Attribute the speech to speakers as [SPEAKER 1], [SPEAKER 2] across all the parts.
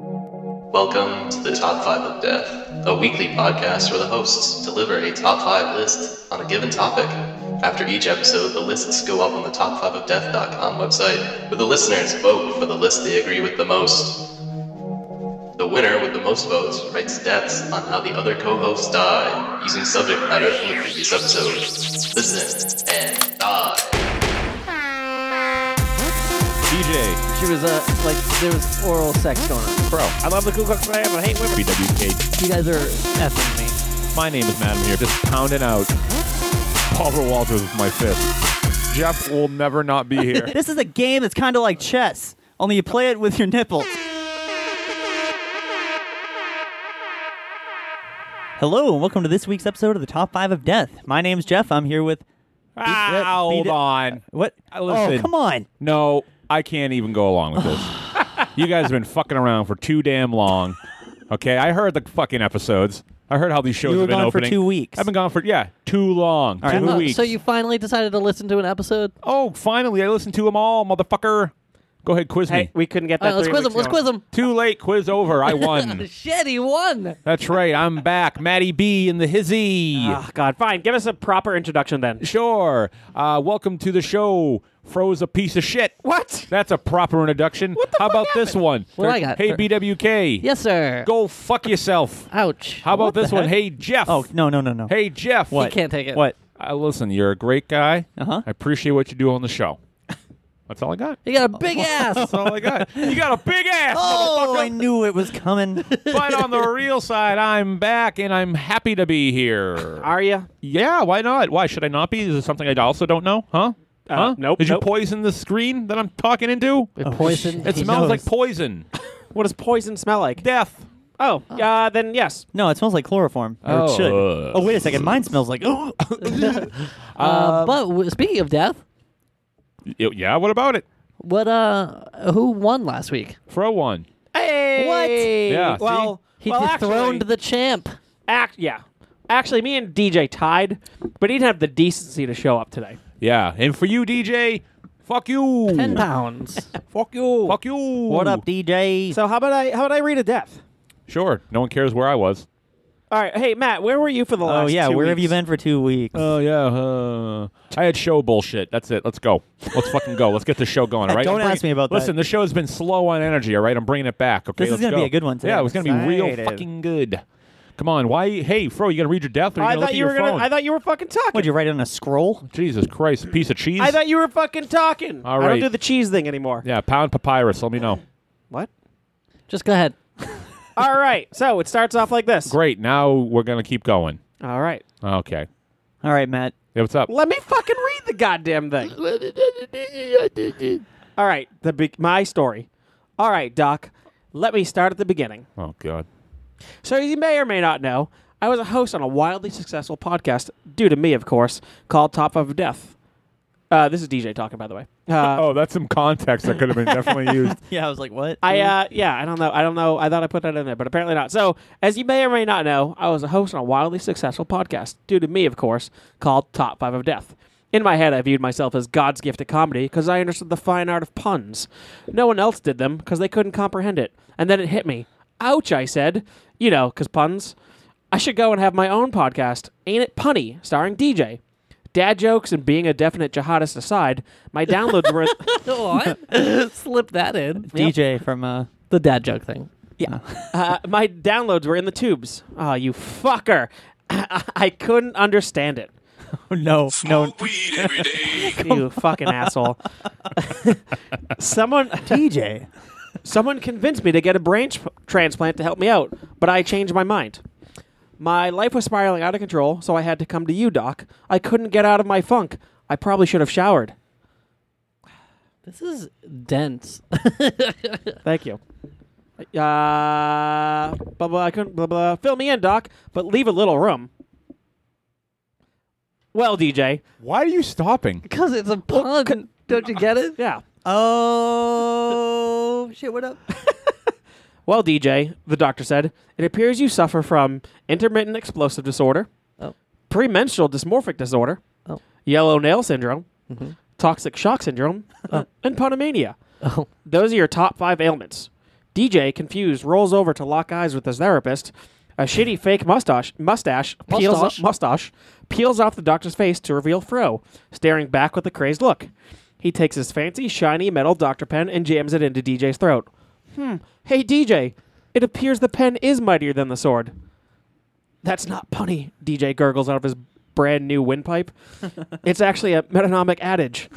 [SPEAKER 1] Welcome to the Top 5 of Death, a weekly podcast where the hosts deliver a top 5 list on a given topic. After each episode, the lists go up on the top5ofdeath.com website, where the listeners vote for the list they agree with the most. The winner with the most votes writes deaths on how the other co hosts died, using subject matter from the previous episode. Listen and die.
[SPEAKER 2] DJ.
[SPEAKER 3] She was uh, like, there was oral sex going on.
[SPEAKER 2] Bro.
[SPEAKER 4] I love the Ku Klux Klan, but I hate women.
[SPEAKER 2] BWK.
[SPEAKER 3] You guys are effing me.
[SPEAKER 2] My name is Madam here, just pounding out Paul Walters with my fist. Jeff will never not be here.
[SPEAKER 3] This is a game that's kind of like chess, only you play it with your nipples. Hello and welcome to this week's episode of the Top Five of Death. My name's Jeff. I'm here with
[SPEAKER 2] ah,
[SPEAKER 3] beat
[SPEAKER 2] hold
[SPEAKER 3] it.
[SPEAKER 2] on.
[SPEAKER 3] what?
[SPEAKER 2] Uh, listen.
[SPEAKER 3] Oh, come on!
[SPEAKER 2] No, I can't even go along with this. you guys have been fucking around for too damn long. Okay, I heard the fucking episodes. I heard how these shows
[SPEAKER 3] You were
[SPEAKER 2] have been
[SPEAKER 3] gone for
[SPEAKER 2] opening.
[SPEAKER 3] two weeks.
[SPEAKER 2] I've been gone for yeah, too long.
[SPEAKER 3] right,
[SPEAKER 2] two
[SPEAKER 3] I'm not-
[SPEAKER 2] weeks.
[SPEAKER 5] Oh, So you finally decided to listen to an episode?
[SPEAKER 2] oh, finally, I listened to them all, motherfucker. Go ahead, quiz me.
[SPEAKER 4] Hey, we couldn't get
[SPEAKER 5] All
[SPEAKER 4] that.
[SPEAKER 5] right, let's
[SPEAKER 4] three
[SPEAKER 5] quiz him.
[SPEAKER 4] weeks
[SPEAKER 5] Let's
[SPEAKER 4] ago.
[SPEAKER 5] quiz him.
[SPEAKER 2] Too late. Quiz over. I won.
[SPEAKER 5] Shit, he won.
[SPEAKER 2] That's right. I'm back. Maddie B in the hizzy.
[SPEAKER 5] Ah.
[SPEAKER 4] Oh, God, fine. Give us a proper introduction then.
[SPEAKER 2] Sure. Uh, welcome to the show. Froze a piece of shit.
[SPEAKER 4] What?
[SPEAKER 2] That's a proper introduction. What the How about this one?
[SPEAKER 5] What do I got?
[SPEAKER 2] Hey, BWK.
[SPEAKER 5] Yes, sir.
[SPEAKER 2] Go fuck yourself.
[SPEAKER 5] Ouch.
[SPEAKER 2] How about
[SPEAKER 5] What the
[SPEAKER 2] this one?
[SPEAKER 5] heck?
[SPEAKER 2] Hey, Jeff.
[SPEAKER 3] Oh no, no, no, no.
[SPEAKER 2] Hey, Jeff.
[SPEAKER 5] He can't take it.
[SPEAKER 3] What?
[SPEAKER 2] Uh, listen, you're a great guy.
[SPEAKER 3] Uh-huh.
[SPEAKER 2] I appreciate what you do on the show. That's all I got.
[SPEAKER 5] You got a big ass.
[SPEAKER 2] That's all I got. you got a big ass.
[SPEAKER 3] Oh,
[SPEAKER 2] motherfucker.
[SPEAKER 3] I knew it was coming.
[SPEAKER 2] But on the real side, I'm back and I'm happy to be here.
[SPEAKER 4] Are you?
[SPEAKER 2] Yeah, why not? Why should I not be? Is it something I also don't know? Huh?
[SPEAKER 4] Uh,
[SPEAKER 2] huh?
[SPEAKER 4] nope,
[SPEAKER 2] Did
[SPEAKER 4] nope.
[SPEAKER 2] you poison the screen that I'm talking into?
[SPEAKER 5] With poison.
[SPEAKER 2] It
[SPEAKER 5] He
[SPEAKER 2] smells
[SPEAKER 5] knows.
[SPEAKER 2] like poison.
[SPEAKER 4] What does poison smell like?
[SPEAKER 2] Death.
[SPEAKER 4] Oh, uh, then yes.
[SPEAKER 3] no, it smells like chloroform. Or it
[SPEAKER 2] Oh.
[SPEAKER 3] should. Oh wait a second, mine smells like. Oh,
[SPEAKER 5] Uh, but w- speaking of death,
[SPEAKER 2] Y- yeah, what about it?
[SPEAKER 5] what? Uh, who won last week?
[SPEAKER 2] Fro one.
[SPEAKER 4] Hey.
[SPEAKER 2] Yeah, see?
[SPEAKER 4] Well,
[SPEAKER 5] He
[SPEAKER 4] well,
[SPEAKER 5] dethroned
[SPEAKER 4] actually,
[SPEAKER 5] the champ.
[SPEAKER 4] act. Yeah. Actually, me and DJ tied, but he didn't have the decency to show up today.
[SPEAKER 2] Yeah, and for you, DJ, fuck you.
[SPEAKER 5] Ten pounds.
[SPEAKER 4] Fuck you.
[SPEAKER 2] Fuck you.
[SPEAKER 3] what up, DJ?
[SPEAKER 4] So how about I? How about I read a death?
[SPEAKER 2] Sure. No one cares where I was.
[SPEAKER 4] All right. Hey, Matt, where were you for the last?
[SPEAKER 3] oh yeah,
[SPEAKER 4] two
[SPEAKER 3] where have you
[SPEAKER 4] weeks?
[SPEAKER 3] been for two weeks?
[SPEAKER 2] Oh yeah. Uh, I had show bullshit. That's it. Let's go. Let's fucking go. Let's get the show going. All right.
[SPEAKER 3] Don't
[SPEAKER 2] I'm bringing-
[SPEAKER 3] ask me about that.
[SPEAKER 2] Listen, the show has been slow on energy. All right. I'm bringing it back. Okay.
[SPEAKER 3] This is
[SPEAKER 2] let's
[SPEAKER 3] gonna be
[SPEAKER 2] go.
[SPEAKER 3] a good one today.
[SPEAKER 2] Yeah,
[SPEAKER 3] I'm
[SPEAKER 2] it's gonna be real
[SPEAKER 3] excited.
[SPEAKER 2] fucking good. Come on. Why? Hey, Fro, you gonna read your death or you
[SPEAKER 4] I
[SPEAKER 2] gonna look
[SPEAKER 4] thought
[SPEAKER 2] at
[SPEAKER 4] you
[SPEAKER 2] your
[SPEAKER 4] were gonna.
[SPEAKER 2] phone?
[SPEAKER 4] I thought you were fucking talking.
[SPEAKER 3] What'd you write on a scroll?
[SPEAKER 2] Jesus Christ, piece of cheese.
[SPEAKER 4] I thought you were fucking talking.
[SPEAKER 2] All
[SPEAKER 4] I
[SPEAKER 2] right.
[SPEAKER 4] don't do the cheese thing anymore.
[SPEAKER 2] yeah, pound papyrus. Let me know.
[SPEAKER 4] What?
[SPEAKER 5] Just go ahead.
[SPEAKER 4] All right. So it starts off like this.
[SPEAKER 2] Great. Now we're gonna keep going.
[SPEAKER 4] All right.
[SPEAKER 2] Okay.
[SPEAKER 3] All right, Matt.
[SPEAKER 2] Yeah, what's up?
[SPEAKER 4] Let me fucking read the goddamn thing. All right. The be- my story. All right, Doc. Let me start at the beginning.
[SPEAKER 2] Oh God.
[SPEAKER 4] So, as you may or may not know, I was a host on a wildly successful podcast, due to me, of course, called Top of Death. Uh, this is DJ talking, by the way. Uh,
[SPEAKER 2] Oh, that's some context that could have been definitely used.
[SPEAKER 3] Yeah, I was like, what?
[SPEAKER 4] I uh yeah, I don't know. I don't know. I thought I put that in there, but apparently not. So, as you may or may not know, I was a host on a wildly successful podcast, due to me, of course, called Top 5 of Death. In my head, I viewed myself as God's gift to comedy because I understood the fine art of puns. No one else did them because they couldn't comprehend it. And then it hit me. Ouch, I said. You know, because puns. I should go and have my own podcast, Ain't It Punny, starring DJ. Dad jokes and being a definite jihadist aside, my downloads were.
[SPEAKER 5] what? Slip that in.
[SPEAKER 3] DJ from uh,
[SPEAKER 5] The dad joke thing.
[SPEAKER 4] Yeah. Uh, my downloads were in the tubes. Oh, you fucker. I couldn't understand it.
[SPEAKER 3] no, no,
[SPEAKER 6] weed every day.
[SPEAKER 4] You fucking asshole. someone
[SPEAKER 3] DJ.
[SPEAKER 4] someone convinced me to get a brain tr- transplant to help me out, but I changed my mind. My life was spiraling out of control, so I had to come to you, doc. I couldn't get out of my funk. I probably should have showered.
[SPEAKER 5] This is dense.
[SPEAKER 4] Thank you. Uh, blah blah. I couldn't blah blah. Fill me in, doc, but leave a little room. Well, DJ,
[SPEAKER 2] Why are you stopping?
[SPEAKER 5] Because it's a pun. Don't you get it?
[SPEAKER 4] yeah.
[SPEAKER 3] Oh shit! What up?
[SPEAKER 4] Well, DJ, the doctor said, it appears you suffer from intermittent explosive disorder,
[SPEAKER 5] Oh.
[SPEAKER 4] premenstrual dysmorphic disorder,
[SPEAKER 5] Oh.
[SPEAKER 4] yellow nail syndrome, uh, toxic shock syndrome, and ponomania. Those are your top five ailments. DJ, confused, rolls over to lock eyes with his therapist. A shitty fake mustache mustache peels
[SPEAKER 5] Mustache?
[SPEAKER 4] mustache peels off the doctor's face to reveal Fro, staring back with a crazed look. He takes his fancy, shiny metal doctor pen and jams it into DJ's throat. Hmm. Hey DJ, it appears the pen is mightier than the sword. That's not punny, DJ gurgles out of his brand new windpipe. it's actually a metonomic adage.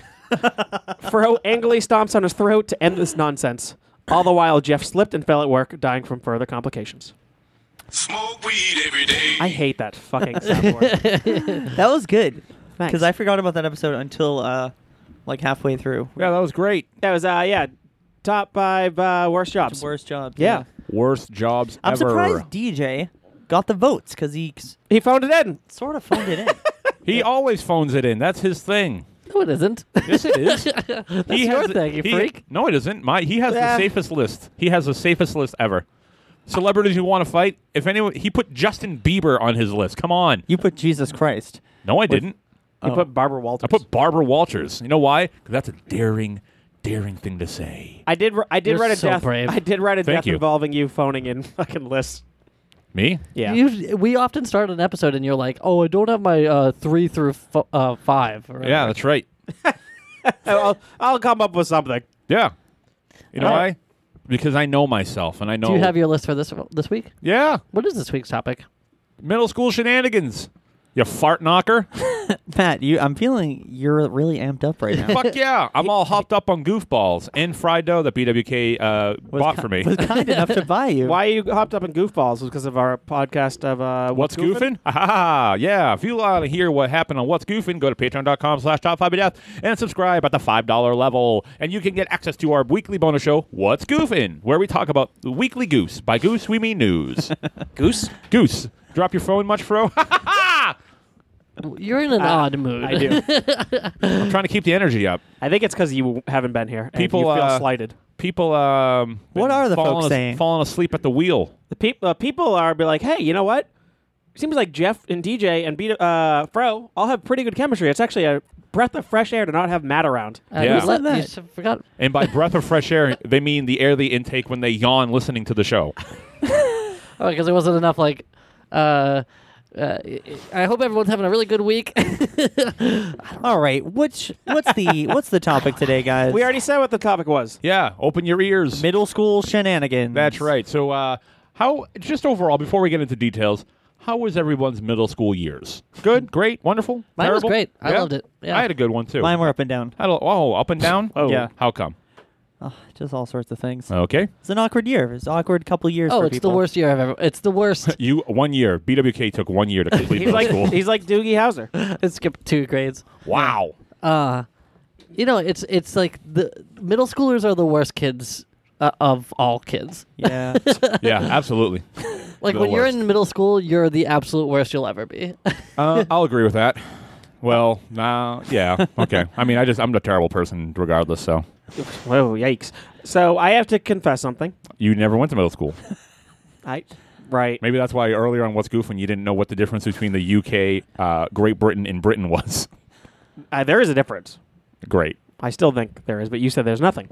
[SPEAKER 4] Fro angrily stomps on his throat to end this nonsense. All the while, Jeff slipped and fell at work, dying from further complications.
[SPEAKER 6] Smoke weed every day.
[SPEAKER 4] I hate that fucking soundboard.
[SPEAKER 3] That was good.
[SPEAKER 4] Thanks.
[SPEAKER 3] Because I forgot about that episode until uh, like halfway through.
[SPEAKER 2] Yeah, that was great.
[SPEAKER 4] that was, uh, yeah, top five uh, worst jobs.
[SPEAKER 3] Worst job.
[SPEAKER 4] Yeah.
[SPEAKER 2] Worst jobs
[SPEAKER 3] I'm
[SPEAKER 2] ever.
[SPEAKER 3] surprised DJ got the votes because he
[SPEAKER 4] He phoned it in.
[SPEAKER 3] sort of phoned it in.
[SPEAKER 2] He always phones it in. That's his thing.
[SPEAKER 5] No, it isn't.
[SPEAKER 2] Yes, it is. he
[SPEAKER 5] your
[SPEAKER 2] has the-
[SPEAKER 5] thing, you
[SPEAKER 2] he-
[SPEAKER 5] freak.
[SPEAKER 2] No, it isn't. My he has the
[SPEAKER 4] Yeah.
[SPEAKER 2] safest list. He has the safest list ever. Celebrities you want to fight. If anyone, he put Justin Bieber on his list. Come on.
[SPEAKER 3] You put Jesus Christ.
[SPEAKER 2] No, I didn't.
[SPEAKER 4] He
[SPEAKER 5] Oh.
[SPEAKER 4] put Barbara Walters.
[SPEAKER 2] I put Barbara Walters. You know why? 'Cause that's a daring, daring thing to say.
[SPEAKER 4] I did. I did
[SPEAKER 5] You're
[SPEAKER 4] write a
[SPEAKER 5] so
[SPEAKER 4] death.
[SPEAKER 5] brave.
[SPEAKER 4] I did write a
[SPEAKER 2] Thank
[SPEAKER 4] death
[SPEAKER 2] you.
[SPEAKER 4] involving you phoning in fucking lists.
[SPEAKER 2] Me?
[SPEAKER 4] Yeah.
[SPEAKER 5] You, we often start an episode and you're like, oh, I don't have my uh, three through f- uh, five. or
[SPEAKER 2] Yeah,
[SPEAKER 5] whatever.
[SPEAKER 2] that's right.
[SPEAKER 4] Oh, I'll, I'll come up with something.
[SPEAKER 2] Yeah. You know
[SPEAKER 5] Oh.
[SPEAKER 2] why? Because I know myself, and I know.
[SPEAKER 5] Do you have your list for this this week?
[SPEAKER 2] yeah,
[SPEAKER 5] What is this week's topic?
[SPEAKER 2] middle school shenanigans. You fart knocker.
[SPEAKER 3] Pat, you, I'm feeling you're really amped up right now.
[SPEAKER 2] Fuck yeah! I'm all hopped up on goofballs and fried dough that BWK uh, bought for me.
[SPEAKER 3] Was kind enough to buy you.
[SPEAKER 4] Why you hopped up in goofballs? Was because of our podcast of uh,
[SPEAKER 2] What's goofing? Ha ha ha. Yeah. If you want to hear what happened on What's Goofing, go to patreon.com slash top five of death and subscribe at the $5 level. And you can get access to our weekly bonus show, What's Goofing, where we talk about the weekly goose. By goose, we mean news.
[SPEAKER 4] Goose.
[SPEAKER 2] goose. Drop your phone much, Fro? Ha ha ha.
[SPEAKER 5] You're in an
[SPEAKER 2] Ah,
[SPEAKER 5] odd mood.
[SPEAKER 4] I do.
[SPEAKER 2] I'm trying to keep the energy up.
[SPEAKER 4] I think it's because you haven't been here. and
[SPEAKER 2] People,
[SPEAKER 4] you feel
[SPEAKER 2] uh,
[SPEAKER 4] slighted.
[SPEAKER 2] People, um,
[SPEAKER 3] What
[SPEAKER 2] been
[SPEAKER 3] are the
[SPEAKER 2] falling
[SPEAKER 3] folks
[SPEAKER 2] as-
[SPEAKER 3] saying?
[SPEAKER 2] Falling asleep at the wheel.
[SPEAKER 4] The peop- uh, people are be like, hey, you know what? Seems like Jeff and DJ and B- uh, Fro all have pretty good chemistry. It's actually a breath of fresh air to not have Matt around.
[SPEAKER 5] Uh,
[SPEAKER 2] Yeah.
[SPEAKER 5] you let-
[SPEAKER 3] Who said
[SPEAKER 5] you
[SPEAKER 3] that?
[SPEAKER 5] s- forgot.
[SPEAKER 2] And by breath of fresh air, they mean the air they intake when they yawn listening to the show.
[SPEAKER 5] Oh, because it wasn't enough. Like, uh, uh, I- I hope everyone's having a really good week.
[SPEAKER 3] All right. Which what's the what's the topic today, guys?
[SPEAKER 4] We already said what the topic was.
[SPEAKER 2] Yeah. Open your ears.
[SPEAKER 3] middle school shenanigans.
[SPEAKER 2] That's right. So, uh, how just overall before we get into details, how was everyone's middle school years? Good, great, wonderful.
[SPEAKER 5] Mine was
[SPEAKER 2] terrible?
[SPEAKER 5] great. I loved it. Yeah.
[SPEAKER 2] I had a good one too.
[SPEAKER 3] Mine were up and down.
[SPEAKER 2] I don't- oh, up and down. oh,
[SPEAKER 3] Yeah.
[SPEAKER 2] How come?
[SPEAKER 3] Just all sorts of things.
[SPEAKER 2] Okay.
[SPEAKER 3] It's an awkward year. It's an awkward couple years.
[SPEAKER 5] oh,
[SPEAKER 3] for
[SPEAKER 5] it's
[SPEAKER 3] people.
[SPEAKER 5] the worst year I've ever. It's the worst.
[SPEAKER 2] You one year. BWK took one year to complete
[SPEAKER 4] He's
[SPEAKER 2] middle
[SPEAKER 4] like
[SPEAKER 2] school.
[SPEAKER 4] he's like Doogie Howser.
[SPEAKER 5] I skipped two grades.
[SPEAKER 2] wow.
[SPEAKER 5] Uh, you know, it's it's like the middle schoolers are the worst kids uh, of all kids.
[SPEAKER 3] Yeah.
[SPEAKER 2] Yeah, absolutely.
[SPEAKER 5] Like
[SPEAKER 2] The
[SPEAKER 5] when you're
[SPEAKER 2] worst.
[SPEAKER 5] in middle school, you're the absolute worst you'll ever be.
[SPEAKER 2] Uh, I'll agree with that. Well, nah, yeah, okay. I mean, I just I'm a terrible person regardless. So
[SPEAKER 4] Whoa, yikes! So I have to confess something.
[SPEAKER 2] you never went to middle school.
[SPEAKER 4] I right.
[SPEAKER 2] Maybe that's why earlier on What's Goofing you didn't know what the difference between the UK, uh, Great Britain, and Britain was.
[SPEAKER 4] Uh, there is a difference.
[SPEAKER 2] Great.
[SPEAKER 4] I still think there is, but you said there's nothing.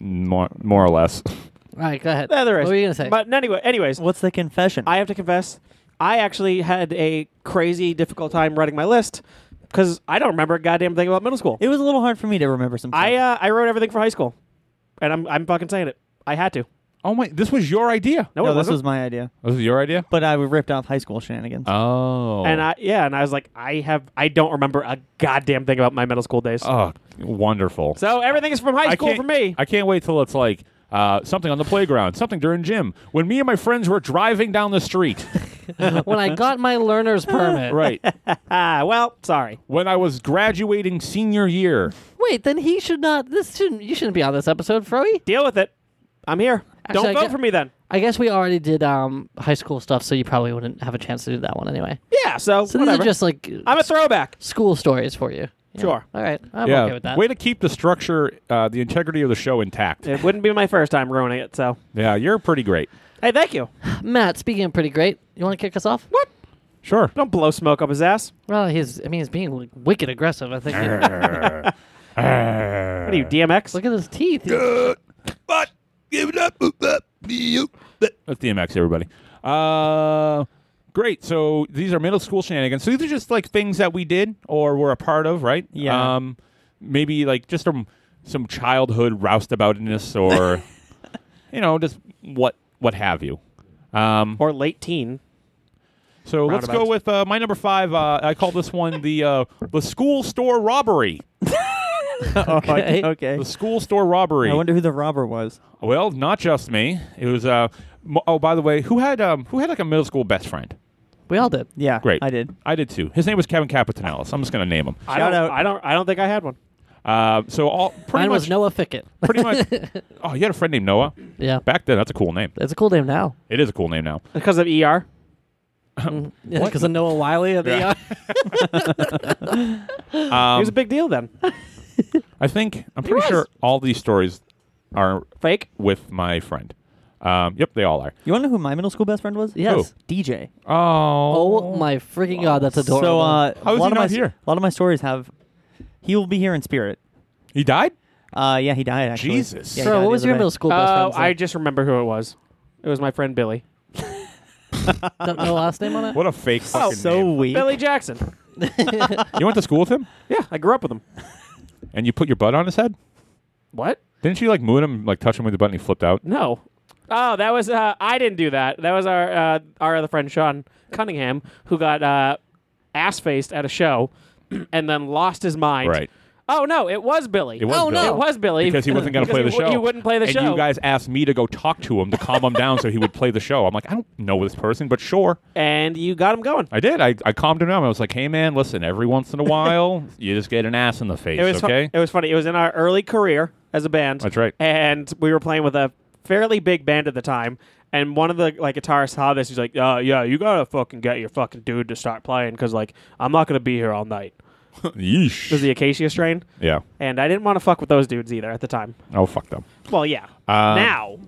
[SPEAKER 2] more, more or less.
[SPEAKER 5] all right, go ahead.
[SPEAKER 4] Yeah, there is.
[SPEAKER 5] What were you gonna say?
[SPEAKER 4] But anyway, anyways,
[SPEAKER 3] what's the confession?
[SPEAKER 4] I have to confess, I actually had a crazy difficult time writing my list because I don't remember a goddamn thing about middle school.
[SPEAKER 3] it was a little hard for me to remember some.
[SPEAKER 4] I
[SPEAKER 3] stuff.
[SPEAKER 4] uh, I wrote everything for high school, and I'm I'm fucking saying it. I had to.
[SPEAKER 2] Oh my! This was your idea.
[SPEAKER 4] No,
[SPEAKER 3] no,
[SPEAKER 4] it
[SPEAKER 3] this was
[SPEAKER 4] wasn't.
[SPEAKER 3] my idea,
[SPEAKER 2] This was your idea.
[SPEAKER 3] but I ripped off high school shenanigans.
[SPEAKER 2] Oh.
[SPEAKER 4] and I yeah, and I was like, I have I don't remember a goddamn thing about my middle school days.
[SPEAKER 2] Oh, wonderful.
[SPEAKER 4] so everything is from high
[SPEAKER 2] I
[SPEAKER 4] school
[SPEAKER 2] can't-
[SPEAKER 4] for me.
[SPEAKER 2] I can't wait till it's like uh, something on the playground, something during gym, when me and my friends were driving down the street.
[SPEAKER 5] when I got my learner's permit,
[SPEAKER 2] right.
[SPEAKER 4] ah, well, sorry.
[SPEAKER 2] When I was graduating senior year.
[SPEAKER 5] Wait, then he should not. This shouldn't. You shouldn't be on this episode, Froey.
[SPEAKER 4] Deal with it. I'm here.
[SPEAKER 5] Actually,
[SPEAKER 4] don't
[SPEAKER 5] I
[SPEAKER 4] vote
[SPEAKER 5] get-
[SPEAKER 4] for me then.
[SPEAKER 5] I guess we already did um, high school stuff, so you probably wouldn't have a chance to do that one anyway.
[SPEAKER 4] Yeah. So,
[SPEAKER 5] So
[SPEAKER 4] whatever.
[SPEAKER 5] these are just like
[SPEAKER 4] I'm a throwback.
[SPEAKER 5] school stories for you. Yeah.
[SPEAKER 4] Sure.
[SPEAKER 5] All right. I'm okay with that.
[SPEAKER 2] Way to keep the structure, uh, the integrity of the show intact.
[SPEAKER 4] It wouldn't be my first time ruining it. So
[SPEAKER 2] yeah, you're pretty great.
[SPEAKER 4] hey, thank you.
[SPEAKER 5] Matt, speaking of pretty great, you want to kick us off?
[SPEAKER 4] What?
[SPEAKER 2] Sure.
[SPEAKER 4] Don't blow smoke up his ass.
[SPEAKER 5] Well, he's. I mean, he's being like, wicked aggressive. I think.
[SPEAKER 4] What are you, DMX?
[SPEAKER 5] Look at his teeth.
[SPEAKER 2] What? Give it up. That's DMX, everybody. Uh, great. So these are middle school shenanigans. So these are just like things that we did or were a part of, right?
[SPEAKER 3] Yeah.
[SPEAKER 2] Um, maybe like just some some childhood roustaboutness or you know just what what have you. Um,
[SPEAKER 4] or late teen.
[SPEAKER 2] so let's go
[SPEAKER 4] Roundabouts.
[SPEAKER 2] with uh, my number five. Uh, I call this one the uh, the school store robbery.
[SPEAKER 5] Okay.
[SPEAKER 3] okay.
[SPEAKER 2] The school store robbery.
[SPEAKER 3] I wonder who the robber was.
[SPEAKER 2] Well, not just me. It was uh mo- oh by the way, who had um who had like a middle school best friend?
[SPEAKER 5] We all did.
[SPEAKER 3] Yeah,
[SPEAKER 2] Great.
[SPEAKER 3] I did.
[SPEAKER 2] I did too. His name was Kevin Capitanellis. I'm just gonna name him.
[SPEAKER 4] I
[SPEAKER 3] Shout
[SPEAKER 4] don't.
[SPEAKER 3] out.
[SPEAKER 4] I don't. I don't think I had one.
[SPEAKER 2] Uh, so all pretty
[SPEAKER 5] Mine
[SPEAKER 2] much
[SPEAKER 5] was Noah Fickett.
[SPEAKER 2] pretty much. Oh, you had a friend named Noah
[SPEAKER 5] yeah.
[SPEAKER 2] back then. That's a cool name.
[SPEAKER 5] That's a cool name now.
[SPEAKER 2] It is a cool name now.
[SPEAKER 4] Because of ER.
[SPEAKER 5] Because of Noah Wiley. And
[SPEAKER 2] Yeah.
[SPEAKER 5] the,
[SPEAKER 4] it
[SPEAKER 2] Um,
[SPEAKER 4] was a big deal then.
[SPEAKER 2] I think I'm pretty sure all these stories are
[SPEAKER 4] Fake.
[SPEAKER 2] with my friend. Um, yep, they all are.
[SPEAKER 3] You want to know who my middle school best friend was?
[SPEAKER 5] yes.
[SPEAKER 3] DJ.
[SPEAKER 2] Oh,
[SPEAKER 5] Oh my freaking god, that's adorable.
[SPEAKER 3] So uh,
[SPEAKER 2] How is
[SPEAKER 3] a lot
[SPEAKER 2] he
[SPEAKER 3] of
[SPEAKER 2] not
[SPEAKER 3] my
[SPEAKER 2] here?
[SPEAKER 3] A lot of my stories have. He will be here in spirit.
[SPEAKER 2] he died.
[SPEAKER 3] Uh, yeah, he died. Actually.
[SPEAKER 2] Jesus.
[SPEAKER 3] Yeah, he
[SPEAKER 5] Bro,
[SPEAKER 3] died
[SPEAKER 5] what
[SPEAKER 3] the
[SPEAKER 5] was
[SPEAKER 3] other
[SPEAKER 5] your
[SPEAKER 3] day.
[SPEAKER 5] middle school best
[SPEAKER 4] Uh,
[SPEAKER 2] Oh,
[SPEAKER 5] friend?
[SPEAKER 4] I just remember who it was. It was my friend Billy.
[SPEAKER 5] don't know last name on it.
[SPEAKER 2] What a fake fucking
[SPEAKER 3] So
[SPEAKER 2] name.
[SPEAKER 3] weak.
[SPEAKER 4] Billy Jackson.
[SPEAKER 2] You went to school with him,
[SPEAKER 4] Yeah, I grew up with him.
[SPEAKER 2] and you put your butt on his head.
[SPEAKER 4] What?
[SPEAKER 2] Didn't you like moon him, like touch him with the butt, and he flipped out?
[SPEAKER 4] No. Oh, that was uh, I didn't do that. That was our uh, our other friend Sean Cunningham who got uh, ass faced at a show and then lost his mind.
[SPEAKER 2] Right.
[SPEAKER 4] Oh no, it was Billy.
[SPEAKER 2] It was
[SPEAKER 5] Oh,
[SPEAKER 2] Billy.
[SPEAKER 5] no.
[SPEAKER 4] It was Billy
[SPEAKER 2] because he wasn't going to play
[SPEAKER 4] Because
[SPEAKER 2] the
[SPEAKER 4] he wou-
[SPEAKER 2] show.
[SPEAKER 4] He wouldn't play the
[SPEAKER 2] and
[SPEAKER 4] show.
[SPEAKER 2] you guys asked me to go talk to him to calm him down so he would play the show. I'm like, I don't know this person, but sure.
[SPEAKER 4] and you got him going.
[SPEAKER 2] I did. I, I calmed him down. I was like, hey, man, listen, every once in a while, you just get an ass in the face,
[SPEAKER 4] It was fu-
[SPEAKER 2] okay?
[SPEAKER 4] it was funny. It was in our early career as a band.
[SPEAKER 2] That's right.
[SPEAKER 4] And we were playing with a fairly big band at the time. And one of the like guitarists saw this. He's like, "Uh, yeah, you gotta fucking get your fucking dude to start playing because like I'm not gonna be here all night." It was
[SPEAKER 2] Yeesh.
[SPEAKER 4] the Acacia Strain,
[SPEAKER 2] Yeah.
[SPEAKER 4] and I didn't want to fuck with those dudes either at the time.
[SPEAKER 2] Oh, fuck them.
[SPEAKER 4] Well, yeah.
[SPEAKER 2] Um,
[SPEAKER 4] now.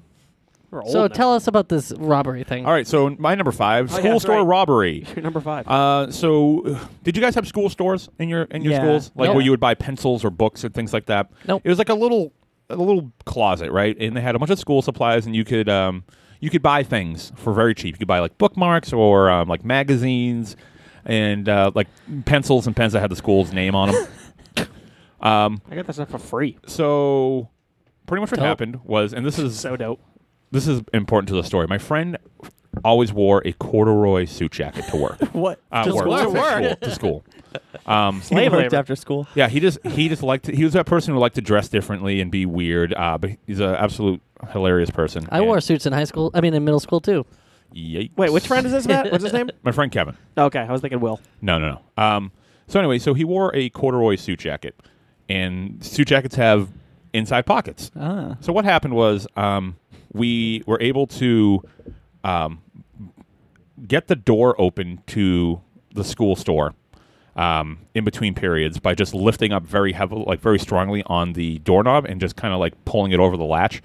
[SPEAKER 4] We're old
[SPEAKER 5] so
[SPEAKER 4] now.
[SPEAKER 5] tell us about this robbery thing.
[SPEAKER 2] All right, so my number five,
[SPEAKER 4] Oh, yeah,
[SPEAKER 2] school
[SPEAKER 4] that's
[SPEAKER 2] store
[SPEAKER 4] right.
[SPEAKER 2] robbery.
[SPEAKER 4] You're number five.
[SPEAKER 2] Uh, so, uh, did you guys have school stores in your in your
[SPEAKER 3] Yeah.
[SPEAKER 2] schools, like
[SPEAKER 5] Nope.
[SPEAKER 2] where you would buy pencils or books and things like that?
[SPEAKER 5] Nope.
[SPEAKER 2] It was like a little a little closet, right? And they had a bunch of school supplies, and you could um, you could buy things for very cheap. You could buy like bookmarks or um, like magazines and uh, like pencils and pens that had the school's name on them.
[SPEAKER 4] I got that stuff for free.
[SPEAKER 2] so, pretty much what
[SPEAKER 5] Dope.
[SPEAKER 2] happened was, and this is
[SPEAKER 4] So dope.
[SPEAKER 2] this is important to the story. My friend always wore a corduroy suit jacket to work.
[SPEAKER 3] What?
[SPEAKER 2] Uh,
[SPEAKER 3] Just
[SPEAKER 2] work.
[SPEAKER 3] work.
[SPEAKER 2] To school. To school. Um,
[SPEAKER 3] He
[SPEAKER 4] Slave
[SPEAKER 3] worked
[SPEAKER 4] labor.
[SPEAKER 3] after school.
[SPEAKER 2] Yeah, he just he just liked to, he was that person who liked to dress differently and be weird. Uh, but he's an absolute hilarious person.
[SPEAKER 5] I
[SPEAKER 2] and-
[SPEAKER 5] wore suits in high school. I mean, in middle school too.
[SPEAKER 2] Yikes.
[SPEAKER 4] Wait, which friend is this, Matt? What's his name?
[SPEAKER 2] My friend Kevin.
[SPEAKER 4] Okay, I was thinking Will.
[SPEAKER 2] No, no, no. Um, so anyway, so he wore a corduroy suit jacket, and suit jackets have inside pockets.
[SPEAKER 3] Ah.
[SPEAKER 2] So what happened was um, we were able to um, get the door open to the school store um, in between periods by just lifting up very heavily, like very strongly on the doorknob and just kind of like pulling it over the latch.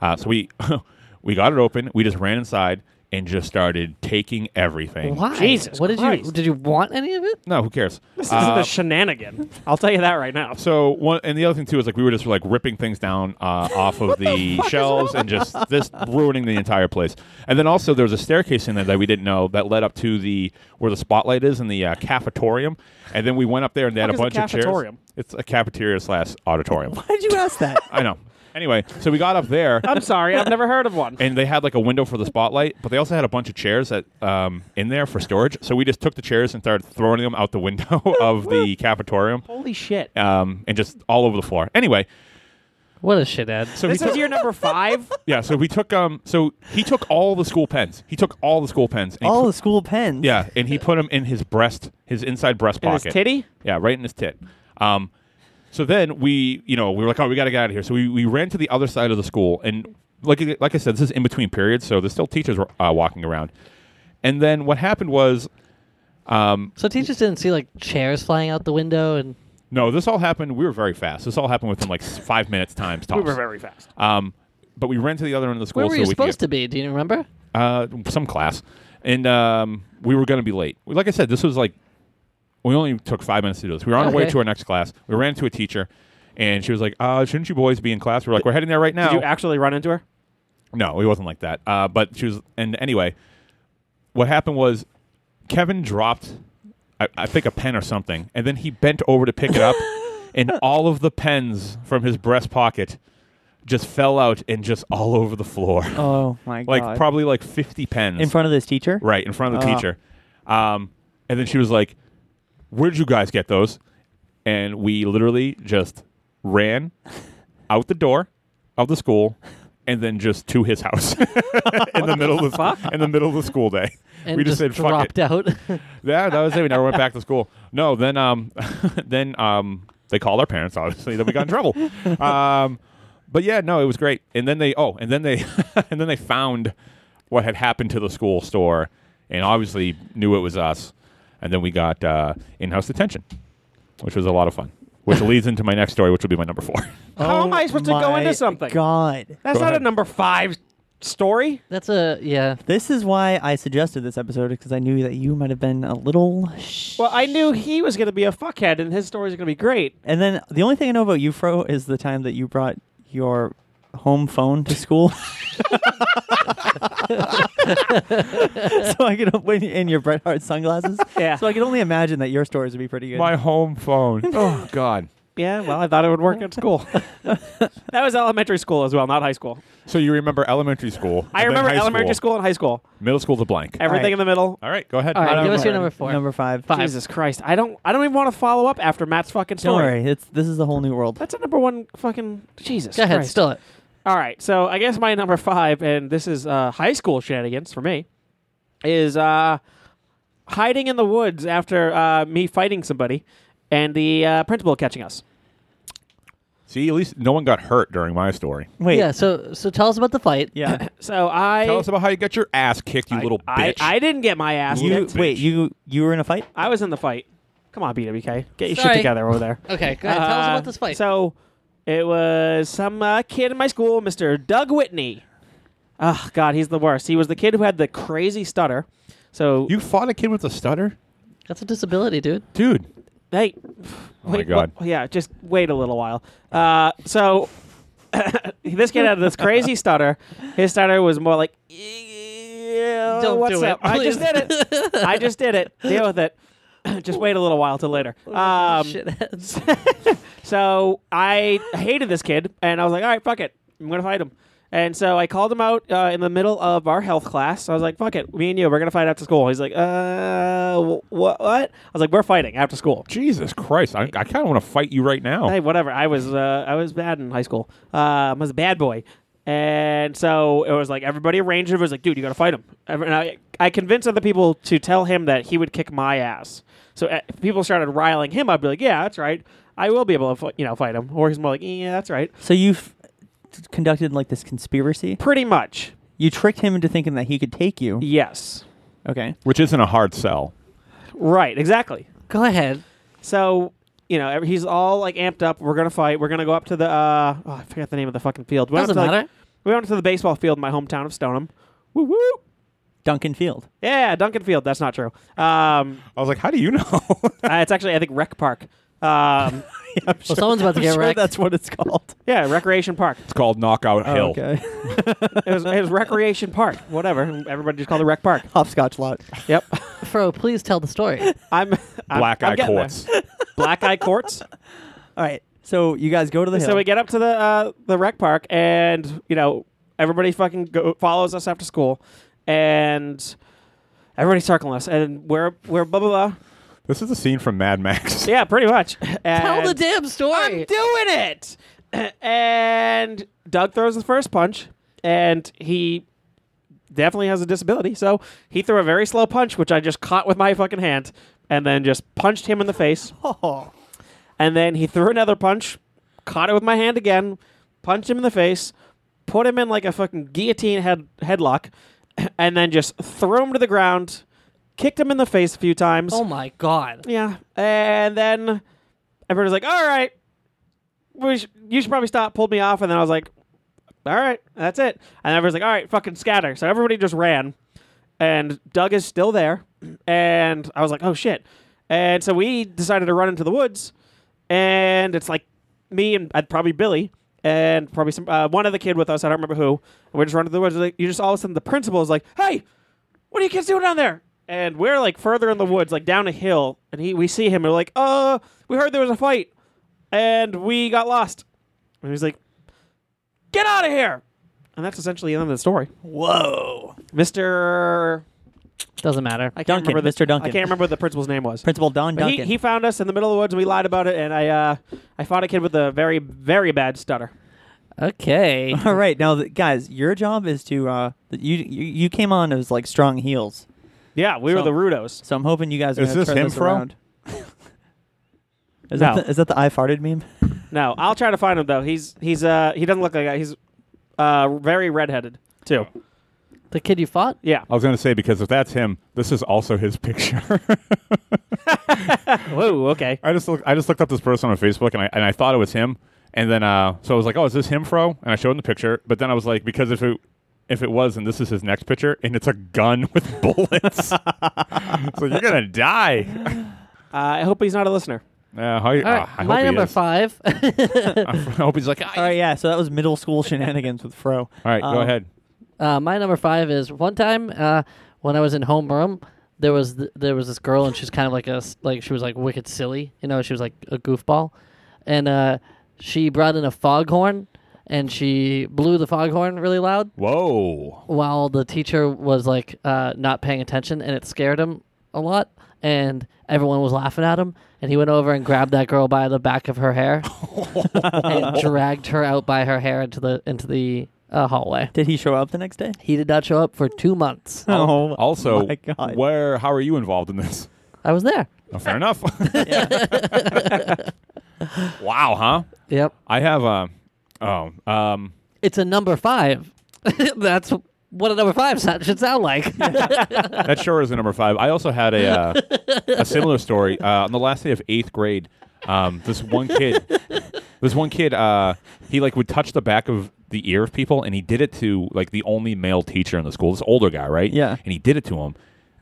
[SPEAKER 2] Uh, so we we got it open. We just ran inside and just started taking everything.
[SPEAKER 5] Why?
[SPEAKER 4] Jesus
[SPEAKER 5] what did you
[SPEAKER 4] Christ.
[SPEAKER 5] did you want any of it?
[SPEAKER 2] No, who cares? Um,
[SPEAKER 4] This is
[SPEAKER 2] Uh,
[SPEAKER 4] the shenanigan. I'll tell you that right now.
[SPEAKER 2] So one and the other thing too is like we were just like ripping things down uh, off of the, shelves and just this ruining the entire place. And then also there was a staircase in there that we didn't know that led up to the where the spotlight is in the uh, cafetorium. And then we went up there and they had a
[SPEAKER 4] Fuck is
[SPEAKER 2] bunch
[SPEAKER 4] a
[SPEAKER 2] of chairs.
[SPEAKER 4] cafetorium?
[SPEAKER 2] It's a cafeteria slash auditorium.
[SPEAKER 3] Why did you ask that?
[SPEAKER 2] I know. Anyway, so we got up there
[SPEAKER 4] I'm sorry, I've never heard of one.
[SPEAKER 2] and they had like a window for the spotlight, but they also had a bunch of chairs that um, in there for storage. So we just took the chairs and started throwing them out the window of the cafetorium.
[SPEAKER 4] Holy shit.
[SPEAKER 2] Um, and just all over the floor. Anyway,
[SPEAKER 5] What a shithead.
[SPEAKER 2] so
[SPEAKER 4] this
[SPEAKER 2] he took,
[SPEAKER 4] is your number five?
[SPEAKER 2] Yeah, so we took um, so he took all the school pens. He took all the school pens. And he
[SPEAKER 3] All
[SPEAKER 2] put-
[SPEAKER 3] the school pens.
[SPEAKER 2] yeah, and he put them in his breast, his inside breast
[SPEAKER 4] In his
[SPEAKER 2] pocket.
[SPEAKER 4] titty?
[SPEAKER 2] Yeah, right in his tit. Um, so then we, you know, we were like, oh, we got to get out of here. So we, we ran to the other side of the school, and like like I said, this is in between periods, so there's still teachers uh, walking around. And then what happened was, um,
[SPEAKER 5] So teachers didn't see like chairs flying out the window and
[SPEAKER 2] no, this all happened. We were very fast. This all happened within like s- five minutes times tops.
[SPEAKER 4] We were very fast.
[SPEAKER 2] Um, but we ran to the other end of the school.
[SPEAKER 5] where
[SPEAKER 2] so
[SPEAKER 5] were you
[SPEAKER 2] we could get-
[SPEAKER 5] supposed to be? Do you remember?
[SPEAKER 2] uh, some class, and um, we were going to be late. Like I said, this was like we only took five minutes to do this. We were on our way
[SPEAKER 5] Okay.
[SPEAKER 2] to our next class. We ran into a teacher, and she was like, uh, "Shouldn't you boys be in class?" We're like, "We're heading there right now."
[SPEAKER 4] Did you actually run into her?
[SPEAKER 2] No, he wasn't like that. Uh, but she was, and anyway, what happened was Kevin dropped, I, I think, a pen or something, and then he bent over to pick it up, and all of the pens from his breast pocket just fell out and just all over the floor.
[SPEAKER 3] Oh my god!
[SPEAKER 2] like probably like fifty pens
[SPEAKER 3] in front of this teacher.
[SPEAKER 2] right in front of the
[SPEAKER 3] Ah.
[SPEAKER 2] teacher. Um, and then she was like, "Where'd you guys get those?" And we literally just ran out the door of the school, and then just to his house in the middle of the, in the middle of the school day.
[SPEAKER 5] and
[SPEAKER 2] we just, said, "Fuck it."
[SPEAKER 5] dropped out.
[SPEAKER 2] Yeah, that was it. We never went back to school. No, then um, then um, they called our parents. Obviously, then we got in trouble. Um, but yeah, no, it was great. And then they oh, and then they and then they found what had happened to the school store, and obviously knew it was us. And then we got uh, in-house detention, which was a lot of fun. Which leads into my next story, which will be my number four.
[SPEAKER 4] How am I supposed to go
[SPEAKER 3] Oh my
[SPEAKER 4] into something?
[SPEAKER 3] God,
[SPEAKER 4] That's
[SPEAKER 2] Go
[SPEAKER 4] not
[SPEAKER 2] ahead.
[SPEAKER 4] a number five story.
[SPEAKER 5] That's a yeah.
[SPEAKER 3] this is why I suggested this episode because I knew that you might have been a little. Sh-
[SPEAKER 4] Well, I knew he was going to be a fuckhead, and his stories are going to be great.
[SPEAKER 3] and then the only thing I know about you, Fro, is the time that you brought your home phone to school. so I can when you- in your Bret Hart sunglasses.
[SPEAKER 4] Yeah.
[SPEAKER 3] So I can only imagine that your stories would be pretty good.
[SPEAKER 2] my home phone. Oh God.
[SPEAKER 4] Yeah, well, I thought it would work at school. that was elementary school as well, not high school.
[SPEAKER 2] So you remember elementary school? and
[SPEAKER 4] I
[SPEAKER 2] then
[SPEAKER 4] remember
[SPEAKER 2] high
[SPEAKER 4] elementary school. and high school.
[SPEAKER 2] Middle school's a blank.
[SPEAKER 4] Everything
[SPEAKER 3] right.
[SPEAKER 4] in the middle.
[SPEAKER 2] All right, go ahead.
[SPEAKER 5] All right,
[SPEAKER 2] Matt.
[SPEAKER 5] give us your
[SPEAKER 3] Alright,
[SPEAKER 5] number four.
[SPEAKER 3] Number five.
[SPEAKER 5] Five.
[SPEAKER 4] Jesus Christ, I don't, I don't even want to follow up after Matt's fucking
[SPEAKER 3] Don't
[SPEAKER 4] story.
[SPEAKER 3] worry. It's this is a whole new world.
[SPEAKER 4] That's a number one fucking Jesus.
[SPEAKER 5] Go ahead,
[SPEAKER 4] Christ.
[SPEAKER 5] still it.
[SPEAKER 4] All right, so I guess my number five, and this is uh, high school shenanigans for me, is uh, hiding in the woods after uh, me fighting somebody and the uh, principal catching us.
[SPEAKER 2] See, at least no one got hurt during my story.
[SPEAKER 3] Wait.
[SPEAKER 5] Yeah. So so tell us about the fight.
[SPEAKER 3] Yeah.
[SPEAKER 4] So I,
[SPEAKER 2] Tell us about how you got your ass kicked, you little
[SPEAKER 4] I,
[SPEAKER 2] bitch.
[SPEAKER 4] I didn't get my ass
[SPEAKER 3] You
[SPEAKER 4] kicked.
[SPEAKER 3] wait. You you were in a fight.
[SPEAKER 4] I was in the fight. Come on, BWK, get your shit
[SPEAKER 5] Sorry.
[SPEAKER 4] together over there.
[SPEAKER 5] Okay. Go ahead. tell us
[SPEAKER 4] Uh,
[SPEAKER 5] about this fight.
[SPEAKER 4] So it was some uh, kid in my school, Mr. Doug Whitney. Oh God, he's the worst. He was the kid who had the crazy stutter. So
[SPEAKER 2] you fought a kid with a stutter,
[SPEAKER 5] That's a disability, dude.
[SPEAKER 2] dude.
[SPEAKER 4] Hey.
[SPEAKER 2] Oh my
[SPEAKER 4] wait,
[SPEAKER 2] God.
[SPEAKER 4] wha- yeah, just wait a little while. Uh, so this kid had this crazy stutter. His stutter was more like, "Yeah,
[SPEAKER 5] Don't
[SPEAKER 4] what's
[SPEAKER 5] do it,
[SPEAKER 4] up? I just
[SPEAKER 5] please."
[SPEAKER 4] did it. I just did it. Deal with it. just wait a little while till later.
[SPEAKER 5] Oh,
[SPEAKER 4] Um,
[SPEAKER 5] Shitheads.
[SPEAKER 4] so I hated this kid, and I was like, all right, fuck it. I'm going to fight him. And so I called him out uh, in the middle of our health class. I was like, fuck it. Me and you, we're going to fight after school. He's like, uh, wh- what? I was like, we're fighting after school.
[SPEAKER 2] Jesus Christ, I, I kind of want to fight you right now.
[SPEAKER 4] Hey, whatever. I was uh, I was bad in high school. Uh, I was a bad boy, and so it was like everybody arranged. It was like, dude, you got to fight him. Every- And I, I convinced other people to tell him that he would kick my ass. So uh, if people started riling him. I'd be like, yeah, that's right. I will be able to, fi- you know, fight him. Or he's more like, yeah, that's right.
[SPEAKER 3] So you've conducted like this conspiracy.
[SPEAKER 4] Pretty much,
[SPEAKER 3] You tricked him into thinking that he could take you.
[SPEAKER 4] yes,
[SPEAKER 3] Okay.
[SPEAKER 2] Which isn't a hard sell.
[SPEAKER 4] right, exactly.
[SPEAKER 5] go ahead.
[SPEAKER 4] So you know, every- he's all like amped up. We're gonna fight. We're gonna go up to the. Uh, oh, I forgot the name of the fucking field. We went up
[SPEAKER 5] Doesn't
[SPEAKER 4] to, like-
[SPEAKER 5] matter.
[SPEAKER 4] we went up to the baseball field in my hometown of Stoneham. Woo woo.
[SPEAKER 3] Duncan Field.
[SPEAKER 4] Yeah, Duncan Field. That's not true. Um,
[SPEAKER 2] I was like, how do you know?
[SPEAKER 4] uh, it's actually, I think, Rec Park. Um,
[SPEAKER 3] I'm sure-
[SPEAKER 5] someone's about to
[SPEAKER 3] I'm
[SPEAKER 5] get
[SPEAKER 3] sure
[SPEAKER 5] wrecked.
[SPEAKER 3] That's what it's called.
[SPEAKER 4] yeah, Recreation Park.
[SPEAKER 2] it's called Knockout
[SPEAKER 4] Oh,
[SPEAKER 2] Hill.
[SPEAKER 3] okay.
[SPEAKER 4] It was, it was Recreation Park. Whatever. Everybody just called it Rec Park.
[SPEAKER 3] Hopscotch lot.
[SPEAKER 4] Yep.
[SPEAKER 5] Fro, please tell the story.
[SPEAKER 4] I'm, I'm
[SPEAKER 2] Black
[SPEAKER 4] I'm
[SPEAKER 2] Eye
[SPEAKER 4] getting there.
[SPEAKER 2] Courts.
[SPEAKER 4] Black Eye Courts.
[SPEAKER 3] All right. So you guys go to the hill.
[SPEAKER 4] So we get up to the uh, the rec park, and you know everybody fucking go- follows us after school, and everybody's circling us, and we're we're blah blah blah.
[SPEAKER 2] This is a scene from Mad Max.
[SPEAKER 4] Yeah, pretty much.
[SPEAKER 5] tell the
[SPEAKER 4] And-
[SPEAKER 5] damn
[SPEAKER 4] I'm
[SPEAKER 5] story.
[SPEAKER 4] doing it. And Doug throws the first punch, and he definitely has a disability. So he threw a very slow punch, which I just caught with my fucking hand, and then just punched him in the face.
[SPEAKER 3] Oh.
[SPEAKER 4] And then he threw another punch, caught it with my hand again, punched him in the face, put him in like a fucking guillotine head headlock, and then just threw him to the ground, kicked him in the face a few times.
[SPEAKER 5] oh my god.
[SPEAKER 4] Yeah, and then everybody's like, "All right, we sh- you should probably stop." Pulled me off, and then I was like, "All right, that's it." And everybody's like, "All right, fucking scatter." So everybody just ran, and Doug is still there, and I was like, "Oh shit!" And so we decided to run into the woods, and it's like me and I'd probably Billy and probably some uh, one other kid with us. I don't remember who. And we're just running through the woods. Like, you just all of a sudden the principal is like, "Hey, what are you kids doing down there?" And we're like further in the woods, like down a hill, and he we see him. and we're like, "Uh, we heard there was a fight, and we got lost." And he's like, "Get out of here!" And that's essentially the end of the story.
[SPEAKER 3] Whoa.
[SPEAKER 4] Mister,
[SPEAKER 5] Doesn't matter.
[SPEAKER 4] I can't
[SPEAKER 3] Duncan,
[SPEAKER 4] remember the,
[SPEAKER 3] Mr. Duncan.
[SPEAKER 4] I can't remember what the principal's name was.
[SPEAKER 3] Principal Don
[SPEAKER 4] But
[SPEAKER 3] Duncan.
[SPEAKER 4] he, he found us in the middle of the woods and we lied about it and I uh, I fought a kid with a very very bad stutter.
[SPEAKER 5] Okay.
[SPEAKER 3] All right, now th- guys, your job is to uh, you, you you came on as like strong heels,
[SPEAKER 4] Yeah, we were
[SPEAKER 3] So-
[SPEAKER 4] the Rudos.
[SPEAKER 3] so I'm hoping you guys are
[SPEAKER 2] Is
[SPEAKER 3] gonna
[SPEAKER 2] this
[SPEAKER 3] turn
[SPEAKER 2] him,
[SPEAKER 3] this
[SPEAKER 2] Fro?
[SPEAKER 3] around. is,
[SPEAKER 4] No.
[SPEAKER 3] that the, is that the I farted meme?
[SPEAKER 4] No, I'll try to find him though. He's he's uh he doesn't look like that. He's uh very redheaded too.
[SPEAKER 5] the kid you fought?
[SPEAKER 4] Yeah.
[SPEAKER 2] I was going to say because if that's him, this is also his picture.
[SPEAKER 4] Whoa. Okay.
[SPEAKER 2] I just look, I just looked up this person on Facebook and I and I thought it was him, and then uh, so I was like, oh, is this him, Fro? And I showed him the picture, but then I was like, because if it if it was, and this is his next picture, and it's a gun with bullets, so you're gonna die.
[SPEAKER 4] Uh, I hope he's not a listener.
[SPEAKER 2] Uh, how you-
[SPEAKER 5] All right.
[SPEAKER 2] uh, I
[SPEAKER 5] my
[SPEAKER 2] hope
[SPEAKER 5] number
[SPEAKER 2] he is.
[SPEAKER 5] five.
[SPEAKER 2] I hope he's like, "Ah,
[SPEAKER 3] All right, yeah. So that was middle school shenanigans with Fro.
[SPEAKER 2] all right, go
[SPEAKER 3] Um,
[SPEAKER 2] ahead.
[SPEAKER 5] Uh, my number five is one time uh, when I was in homeroom, there was th- there was this girl and she's kind of like us, like she was like wicked silly, you know, she was like a goofball, and uh, she brought in a foghorn and she blew the foghorn really loud
[SPEAKER 2] Whoa,
[SPEAKER 5] while the teacher was like uh, not paying attention and it scared him a lot and everyone was laughing at him and he went over and grabbed that girl by the back of her hair and dragged her out by her hair into the into the uh, hallway.
[SPEAKER 3] Did he show up the next day?
[SPEAKER 5] He did not show up for two months.
[SPEAKER 3] Oh,
[SPEAKER 2] also,
[SPEAKER 3] my God.
[SPEAKER 2] where? How are you involved in this?
[SPEAKER 5] I was there.
[SPEAKER 2] Oh, fair enough. wow, huh?
[SPEAKER 5] Yep.
[SPEAKER 2] I have a. Oh, um,
[SPEAKER 5] It's a number five. That's what a number five so- should sound like.
[SPEAKER 2] that sure is a number five. I also had a uh, a similar story uh, on the last day of eighth grade. Um, this one kid, this one kid, uh, he like would touch the back of the ear of people, and he did it to like the only male teacher in the school. This older guy, right?
[SPEAKER 3] Yeah.
[SPEAKER 2] And he did it to him,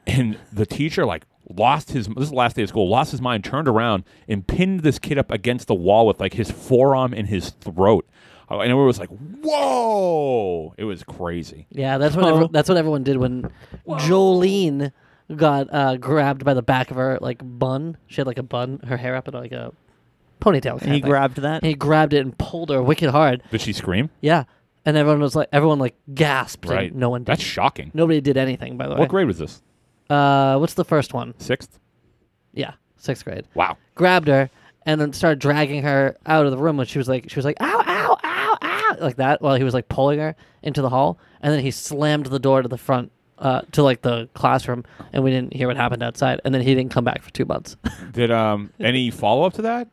[SPEAKER 2] and the teacher like lost his. This is the last day of school. Lost his mind, turned around, and pinned this kid up against the wall with like his forearm in his throat. Oh, And it was like, whoa! It was crazy.
[SPEAKER 5] yeah, that's what
[SPEAKER 2] Oh.
[SPEAKER 5] every, that's what everyone did when Jolene got uh, grabbed by the back of her like bun. She had like a bun, her hair up in like a ponytail.
[SPEAKER 3] and he grabbed that.
[SPEAKER 5] He grabbed it and pulled her wicked hard.
[SPEAKER 2] Did she scream?
[SPEAKER 5] Yeah, and everyone was like, everyone like gasped. and
[SPEAKER 2] Right.
[SPEAKER 5] no one. Did.
[SPEAKER 2] That's shocking.
[SPEAKER 5] Nobody did anything, by the way.
[SPEAKER 2] What grade was this?
[SPEAKER 5] uh, what's the first one?
[SPEAKER 2] Sixth.
[SPEAKER 5] Yeah, sixth grade.
[SPEAKER 2] Wow.
[SPEAKER 5] grabbed her and then started dragging her out of the room when she was like she was like ow ow ow ow like that while he was like pulling her into the hall and then he slammed the door to the front uh, to like the classroom and we didn't hear what happened outside and then he didn't come back for two months
[SPEAKER 2] Did um any follow up to that?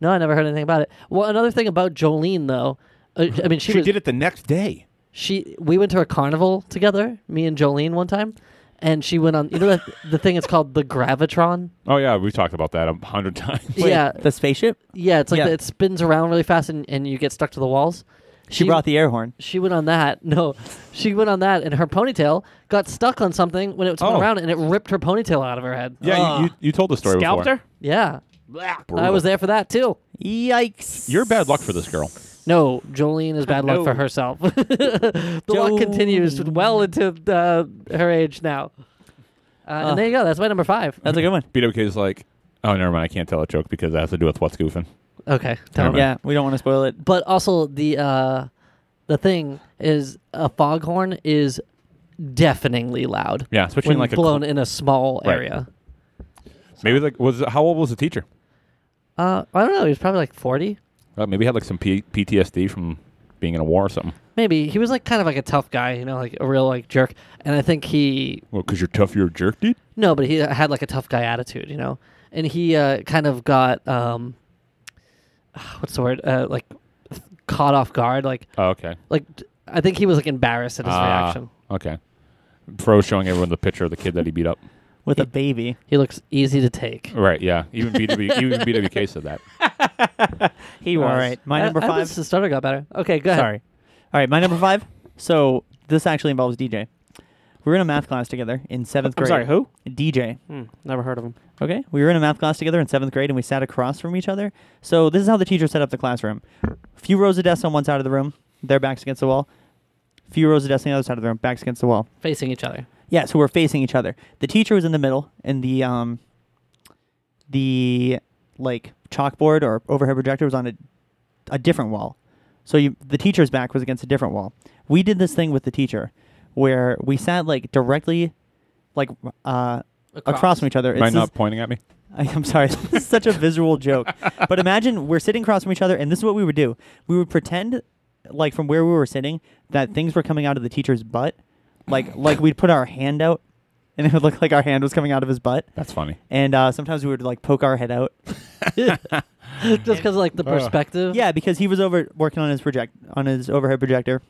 [SPEAKER 5] no i never heard anything about it well another thing about jolene though uh, i mean she, was,
[SPEAKER 2] it the next day.
[SPEAKER 5] she we went to a carnival together me and jolene one time and she went on you know that the thing it's called the gravitron
[SPEAKER 2] Oh yeah, we've talked about that a hundred times.
[SPEAKER 3] Wait,
[SPEAKER 5] yeah
[SPEAKER 3] the spaceship.
[SPEAKER 5] yeah it's like
[SPEAKER 3] yeah.
[SPEAKER 5] the- it spins around really fast and, and you get stuck to the walls
[SPEAKER 3] She brought the air horn.
[SPEAKER 5] she went on that. No, she went on that, and her ponytail got stuck on something when it spun
[SPEAKER 2] Oh.
[SPEAKER 5] around, and it ripped her ponytail out of her head. Uh,
[SPEAKER 2] Yeah, you, you, you told the story
[SPEAKER 4] Scalped
[SPEAKER 2] before.
[SPEAKER 4] her?
[SPEAKER 5] Yeah, I
[SPEAKER 2] Brutal.
[SPEAKER 5] was there for that too.
[SPEAKER 3] Yikes!
[SPEAKER 2] You're bad luck for this girl.
[SPEAKER 5] No, Jolene is bad luck for
[SPEAKER 4] No.
[SPEAKER 5] herself. the luck continues well into uh, her age now. Uh,
[SPEAKER 3] Uh.
[SPEAKER 5] and there you go. That's my number five.
[SPEAKER 3] That's a good one.
[SPEAKER 2] BWK is like, oh never mind, I can't tell a joke because that has to do with what's goofing.
[SPEAKER 5] Okay, tell
[SPEAKER 2] Never mind.
[SPEAKER 5] me.
[SPEAKER 3] Yeah, we don't want to spoil it.
[SPEAKER 5] But also the uh, the thing is a foghorn is deafeningly loud.
[SPEAKER 2] Yeah, especially
[SPEAKER 5] when
[SPEAKER 2] in like
[SPEAKER 5] blown
[SPEAKER 2] a cl-
[SPEAKER 5] in a small
[SPEAKER 2] Right.
[SPEAKER 5] area.
[SPEAKER 2] maybe like was how old was the teacher?
[SPEAKER 5] Uh, I don't know. He was probably like forty.
[SPEAKER 2] Uh, maybe he had like some P- PTSD from being in a war or something.
[SPEAKER 5] Maybe he was like kind of like a tough guy, you know, like a real like jerk. And I think he
[SPEAKER 2] Well, because you're tough, you're a jerk, dude.
[SPEAKER 5] no, but he had like a tough guy attitude, you know. And he uh, kind of got um, what's the word? Uh, like caught off guard. Like
[SPEAKER 2] Oh, okay.
[SPEAKER 5] like I think he was like embarrassed at his
[SPEAKER 2] Ah,
[SPEAKER 5] reaction.
[SPEAKER 2] Okay. Fro showing everyone the picture of the kid that he beat up.
[SPEAKER 3] With a baby.
[SPEAKER 5] He looks easy to take.
[SPEAKER 2] Right. Yeah. Even BW, even BWK said that.
[SPEAKER 4] He
[SPEAKER 3] All
[SPEAKER 4] was.
[SPEAKER 3] right, my number
[SPEAKER 5] I, I
[SPEAKER 3] five.
[SPEAKER 5] missed the starter got better. Okay, go ahead.
[SPEAKER 3] Sorry. All right, my number five. So this actually involves DJ. We were in a math class together in seventh
[SPEAKER 4] I'm
[SPEAKER 3] grade.
[SPEAKER 4] sorry, who?
[SPEAKER 3] DJ.
[SPEAKER 4] Hmm, never heard of him.
[SPEAKER 3] Okay, we were in a math class together in seventh grade, and we sat across from each other. So this is how the teacher set up the classroom: few rows of desks on one side of the room, their backs against the wall. Few rows of desks on the other side of the room, backs against the wall.
[SPEAKER 5] facing each other.
[SPEAKER 3] Yeah, so we're facing each other. The teacher was in the middle, and the um, the like chalkboard or overhead projector was on a, a different wall. So you, the teacher's back was against a different wall. We did this thing with the teacher, where we sat like directly, like uh, across, from each other. It's
[SPEAKER 2] Mind
[SPEAKER 3] this-
[SPEAKER 2] not pointing at me?
[SPEAKER 3] I, I'm sorry. this is such a visual joke. But imagine we're sitting across from each other, and this is what we would do. We would pretend, like from where we were sitting, that things were coming out of the teacher's butt. Like, like we'd put our hand out, and it would look like our hand was coming out of his butt.
[SPEAKER 2] That's funny.
[SPEAKER 3] And uh, sometimes we would like poke our head out.
[SPEAKER 5] just because like the perspective.
[SPEAKER 3] Yeah, because he was over working on his project on his overhead projector,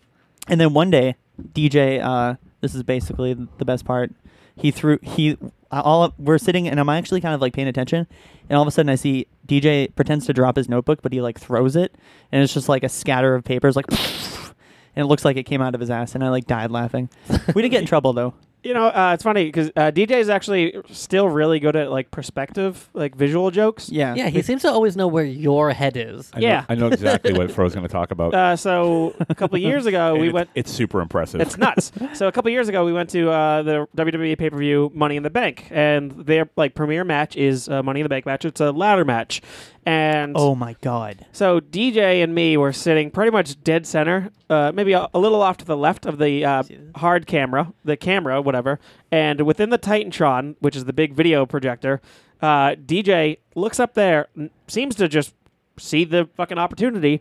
[SPEAKER 3] and then one day DJ, uh, this is basically the best part. He threw he uh, all we're sitting and I'm actually kind of like paying attention, and all of a sudden I see DJ pretends to drop his notebook, but he like throws it, and it's just like a scatter of papers, like, and it looks like it came out of his ass, and I like died laughing. We didn't get in trouble though.
[SPEAKER 4] You know, uh, it's funny because uh, DJ is actually still really good at like perspective, like visual jokes.
[SPEAKER 3] Yeah,
[SPEAKER 5] yeah. He seems to always know where your head is.
[SPEAKER 2] I
[SPEAKER 4] Yeah.
[SPEAKER 2] Know, I know exactly what Fro's going to talk about.
[SPEAKER 4] Uh, so a couple years ago,
[SPEAKER 2] And
[SPEAKER 4] we
[SPEAKER 2] it's,
[SPEAKER 4] went.
[SPEAKER 2] It's super impressive.
[SPEAKER 4] It's nuts. so a couple years ago, we went to uh, the WWE pay per view Money in the Bank, and their like premier match is a Money in the Bank match. It's a ladder match, and
[SPEAKER 3] Oh my god.
[SPEAKER 4] so DJ and me were sitting pretty much dead center, uh, maybe a, a little off to the left of the uh, hard camera, the camera, whatever, and within the Titantron, which is the big video projector, uh, DJ looks up there, n- seems to just see the fucking opportunity,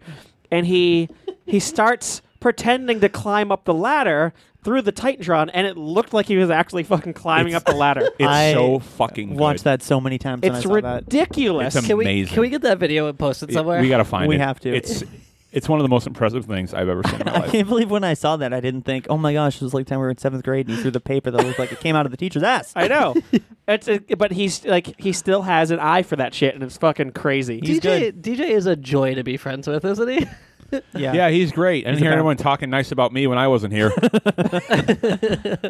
[SPEAKER 4] and he he starts pretending to climb up the ladder through the Titantron, and it looked like he was actually fucking climbing up the ladder.
[SPEAKER 2] It's
[SPEAKER 3] I
[SPEAKER 2] so fucking
[SPEAKER 3] Watched
[SPEAKER 2] good.
[SPEAKER 3] that so many times. when I
[SPEAKER 4] It's
[SPEAKER 3] saw that.
[SPEAKER 4] ridiculous.
[SPEAKER 2] It's
[SPEAKER 5] Can we
[SPEAKER 2] Amazing.
[SPEAKER 5] can we get that video and post it
[SPEAKER 2] It-
[SPEAKER 5] somewhere?
[SPEAKER 2] we got to find
[SPEAKER 3] We
[SPEAKER 2] it.
[SPEAKER 3] have to.
[SPEAKER 2] It's it's one of the most impressive things I've ever seen in my
[SPEAKER 3] I
[SPEAKER 2] life.
[SPEAKER 3] can't believe when I saw that, I didn't think, oh my gosh, it was like time we were in seventh grade and he threw the paper that looked like it came out of the teacher's ass.
[SPEAKER 4] I know. it's it- but he's like he still has an eye for that shit, and it's fucking crazy.
[SPEAKER 3] He's
[SPEAKER 5] DJ DJ is a joy to be friends with, isn't he?
[SPEAKER 3] yeah.
[SPEAKER 2] Yeah, he's great. And
[SPEAKER 3] He's a
[SPEAKER 2] hearing
[SPEAKER 3] bad-
[SPEAKER 2] everyone talking nice about me when I wasn't here. I want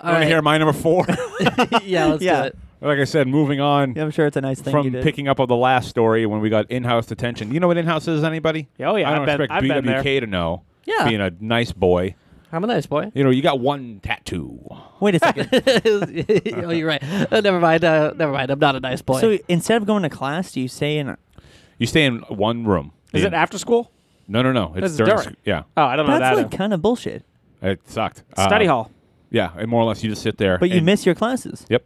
[SPEAKER 5] All
[SPEAKER 2] to hear my number four.
[SPEAKER 5] yeah, let's
[SPEAKER 3] Yeah.
[SPEAKER 5] do it.
[SPEAKER 2] like I said, moving on
[SPEAKER 3] Yeah, I'm sure it's a nice thing you
[SPEAKER 2] from
[SPEAKER 3] did.
[SPEAKER 2] picking up of the last story when we got in-house detention. You know what in-house is, anybody?
[SPEAKER 4] Oh, yeah,
[SPEAKER 2] I don't
[SPEAKER 4] I've been-
[SPEAKER 2] expect
[SPEAKER 4] I've been
[SPEAKER 2] BWK to know.
[SPEAKER 5] Yeah.
[SPEAKER 2] being a nice boy.
[SPEAKER 5] I'm a nice boy.
[SPEAKER 2] You know, you got one tattoo.
[SPEAKER 3] Wait a second.
[SPEAKER 5] oh, you're right. Uh, never mind. Uh, never mind. I'm not a nice boy.
[SPEAKER 3] so instead of going to class, do you stay in?
[SPEAKER 2] You stay in one room.
[SPEAKER 4] Is
[SPEAKER 2] You-
[SPEAKER 4] it after school?
[SPEAKER 2] No, no, no. It's
[SPEAKER 4] It's
[SPEAKER 2] during.
[SPEAKER 4] during.
[SPEAKER 2] sc- Yeah,
[SPEAKER 4] Oh, I don't know
[SPEAKER 3] That's like
[SPEAKER 4] that.
[SPEAKER 3] kind of bullshit.
[SPEAKER 2] it sucked.
[SPEAKER 4] Study
[SPEAKER 2] Uh,
[SPEAKER 4] hall.
[SPEAKER 2] Yeah, and more or less you just sit there.
[SPEAKER 3] But you
[SPEAKER 2] and-
[SPEAKER 3] miss your classes.
[SPEAKER 2] Yep.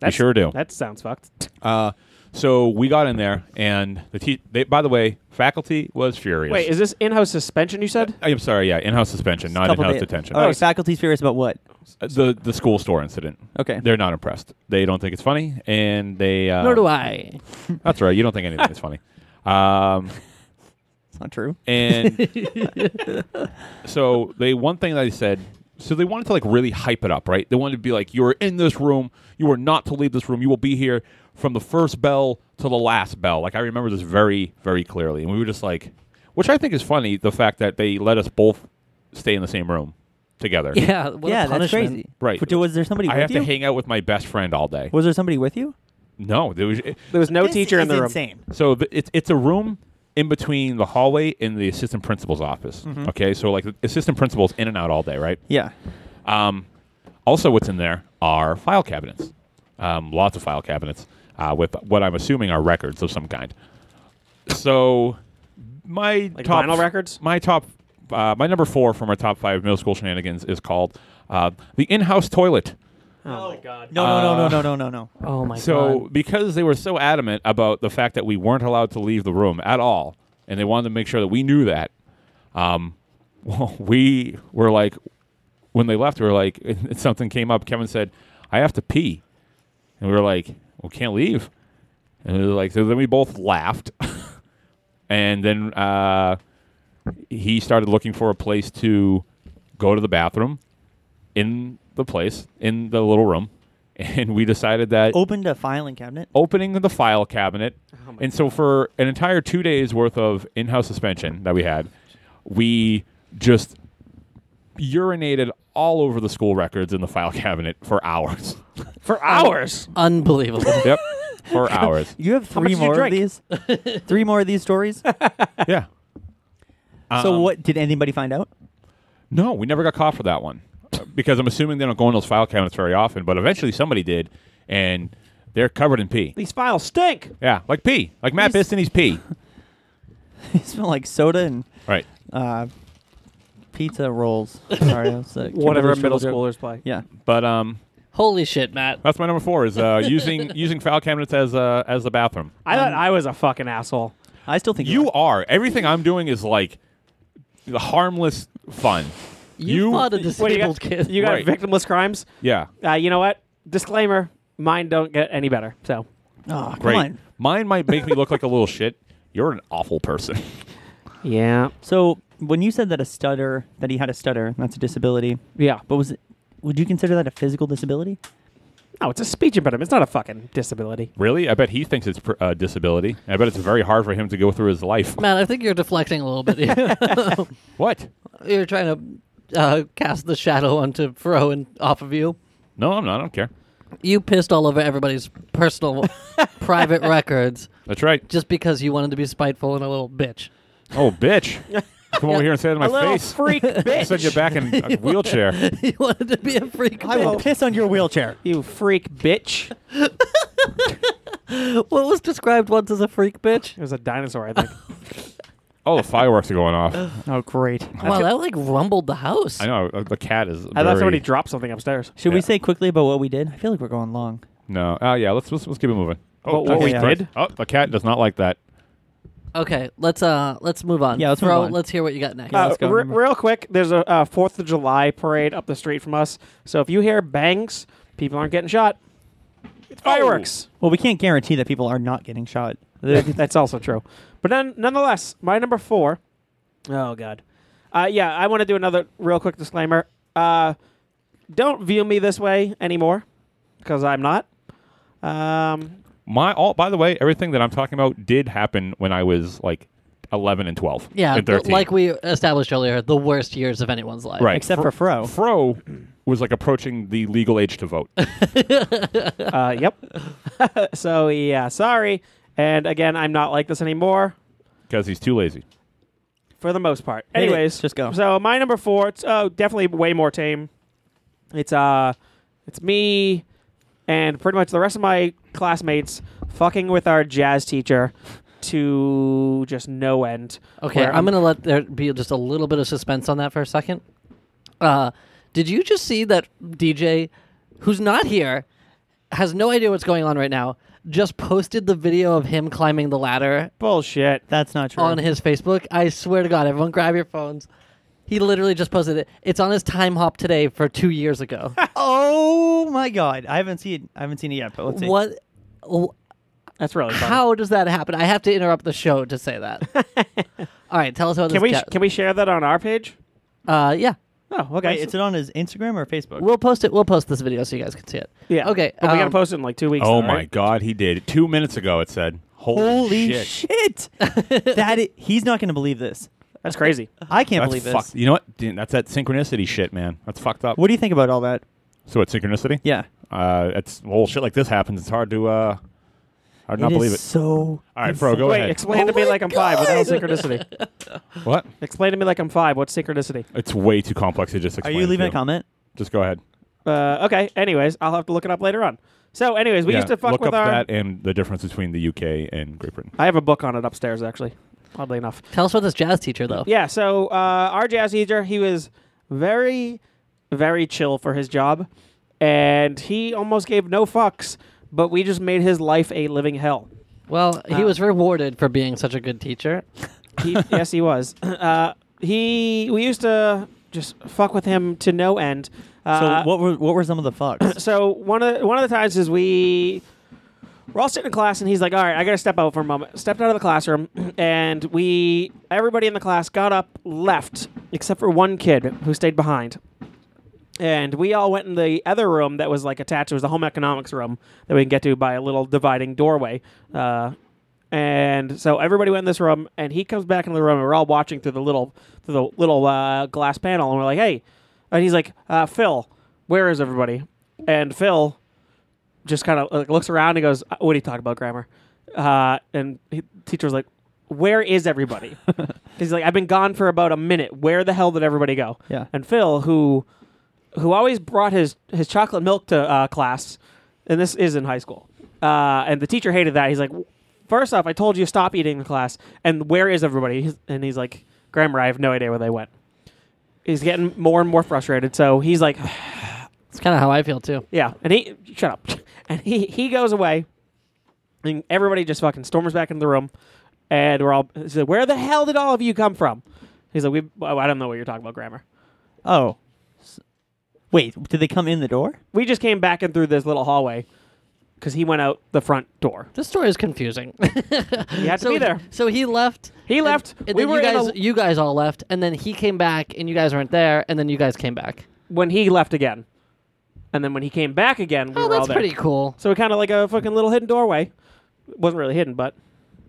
[SPEAKER 4] That's,
[SPEAKER 2] sure do.
[SPEAKER 4] That sounds fucked.
[SPEAKER 2] Uh, so we got in there, and the te- they, by the way, faculty was furious.
[SPEAKER 4] Wait, is this in-house suspension? You said
[SPEAKER 2] I'm sorry. Yeah, in-house suspension, not
[SPEAKER 3] Couple
[SPEAKER 2] in-house
[SPEAKER 3] days.
[SPEAKER 2] detention.
[SPEAKER 3] All
[SPEAKER 4] Oh,
[SPEAKER 3] right,
[SPEAKER 4] it's-
[SPEAKER 3] faculty's furious about what?
[SPEAKER 2] Uh, The the school store incident.
[SPEAKER 3] Okay.
[SPEAKER 2] They're not impressed. They don't think it's funny, and they. Uh,
[SPEAKER 5] Nor do I.
[SPEAKER 2] That's right. You don't think anything is funny. Um,
[SPEAKER 3] It's not true.
[SPEAKER 2] and so they one thing that they said. So they wanted to like really hype it up, right? They wanted to be like, "You are in this room. You are not to leave this room. You will be here from the first bell to the last bell." Like I remember this very, very clearly, and we were just like, which I think is funny, the fact that they let us both stay in the same room together.
[SPEAKER 5] Yeah. What
[SPEAKER 3] yeah,
[SPEAKER 5] a
[SPEAKER 3] that's
[SPEAKER 5] punishment.
[SPEAKER 3] crazy.
[SPEAKER 2] Right.
[SPEAKER 3] But was there somebody
[SPEAKER 2] I
[SPEAKER 3] with
[SPEAKER 2] have
[SPEAKER 3] you?
[SPEAKER 2] to hang out with my best friend all day.
[SPEAKER 3] was there somebody with you?
[SPEAKER 2] No, there was.
[SPEAKER 4] there was no
[SPEAKER 3] This
[SPEAKER 4] teacher in
[SPEAKER 3] is
[SPEAKER 4] the room.
[SPEAKER 3] Insane.
[SPEAKER 2] So th- it's it's a room in between the hallway and the assistant principal's office.
[SPEAKER 3] Mm-hmm.
[SPEAKER 2] Okay, so like the assistant principal's in and out all day, right?
[SPEAKER 3] Yeah.
[SPEAKER 2] Um, also, what's in there are file cabinets, um, lots of file cabinets uh, with what I'm assuming are records of some kind. So my
[SPEAKER 4] Like
[SPEAKER 2] top
[SPEAKER 4] vinyl records?
[SPEAKER 2] my top, uh, my number four from our top five middle school shenanigans is called uh, the in-house toilet.
[SPEAKER 4] Oh my god.
[SPEAKER 3] No, no,
[SPEAKER 2] Uh.
[SPEAKER 3] no, no, no, no, no, no.
[SPEAKER 5] Oh my
[SPEAKER 2] So
[SPEAKER 5] god.
[SPEAKER 2] because they were so adamant about the fact that we weren't allowed to leave the room at all, and they wanted to make sure that we knew that, um, well, we were like, when they left, we were like, something came up. Kevin said, "I have to pee," and we were like, "We can't leave," and they were like, so then we both laughed, and then uh, he started looking for a place to go to the bathroom in the place in the little room. And we decided that
[SPEAKER 3] Opened a filing cabinet.
[SPEAKER 2] opening the file cabinet. and so for an entire two days worth of in-house suspension that we had, we just urinated all over the school records in the file cabinet for hours.
[SPEAKER 4] for hours.
[SPEAKER 5] Unbelievable.
[SPEAKER 2] yep, for hours.
[SPEAKER 3] You have
[SPEAKER 4] much
[SPEAKER 3] three
[SPEAKER 4] did you
[SPEAKER 3] more of
[SPEAKER 4] drink?
[SPEAKER 3] these. three more of these stories.
[SPEAKER 2] Yeah.
[SPEAKER 3] so
[SPEAKER 2] Um,
[SPEAKER 3] what did anybody find out?
[SPEAKER 2] No, we never got caught for that one because I'm assuming they don't go in those file cabinets very often. But eventually somebody did, and they're covered in pee.
[SPEAKER 4] These files stink.
[SPEAKER 2] Yeah, like pee, like Matt
[SPEAKER 3] He's-
[SPEAKER 2] Bistany's pee.
[SPEAKER 3] They smell like soda and
[SPEAKER 2] Right.
[SPEAKER 3] uh, pizza rolls. uh, Sorry, that was a
[SPEAKER 4] Whatever
[SPEAKER 3] Kimberly
[SPEAKER 4] middle
[SPEAKER 3] Struggle joke.
[SPEAKER 4] schoolers play.
[SPEAKER 3] Yeah,
[SPEAKER 2] But um,
[SPEAKER 5] Holy shit, Matt.
[SPEAKER 2] that's my number four is uh, using using file cabinets as uh, as the bathroom.
[SPEAKER 4] I thought I was a fucking asshole.
[SPEAKER 3] I still think
[SPEAKER 2] You are everything I'm doing is like the harmless fun.
[SPEAKER 5] You,
[SPEAKER 2] You-
[SPEAKER 5] fought a
[SPEAKER 4] What, you
[SPEAKER 5] disabled
[SPEAKER 4] got,
[SPEAKER 5] kid.
[SPEAKER 4] you got
[SPEAKER 2] Right.
[SPEAKER 4] victimless crimes.
[SPEAKER 2] Yeah,
[SPEAKER 4] Uh, you know what? Disclaimer: mine don't get any better. So
[SPEAKER 3] Oh, come
[SPEAKER 2] great.
[SPEAKER 3] on.
[SPEAKER 2] Mine might make me look like a little shit. You're an awful person.
[SPEAKER 4] yeah,
[SPEAKER 3] So when you said that a stutter, that he had a stutter, that's a disability.
[SPEAKER 4] yeah.
[SPEAKER 3] But was it? Would you consider that a physical disability?
[SPEAKER 4] No, oh, it's a speech impediment. It's not a fucking disability.
[SPEAKER 2] Really? I bet he thinks it's a uh, disability. I bet it's very hard for him to go through his life.
[SPEAKER 5] Matt, I think you're deflecting a little bit. here.
[SPEAKER 2] What?
[SPEAKER 5] you're trying to uh, cast the shadow onto Fro and off of you.
[SPEAKER 2] No, I'm not. I don't care.
[SPEAKER 5] You pissed all over everybody's personal, private records
[SPEAKER 2] That's right.
[SPEAKER 5] just because you wanted to be spiteful and a little bitch.
[SPEAKER 2] Oh, bitch. Come over here and say it in my
[SPEAKER 4] a little
[SPEAKER 2] face.
[SPEAKER 4] freak
[SPEAKER 2] I'll
[SPEAKER 4] bitch.
[SPEAKER 2] Send you back in a wheelchair.
[SPEAKER 5] you wanted to be a freak.
[SPEAKER 3] I will
[SPEAKER 5] bitch.
[SPEAKER 3] piss on your wheelchair.
[SPEAKER 4] you freak bitch.
[SPEAKER 5] What was described once as a freak bitch?
[SPEAKER 4] It was a dinosaur, I think.
[SPEAKER 2] Oh, the fireworks are going off.
[SPEAKER 3] Oh, great.
[SPEAKER 5] Wow, that like rumbled the house.
[SPEAKER 2] I know. uh, The cat is.
[SPEAKER 4] I thought
[SPEAKER 2] very-
[SPEAKER 4] somebody dropped something upstairs.
[SPEAKER 3] Should
[SPEAKER 2] Yeah.
[SPEAKER 3] we say quickly about what we did? I feel like we're going long.
[SPEAKER 2] No. Oh, yeah. Let's, let's let's keep it moving.
[SPEAKER 4] But
[SPEAKER 2] Oh,
[SPEAKER 4] what
[SPEAKER 2] Jesus
[SPEAKER 3] we
[SPEAKER 2] Christ.
[SPEAKER 4] did?
[SPEAKER 2] Oh, the cat does not like that.
[SPEAKER 5] Okay, let's uh let's move on.
[SPEAKER 3] Yeah, let's move
[SPEAKER 5] Fro,
[SPEAKER 3] on.
[SPEAKER 5] let's hear what you got next.
[SPEAKER 4] Uh,
[SPEAKER 3] let's go,
[SPEAKER 4] re-
[SPEAKER 3] number-
[SPEAKER 4] real quick, there's a uh, Fourth of July parade up the street from us. So if you hear bangs, people aren't getting shot. It's fireworks.
[SPEAKER 3] Well, we can't guarantee that people are not getting shot. They're-
[SPEAKER 4] That's also true. But none, nonetheless, my number four oh God. Uh, yeah, I want to do another real quick disclaimer. Uh, don't view me this way anymore, because I'm not. Um,
[SPEAKER 2] My all. By the way, everything that I'm talking about did happen when I was like 11 and 12.
[SPEAKER 5] yeah,
[SPEAKER 2] and 13.
[SPEAKER 5] like we established earlier, the worst years of anyone's life.
[SPEAKER 2] right.
[SPEAKER 3] except for Fro.
[SPEAKER 2] Fro was like approaching the legal age to vote.
[SPEAKER 4] uh, yep. so yeah, sorry. And again, I'm not like this anymore.
[SPEAKER 2] because he's too lazy.
[SPEAKER 4] for the most part.
[SPEAKER 3] it.
[SPEAKER 4] Anyways,
[SPEAKER 3] Just go.
[SPEAKER 4] So my number four, it's oh, definitely way more tame. It's uh, it's me and pretty much the rest of my classmates fucking with our jazz teacher to just no end.
[SPEAKER 5] Okay,
[SPEAKER 4] Where
[SPEAKER 5] I'm gonna let there be just a little bit of suspense on that for a second. Uh, did you just see that DJ, who's not here, has no idea what's going on right now? Just posted the video of him climbing the ladder
[SPEAKER 4] bullshit.
[SPEAKER 3] That's not true.
[SPEAKER 5] on his Facebook. I swear to God, everyone, grab your phones. He literally just posted it. It's on his time hop today for two years ago.
[SPEAKER 3] oh my God! I haven't seen. I haven't seen it yet. But let's see.
[SPEAKER 5] what? wh-
[SPEAKER 4] That's really fun.
[SPEAKER 5] How does that happen? I have to interrupt the show to say that. All right, tell us how this.
[SPEAKER 4] can we
[SPEAKER 5] ca-
[SPEAKER 4] can we share that on our page?
[SPEAKER 5] uh, yeah,
[SPEAKER 4] Oh, okay.
[SPEAKER 3] Wait, is it on his Instagram or Facebook?
[SPEAKER 5] we'll post it. We'll post this video so you guys can see it.
[SPEAKER 4] yeah.
[SPEAKER 5] Okay.
[SPEAKER 4] But we gotta
[SPEAKER 5] um,
[SPEAKER 4] post it in like two weeks.
[SPEAKER 2] Oh
[SPEAKER 4] though,
[SPEAKER 2] my
[SPEAKER 4] right?
[SPEAKER 2] God, he did. Two minutes ago, it said. Holy,
[SPEAKER 3] Holy
[SPEAKER 2] shit.
[SPEAKER 3] shit! that i- he's not going to believe this.
[SPEAKER 4] That's crazy.
[SPEAKER 3] I can't
[SPEAKER 2] That's
[SPEAKER 3] believe this.
[SPEAKER 2] fucked. You know what? Dude, That's that synchronicity shit, man. That's fucked up.
[SPEAKER 3] What do you think about all that?
[SPEAKER 2] So it's synchronicity?
[SPEAKER 3] Yeah,
[SPEAKER 2] Uh, it's well, shit like this happens. It's hard to uh, hard to not
[SPEAKER 3] It is
[SPEAKER 2] believe it.
[SPEAKER 3] So
[SPEAKER 2] All right, Fro, go
[SPEAKER 4] Wait,
[SPEAKER 2] ahead.
[SPEAKER 4] explain to me like I'm five. What the hell's synchronicity?
[SPEAKER 2] what?
[SPEAKER 4] explain to me like I'm five. What's synchronicity?
[SPEAKER 2] It's way too complex to just
[SPEAKER 3] Are
[SPEAKER 2] explain.
[SPEAKER 3] you leaving
[SPEAKER 2] to.
[SPEAKER 3] a comment?
[SPEAKER 2] Just go ahead.
[SPEAKER 4] Uh, okay. Anyways, I'll have to look it up later on. So, anyways, we
[SPEAKER 2] Yeah,
[SPEAKER 4] used to fuck
[SPEAKER 2] look
[SPEAKER 4] with
[SPEAKER 2] up
[SPEAKER 4] our.
[SPEAKER 2] that and the difference between the UK and Great Britain.
[SPEAKER 4] I have a book on it upstairs, actually. Oddly enough.
[SPEAKER 5] Tell us about this jazz teacher though.
[SPEAKER 4] Yeah. So uh, our jazz teacher, he was very, very chill for his job, and he almost gave no fucks. But we just made his life a living hell.
[SPEAKER 5] Well, he
[SPEAKER 4] Uh,
[SPEAKER 5] was rewarded for being such a good teacher.
[SPEAKER 4] He, yes, he was. Uh, he. We used to just fuck with him to no end. Uh,
[SPEAKER 3] so what were what were some of the fucks?
[SPEAKER 4] so one of the, one of the times is we we're all sitting in class and he's like, "All right, I gotta step out for a moment." Stepped out of the classroom, and we everybody in the class got up, left, except for one kid who stayed behind. And we all went in the other room that was like attached. It was the home economics room that we can get to by a little dividing doorway. Uh, and so everybody went in this room, and he comes back into the room, and we're all watching through the little through the little uh, glass panel, and we're like, "Hey, and he's like, uh, Phil, where is everybody? And Phil just kind of like, looks around and goes, "Uh, What are you talking about, grammar? Uh, and he, teacher was like, Where is everybody? he's like, I've been gone for about a minute. Where the hell did everybody go?
[SPEAKER 3] Yeah.
[SPEAKER 4] And Phil, who who always brought his, his chocolate milk to uh, class, and this is in high school. Uh, and the teacher hated that. He's like, First off, I told you stop eating in class, and where is everybody? He's- And he's like, Grammar, I have no idea where they went. He's getting more and more frustrated, so he's like,
[SPEAKER 5] It's kind of how I feel too.
[SPEAKER 4] yeah, and he shut up. And he he goes away, and everybody just fucking storms back into the room, and we're all he said, "Where the hell did all of you come from?" He's like, "We, oh, I don't know what you're talking about, grammar.
[SPEAKER 3] Oh. S- Wait, did they come in the door?
[SPEAKER 4] We just came back in through this little hallway because he went out the front door.
[SPEAKER 5] This story is confusing.
[SPEAKER 4] You had to
[SPEAKER 5] so,
[SPEAKER 4] be there.
[SPEAKER 5] So he left.
[SPEAKER 4] He
[SPEAKER 5] and-
[SPEAKER 4] left.
[SPEAKER 5] And,
[SPEAKER 4] We
[SPEAKER 5] then
[SPEAKER 4] were
[SPEAKER 5] you
[SPEAKER 4] in
[SPEAKER 5] guys,
[SPEAKER 4] a-
[SPEAKER 5] you guys all left, and then he came back, and you guys weren't there, and then you guys came back.
[SPEAKER 4] When he left again, and then when he came back again, we
[SPEAKER 5] oh,
[SPEAKER 4] were all
[SPEAKER 5] that's
[SPEAKER 4] there.
[SPEAKER 5] pretty cool.
[SPEAKER 4] So we kind of like a fucking little hidden doorway. Wasn't really hidden, but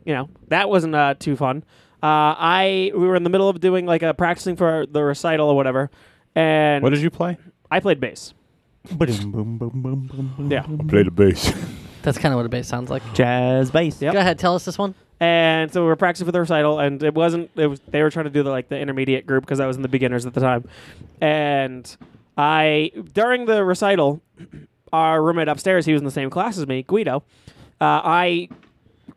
[SPEAKER 4] you know that wasn't uh, too fun. Uh, I we were in the middle of doing like a practicing for the recital or whatever, and
[SPEAKER 2] What did you play?
[SPEAKER 4] I played bass. Yeah,
[SPEAKER 2] Play the bass.
[SPEAKER 5] That's kind of what a bass sounds like.
[SPEAKER 3] Jazz bass.
[SPEAKER 4] Yep.
[SPEAKER 5] Go ahead, tell us this one.
[SPEAKER 4] and so we were practicing for the recital, and it wasn't. It was they were trying to do the like the intermediate group because I was in the beginners at the time, and I during the recital, our roommate upstairs, he was in the same class as me, Guido. Uh, I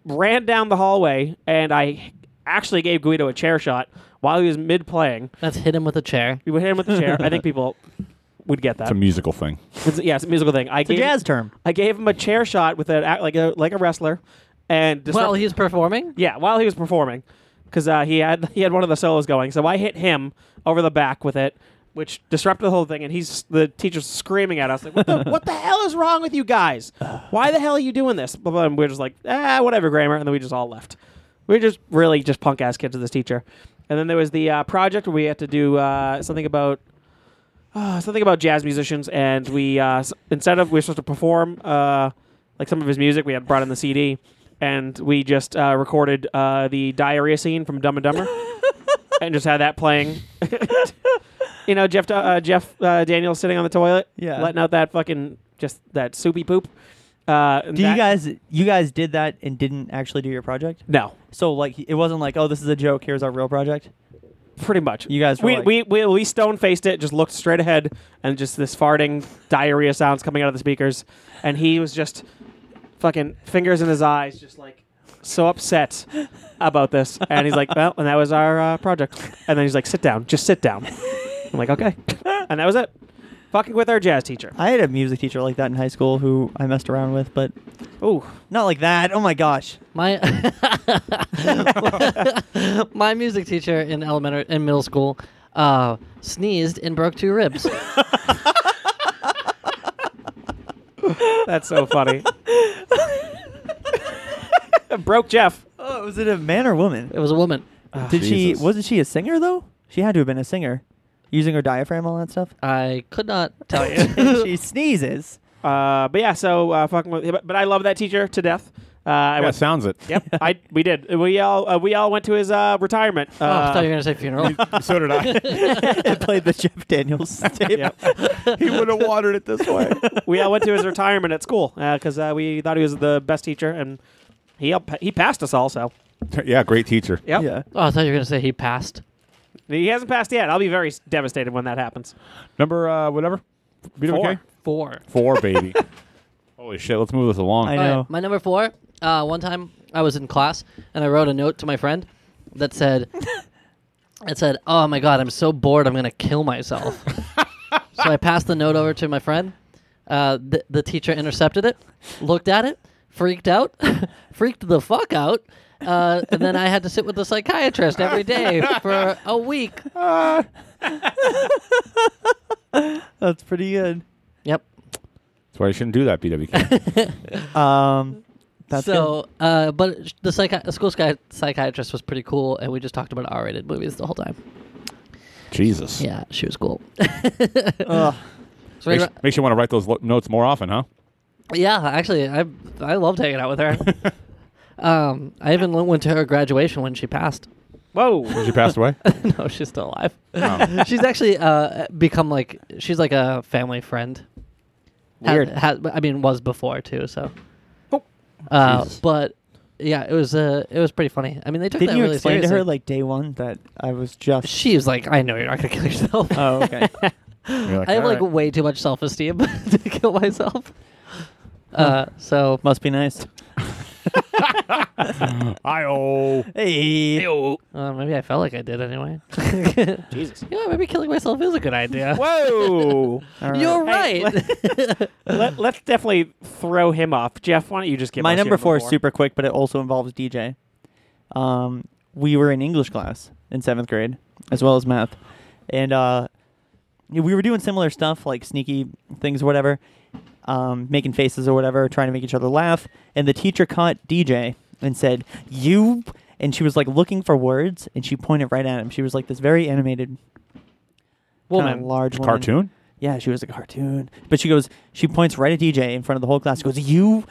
[SPEAKER 4] ran down the hallway and I actually gave Guido a chair shot while he was mid playing.
[SPEAKER 5] Let's hit him with a chair.
[SPEAKER 4] We would hit him with the chair. I think people would get that.
[SPEAKER 2] It's a musical thing.
[SPEAKER 4] It's, yeah, it's a musical thing. I
[SPEAKER 3] It's a
[SPEAKER 4] gave
[SPEAKER 3] jazz term.
[SPEAKER 4] I gave him a chair shot with an act like a like a wrestler, and disrupt-
[SPEAKER 5] Well, he's performing.
[SPEAKER 4] yeah, while he was performing, because uh, he had he had one of the solos going, so I hit him over the back with it, which disrupted the whole thing. And he's the teacher's screaming at us like, "What the, what the hell is wrong with you guys? Why the hell are you doing this?" Blah, blah, And we're just like, "Ah, whatever, grammar," and then we just all left. We were just really just punk ass kids to this teacher. And then there was the uh, project where we had to do uh, something about uh, something about jazz musicians, and we uh, s- instead of we were supposed to perform uh, like some of his music, we had brought in the CD, and we just uh, recorded uh, the diarrhea scene from Dumb and Dumber, and just had that playing. you know, Jeff uh, Jeff uh, Daniels sitting on the toilet,
[SPEAKER 3] Yeah.
[SPEAKER 4] letting out that fucking just that soupy poop. Uh,
[SPEAKER 3] Do you guys you guys did that and didn't actually do your project?
[SPEAKER 4] No,
[SPEAKER 3] So like it wasn't like oh this is a joke here's our real project.
[SPEAKER 4] pretty much.
[SPEAKER 3] You guys were
[SPEAKER 4] we,
[SPEAKER 3] like-
[SPEAKER 4] we we we stone faced it, just looked straight ahead, and just this farting diarrhea sounds coming out of the speakers, and he was just fucking fingers in his eyes, just like so upset about this, and he's like, well, and that was our uh, project, and then he's like, sit down, just sit down. I'm like, okay, and that was it. Fucking with our jazz teacher.
[SPEAKER 3] I had a music teacher like that in high school who I messed around with, but
[SPEAKER 4] Ooh,
[SPEAKER 3] not like that. Oh my gosh.
[SPEAKER 5] My my music teacher in elementary in middle school uh, sneezed and broke two ribs.
[SPEAKER 4] that's so funny. Broke Jeff.
[SPEAKER 3] Oh, was it a man or woman? Ah,
[SPEAKER 5] It was a woman.
[SPEAKER 3] Did
[SPEAKER 2] Jesus.
[SPEAKER 3] she wasn't she a singer though? She had to have been a singer, using her diaphragm all that stuff.
[SPEAKER 5] I could not tell you.
[SPEAKER 3] she sneezes.
[SPEAKER 4] Uh, but yeah, so uh, fucking with, but, but I love that teacher to death. Uh, I
[SPEAKER 2] Yeah,
[SPEAKER 4] went,
[SPEAKER 2] sounds it.
[SPEAKER 4] yep, I we did. We all uh, we all went to his uh, retirement. Uh,
[SPEAKER 5] oh, I thought you were gonna say funeral. Oh,
[SPEAKER 2] so did I.
[SPEAKER 3] I played the Jeff Daniels tape.
[SPEAKER 4] Yep.
[SPEAKER 2] he would have watered it this way.
[SPEAKER 4] we all went to his retirement at school because uh, we thought he was the best teacher, and he up, he passed us all. So
[SPEAKER 2] yeah, great teacher.
[SPEAKER 4] yep,
[SPEAKER 3] Yeah.
[SPEAKER 5] oh, I thought you were gonna say he passed.
[SPEAKER 4] he hasn't passed yet. I'll be very s- devastated when that happens.
[SPEAKER 2] Number uh, whatever. Beat
[SPEAKER 4] Four.
[SPEAKER 5] Four.
[SPEAKER 2] Four, baby. Holy shit! Let's move this along.
[SPEAKER 3] I
[SPEAKER 5] All right,
[SPEAKER 3] know.
[SPEAKER 5] my number four. Uh, one time I was in class and I wrote a note to my friend that said, "It said, oh my god, I'm so bored, I'm gonna kill myself." so I passed the note over to my friend. Uh, th- the teacher intercepted it, looked at it, freaked out, freaked the fuck out. Uh, and then I had to sit with the psychiatrist every day for a week.
[SPEAKER 3] That's pretty good.
[SPEAKER 5] Yep.
[SPEAKER 2] That's why you shouldn't do that, BWK.
[SPEAKER 3] Um, that's
[SPEAKER 5] so, Uh, but sh- the psychi- the school psychi- psychiatrist was pretty cool, and we just talked about R-rated movies the whole time.
[SPEAKER 2] Jesus.
[SPEAKER 5] Yeah, she was cool.
[SPEAKER 3] good.
[SPEAKER 5] uh,
[SPEAKER 3] Ugh.
[SPEAKER 5] So we
[SPEAKER 2] Makes,
[SPEAKER 5] were-
[SPEAKER 2] makes you want to write those lo- notes more often, huh?
[SPEAKER 5] yeah, actually, I I loved hanging out with her. um, I even went to her graduation when she passed.
[SPEAKER 4] Whoa.
[SPEAKER 2] She passed away.
[SPEAKER 5] no, she's still alive.
[SPEAKER 3] Oh.
[SPEAKER 5] she's actually uh, become like she's like a family friend. Ha-
[SPEAKER 4] Weird.
[SPEAKER 5] ha- I mean, was before too. So,
[SPEAKER 3] Oh,
[SPEAKER 5] uh,
[SPEAKER 2] Jeez.
[SPEAKER 5] but yeah, it was uh, it was pretty funny. I mean, they took
[SPEAKER 3] Didn't
[SPEAKER 5] that
[SPEAKER 3] you
[SPEAKER 5] really
[SPEAKER 3] explain
[SPEAKER 5] seriously.
[SPEAKER 3] to her like day one that I was just?
[SPEAKER 5] she was like, "I know you're not gonna kill yourself."
[SPEAKER 3] oh, okay.
[SPEAKER 2] You're
[SPEAKER 5] I have
[SPEAKER 2] "All
[SPEAKER 5] like
[SPEAKER 2] right."
[SPEAKER 5] way too much self esteem to kill myself. Uh, so
[SPEAKER 3] Must be nice.
[SPEAKER 2] I-oh.
[SPEAKER 3] Hey.
[SPEAKER 5] uh, maybe I felt like I did anyway.
[SPEAKER 4] Jesus.
[SPEAKER 5] yeah, maybe killing myself is a good idea.
[SPEAKER 4] Whoa.
[SPEAKER 3] All right.
[SPEAKER 5] You're
[SPEAKER 4] Hey,
[SPEAKER 5] right.
[SPEAKER 4] Let, let's definitely throw him off. Jeff, why don't you just give
[SPEAKER 3] My
[SPEAKER 4] us your
[SPEAKER 3] number four is super quick, but it also involves DJ. Um, we were in English class in seventh grade, as well as math, and uh, we were doing similar stuff like sneaky things or whatever, um, making faces or whatever, trying to make each other laugh. And the teacher caught DJ and said, "You," and she was like looking for words, and she pointed right at him. She was like this very animated woman,
[SPEAKER 5] Woman.
[SPEAKER 3] large woman.
[SPEAKER 2] Cartoon.
[SPEAKER 3] Yeah, she was a cartoon. But she goes, she points right at DJ in front of the whole class. She goes, "You,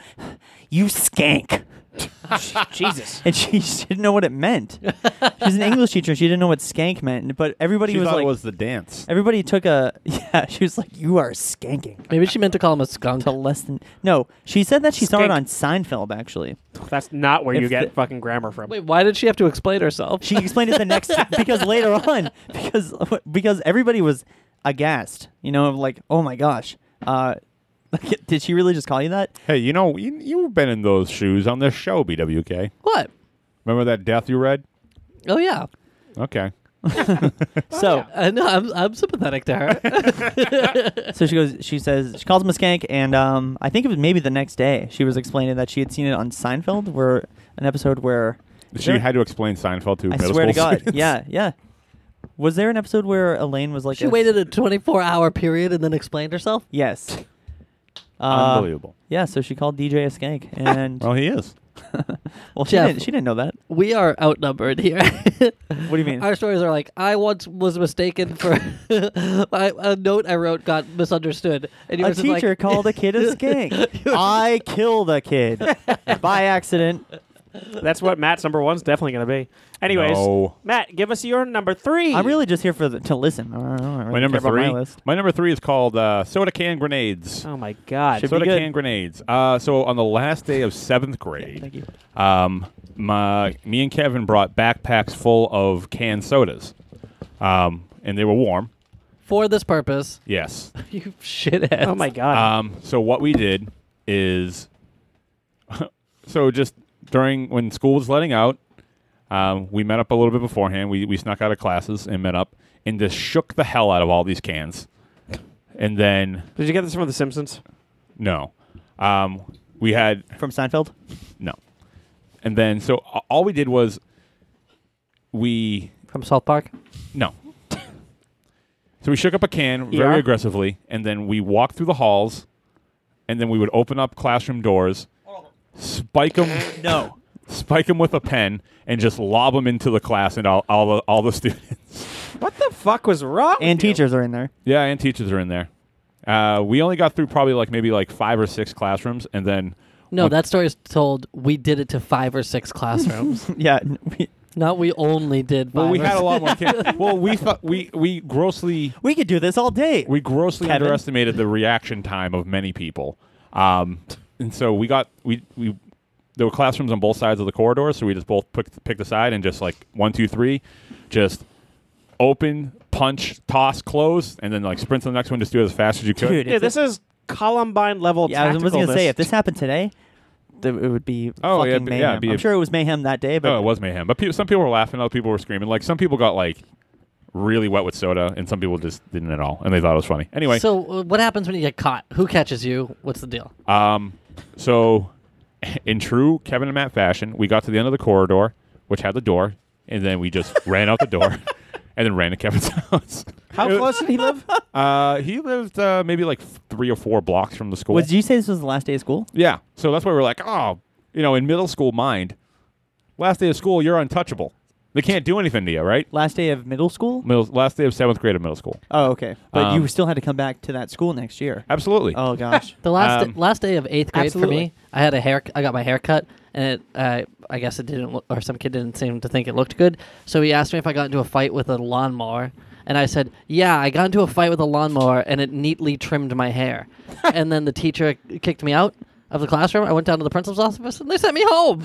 [SPEAKER 3] you skank."
[SPEAKER 4] Jesus.
[SPEAKER 3] and she, she didn't know what it meant. She's an English teacher. She didn't know what skank meant, but everybody
[SPEAKER 2] She
[SPEAKER 3] was
[SPEAKER 2] thought
[SPEAKER 3] like,
[SPEAKER 2] it was the dance.
[SPEAKER 3] everybody took a yeah. She was like, "You are skanking."
[SPEAKER 5] maybe she meant to call him a skunk.
[SPEAKER 3] To less than no, she said that she saw
[SPEAKER 4] Skank.
[SPEAKER 3] it on Seinfeld. Actually,
[SPEAKER 4] That's not where you
[SPEAKER 3] If
[SPEAKER 4] get
[SPEAKER 3] the-
[SPEAKER 4] fucking grammar from.
[SPEAKER 5] Wait, why did she have to explain herself?
[SPEAKER 3] she explained it the next because later on because because everybody was aghast. You know, like oh my gosh, uh, did she really just call you that?
[SPEAKER 2] Hey, you know, you, you've been in those shoes on this show, BWK.
[SPEAKER 5] what?
[SPEAKER 2] Remember that death you read?
[SPEAKER 5] Oh yeah.
[SPEAKER 2] Okay.
[SPEAKER 4] Oh,
[SPEAKER 3] so.
[SPEAKER 5] I know. I'm, I'm sympathetic to her.
[SPEAKER 3] So she goes, she says, she calls him a skank, and um, I think it was maybe the next day she was explaining that she had seen it on Seinfeld, where an episode where
[SPEAKER 2] She
[SPEAKER 3] there-
[SPEAKER 2] had to explain Seinfeld to
[SPEAKER 3] I
[SPEAKER 2] middle
[SPEAKER 3] swear to
[SPEAKER 2] school
[SPEAKER 3] God,
[SPEAKER 2] students.
[SPEAKER 3] yeah, yeah. Was there an episode where Elaine was like,
[SPEAKER 5] she
[SPEAKER 3] a-
[SPEAKER 5] waited a 24 hour period and then explained herself.
[SPEAKER 3] Yes. Uh,
[SPEAKER 2] Unbelievable.
[SPEAKER 3] Yeah, so she called DJ a skank, and
[SPEAKER 2] Well, he is.
[SPEAKER 3] well, she
[SPEAKER 5] Jeff.
[SPEAKER 3] didn't, she didn't know that.
[SPEAKER 5] We are outnumbered here.
[SPEAKER 3] What do you mean?
[SPEAKER 5] Our stories are like I once was mistaken for I, a note I wrote got misunderstood, and
[SPEAKER 3] a
[SPEAKER 5] yours is like-
[SPEAKER 3] teacher called a kid a skank. I killed a kid by accident.
[SPEAKER 4] That's what Matt's number one's definitely going to be. Anyways,
[SPEAKER 2] No.
[SPEAKER 4] Matt, give us your number three.
[SPEAKER 3] I'm really just here for the, to listen. I don't, I don't really
[SPEAKER 2] My number
[SPEAKER 3] care about
[SPEAKER 2] three.
[SPEAKER 3] My list.
[SPEAKER 2] number three is called uh, soda can grenades.
[SPEAKER 4] Oh my God.
[SPEAKER 3] Should be
[SPEAKER 2] soda
[SPEAKER 3] good.
[SPEAKER 2] can grenades. Uh, so on the last day of seventh grade,
[SPEAKER 3] thank you.
[SPEAKER 2] Um, my me and Kevin brought backpacks full of canned sodas, um, and they were warm.
[SPEAKER 5] for this purpose.
[SPEAKER 2] Yes.
[SPEAKER 5] You shithead.
[SPEAKER 4] Oh my
[SPEAKER 3] Uh,
[SPEAKER 4] God.
[SPEAKER 2] Um, so what we did is, so just during when school was letting out, um, we met up a little bit beforehand. We we snuck out of classes and met up and just shook the hell out of all these cans, and then
[SPEAKER 4] Did you get this from The Simpsons?
[SPEAKER 2] no, um, we had
[SPEAKER 3] From Seinfeld?
[SPEAKER 2] no, and then so a- all we did was we
[SPEAKER 5] From South Park.
[SPEAKER 2] No. so we shook up a can
[SPEAKER 4] Yeah.
[SPEAKER 2] very aggressively, and then we walked through the halls, and then we would open up classroom doors, spike them,
[SPEAKER 3] No.
[SPEAKER 2] spike 'em with a pen, and just lob them into the class and all, all, the, all the students.
[SPEAKER 4] What the fuck was wrong?
[SPEAKER 3] And
[SPEAKER 4] with you?
[SPEAKER 3] teachers are in there.
[SPEAKER 2] yeah, and teachers are in there. Uh, we only got through probably like maybe like five or six classrooms, and then
[SPEAKER 5] No,
[SPEAKER 2] What-
[SPEAKER 5] that story is told. We did it to five or six classrooms.
[SPEAKER 3] Yeah. n- We,
[SPEAKER 5] Not we only did.
[SPEAKER 2] well,
[SPEAKER 5] five
[SPEAKER 2] we
[SPEAKER 5] or
[SPEAKER 2] had a
[SPEAKER 5] six.
[SPEAKER 2] lot more. Can- well, we thought we we grossly
[SPEAKER 3] we could do this all day.
[SPEAKER 2] we grossly
[SPEAKER 3] Kevin?
[SPEAKER 2] underestimated the reaction time of many people. Um, and so we got we we there were classrooms on both sides of the corridor, so we just both picked picked a side and just like one, two, three, just open, punch, toss, close, and then like sprint to the next one. Just do it as fast as you could.
[SPEAKER 3] Dude,
[SPEAKER 4] Dude, this is Columbine level
[SPEAKER 3] yeah, I was,
[SPEAKER 4] tactical
[SPEAKER 3] going to say, if
[SPEAKER 4] this-
[SPEAKER 3] this happened today, th- it would be
[SPEAKER 2] Oh,
[SPEAKER 3] fucking
[SPEAKER 2] yeah, b- yeah,
[SPEAKER 3] mayhem.
[SPEAKER 2] it'd be
[SPEAKER 3] I'm
[SPEAKER 2] a-
[SPEAKER 3] sure it was mayhem that day, but
[SPEAKER 2] oh, it was mayhem. But pe- some people were laughing, other people were screaming. Like some people got like really wet with soda, and some people just didn't at all, and they thought it was funny. Anyway,
[SPEAKER 5] So uh, what happens when you get caught? Who catches you? What's the deal?
[SPEAKER 2] Um, so, in true Kevin and Matt fashion, we got to the end of the corridor, which had the door, and then we just ran out the door, and then ran to Kevin's house.
[SPEAKER 4] how close did he live?
[SPEAKER 2] Uh, he lived uh, maybe like three or four blocks from the school.
[SPEAKER 3] was, did you say this was the last day of school?
[SPEAKER 2] yeah, so that's why we're like, oh, you know, in middle school mind, last day of school, you're untouchable. They can't do anything to you, right?
[SPEAKER 3] Last day of middle school?
[SPEAKER 2] Middle, last day of seventh grade of middle school.
[SPEAKER 3] Oh, okay. But
[SPEAKER 2] Um,
[SPEAKER 3] you still had to come back to that school next year.
[SPEAKER 2] Absolutely.
[SPEAKER 3] Oh, gosh.
[SPEAKER 5] The last
[SPEAKER 2] Um,
[SPEAKER 5] last day of eighth grade for
[SPEAKER 4] Absolutely.
[SPEAKER 5] me, I had a hair. I got my hair cut, and it, uh, I guess it didn't, look, or some kid didn't seem to think it looked good. So he asked me if I got into a fight with a lawnmower, and I said, "Yeah, I got into a fight with a lawnmower, and it neatly trimmed my hair." and then the teacher kicked me out of the classroom. I went down to the principal's office, and they sent me home.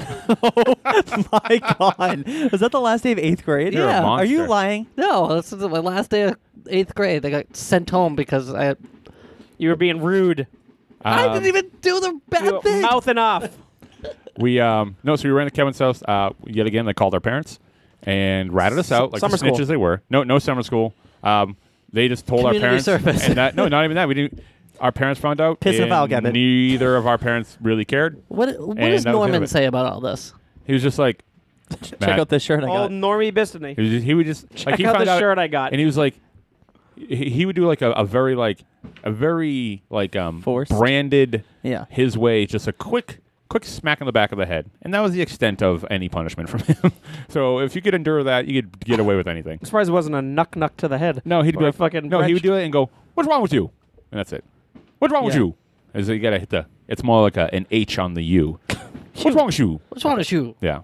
[SPEAKER 3] My God, was that the last day of eighth grade?
[SPEAKER 5] You're a Yeah.
[SPEAKER 3] Are you
[SPEAKER 2] monster.
[SPEAKER 3] lying?
[SPEAKER 5] no, this is my last day of eighth grade. They got sent home because I
[SPEAKER 4] You were being rude.
[SPEAKER 5] I
[SPEAKER 2] Um,
[SPEAKER 5] didn't even do the
[SPEAKER 4] You
[SPEAKER 5] bad
[SPEAKER 4] were
[SPEAKER 5] thing.
[SPEAKER 4] mouthing off.
[SPEAKER 2] We um no, so we ran to Kevin's house uh, yet again. They called our parents and ratted us out like
[SPEAKER 4] summer
[SPEAKER 2] the snitches
[SPEAKER 4] school.
[SPEAKER 2] they were. No, no summer school. Um, they just told
[SPEAKER 5] Community
[SPEAKER 2] our parents.
[SPEAKER 5] service.
[SPEAKER 2] And that, no, not even that. We didn't. Our parents found out.
[SPEAKER 3] Piss if
[SPEAKER 2] and
[SPEAKER 3] I'll get it.
[SPEAKER 2] Neither of our parents really cared.
[SPEAKER 5] What What
[SPEAKER 2] And that was
[SPEAKER 5] does
[SPEAKER 2] the end of
[SPEAKER 5] Norman
[SPEAKER 2] it.
[SPEAKER 5] say about all this?
[SPEAKER 2] He was just like,
[SPEAKER 3] Check
[SPEAKER 2] Matt.
[SPEAKER 3] out this shirt I got.
[SPEAKER 4] Old Normie Bistany.
[SPEAKER 2] He, was just, he would just like
[SPEAKER 4] Check
[SPEAKER 2] he
[SPEAKER 4] out
[SPEAKER 2] found
[SPEAKER 4] the
[SPEAKER 2] out,
[SPEAKER 4] shirt I got.
[SPEAKER 2] and he was like, he, he would do like a, a very like a very like um
[SPEAKER 3] Forced?
[SPEAKER 2] branded
[SPEAKER 3] Yeah.
[SPEAKER 2] his way, just a quick quick smack on the back of the head, and that was the extent of any punishment from him. so if you could endure that, you could get away with anything.
[SPEAKER 4] I'm surprised it wasn't a knuck knuck to the head.
[SPEAKER 2] No, he'd
[SPEAKER 4] Or
[SPEAKER 2] be
[SPEAKER 4] a
[SPEAKER 2] like,
[SPEAKER 4] fucking.
[SPEAKER 2] no, he would do it and go, "What's wrong with you?" And that's it. What's wrong with
[SPEAKER 3] Yeah.
[SPEAKER 2] you? Is you gotta hit the. It's more like a, an H on the U. What's wrong with you?
[SPEAKER 5] What's wrong with you?
[SPEAKER 2] Yeah,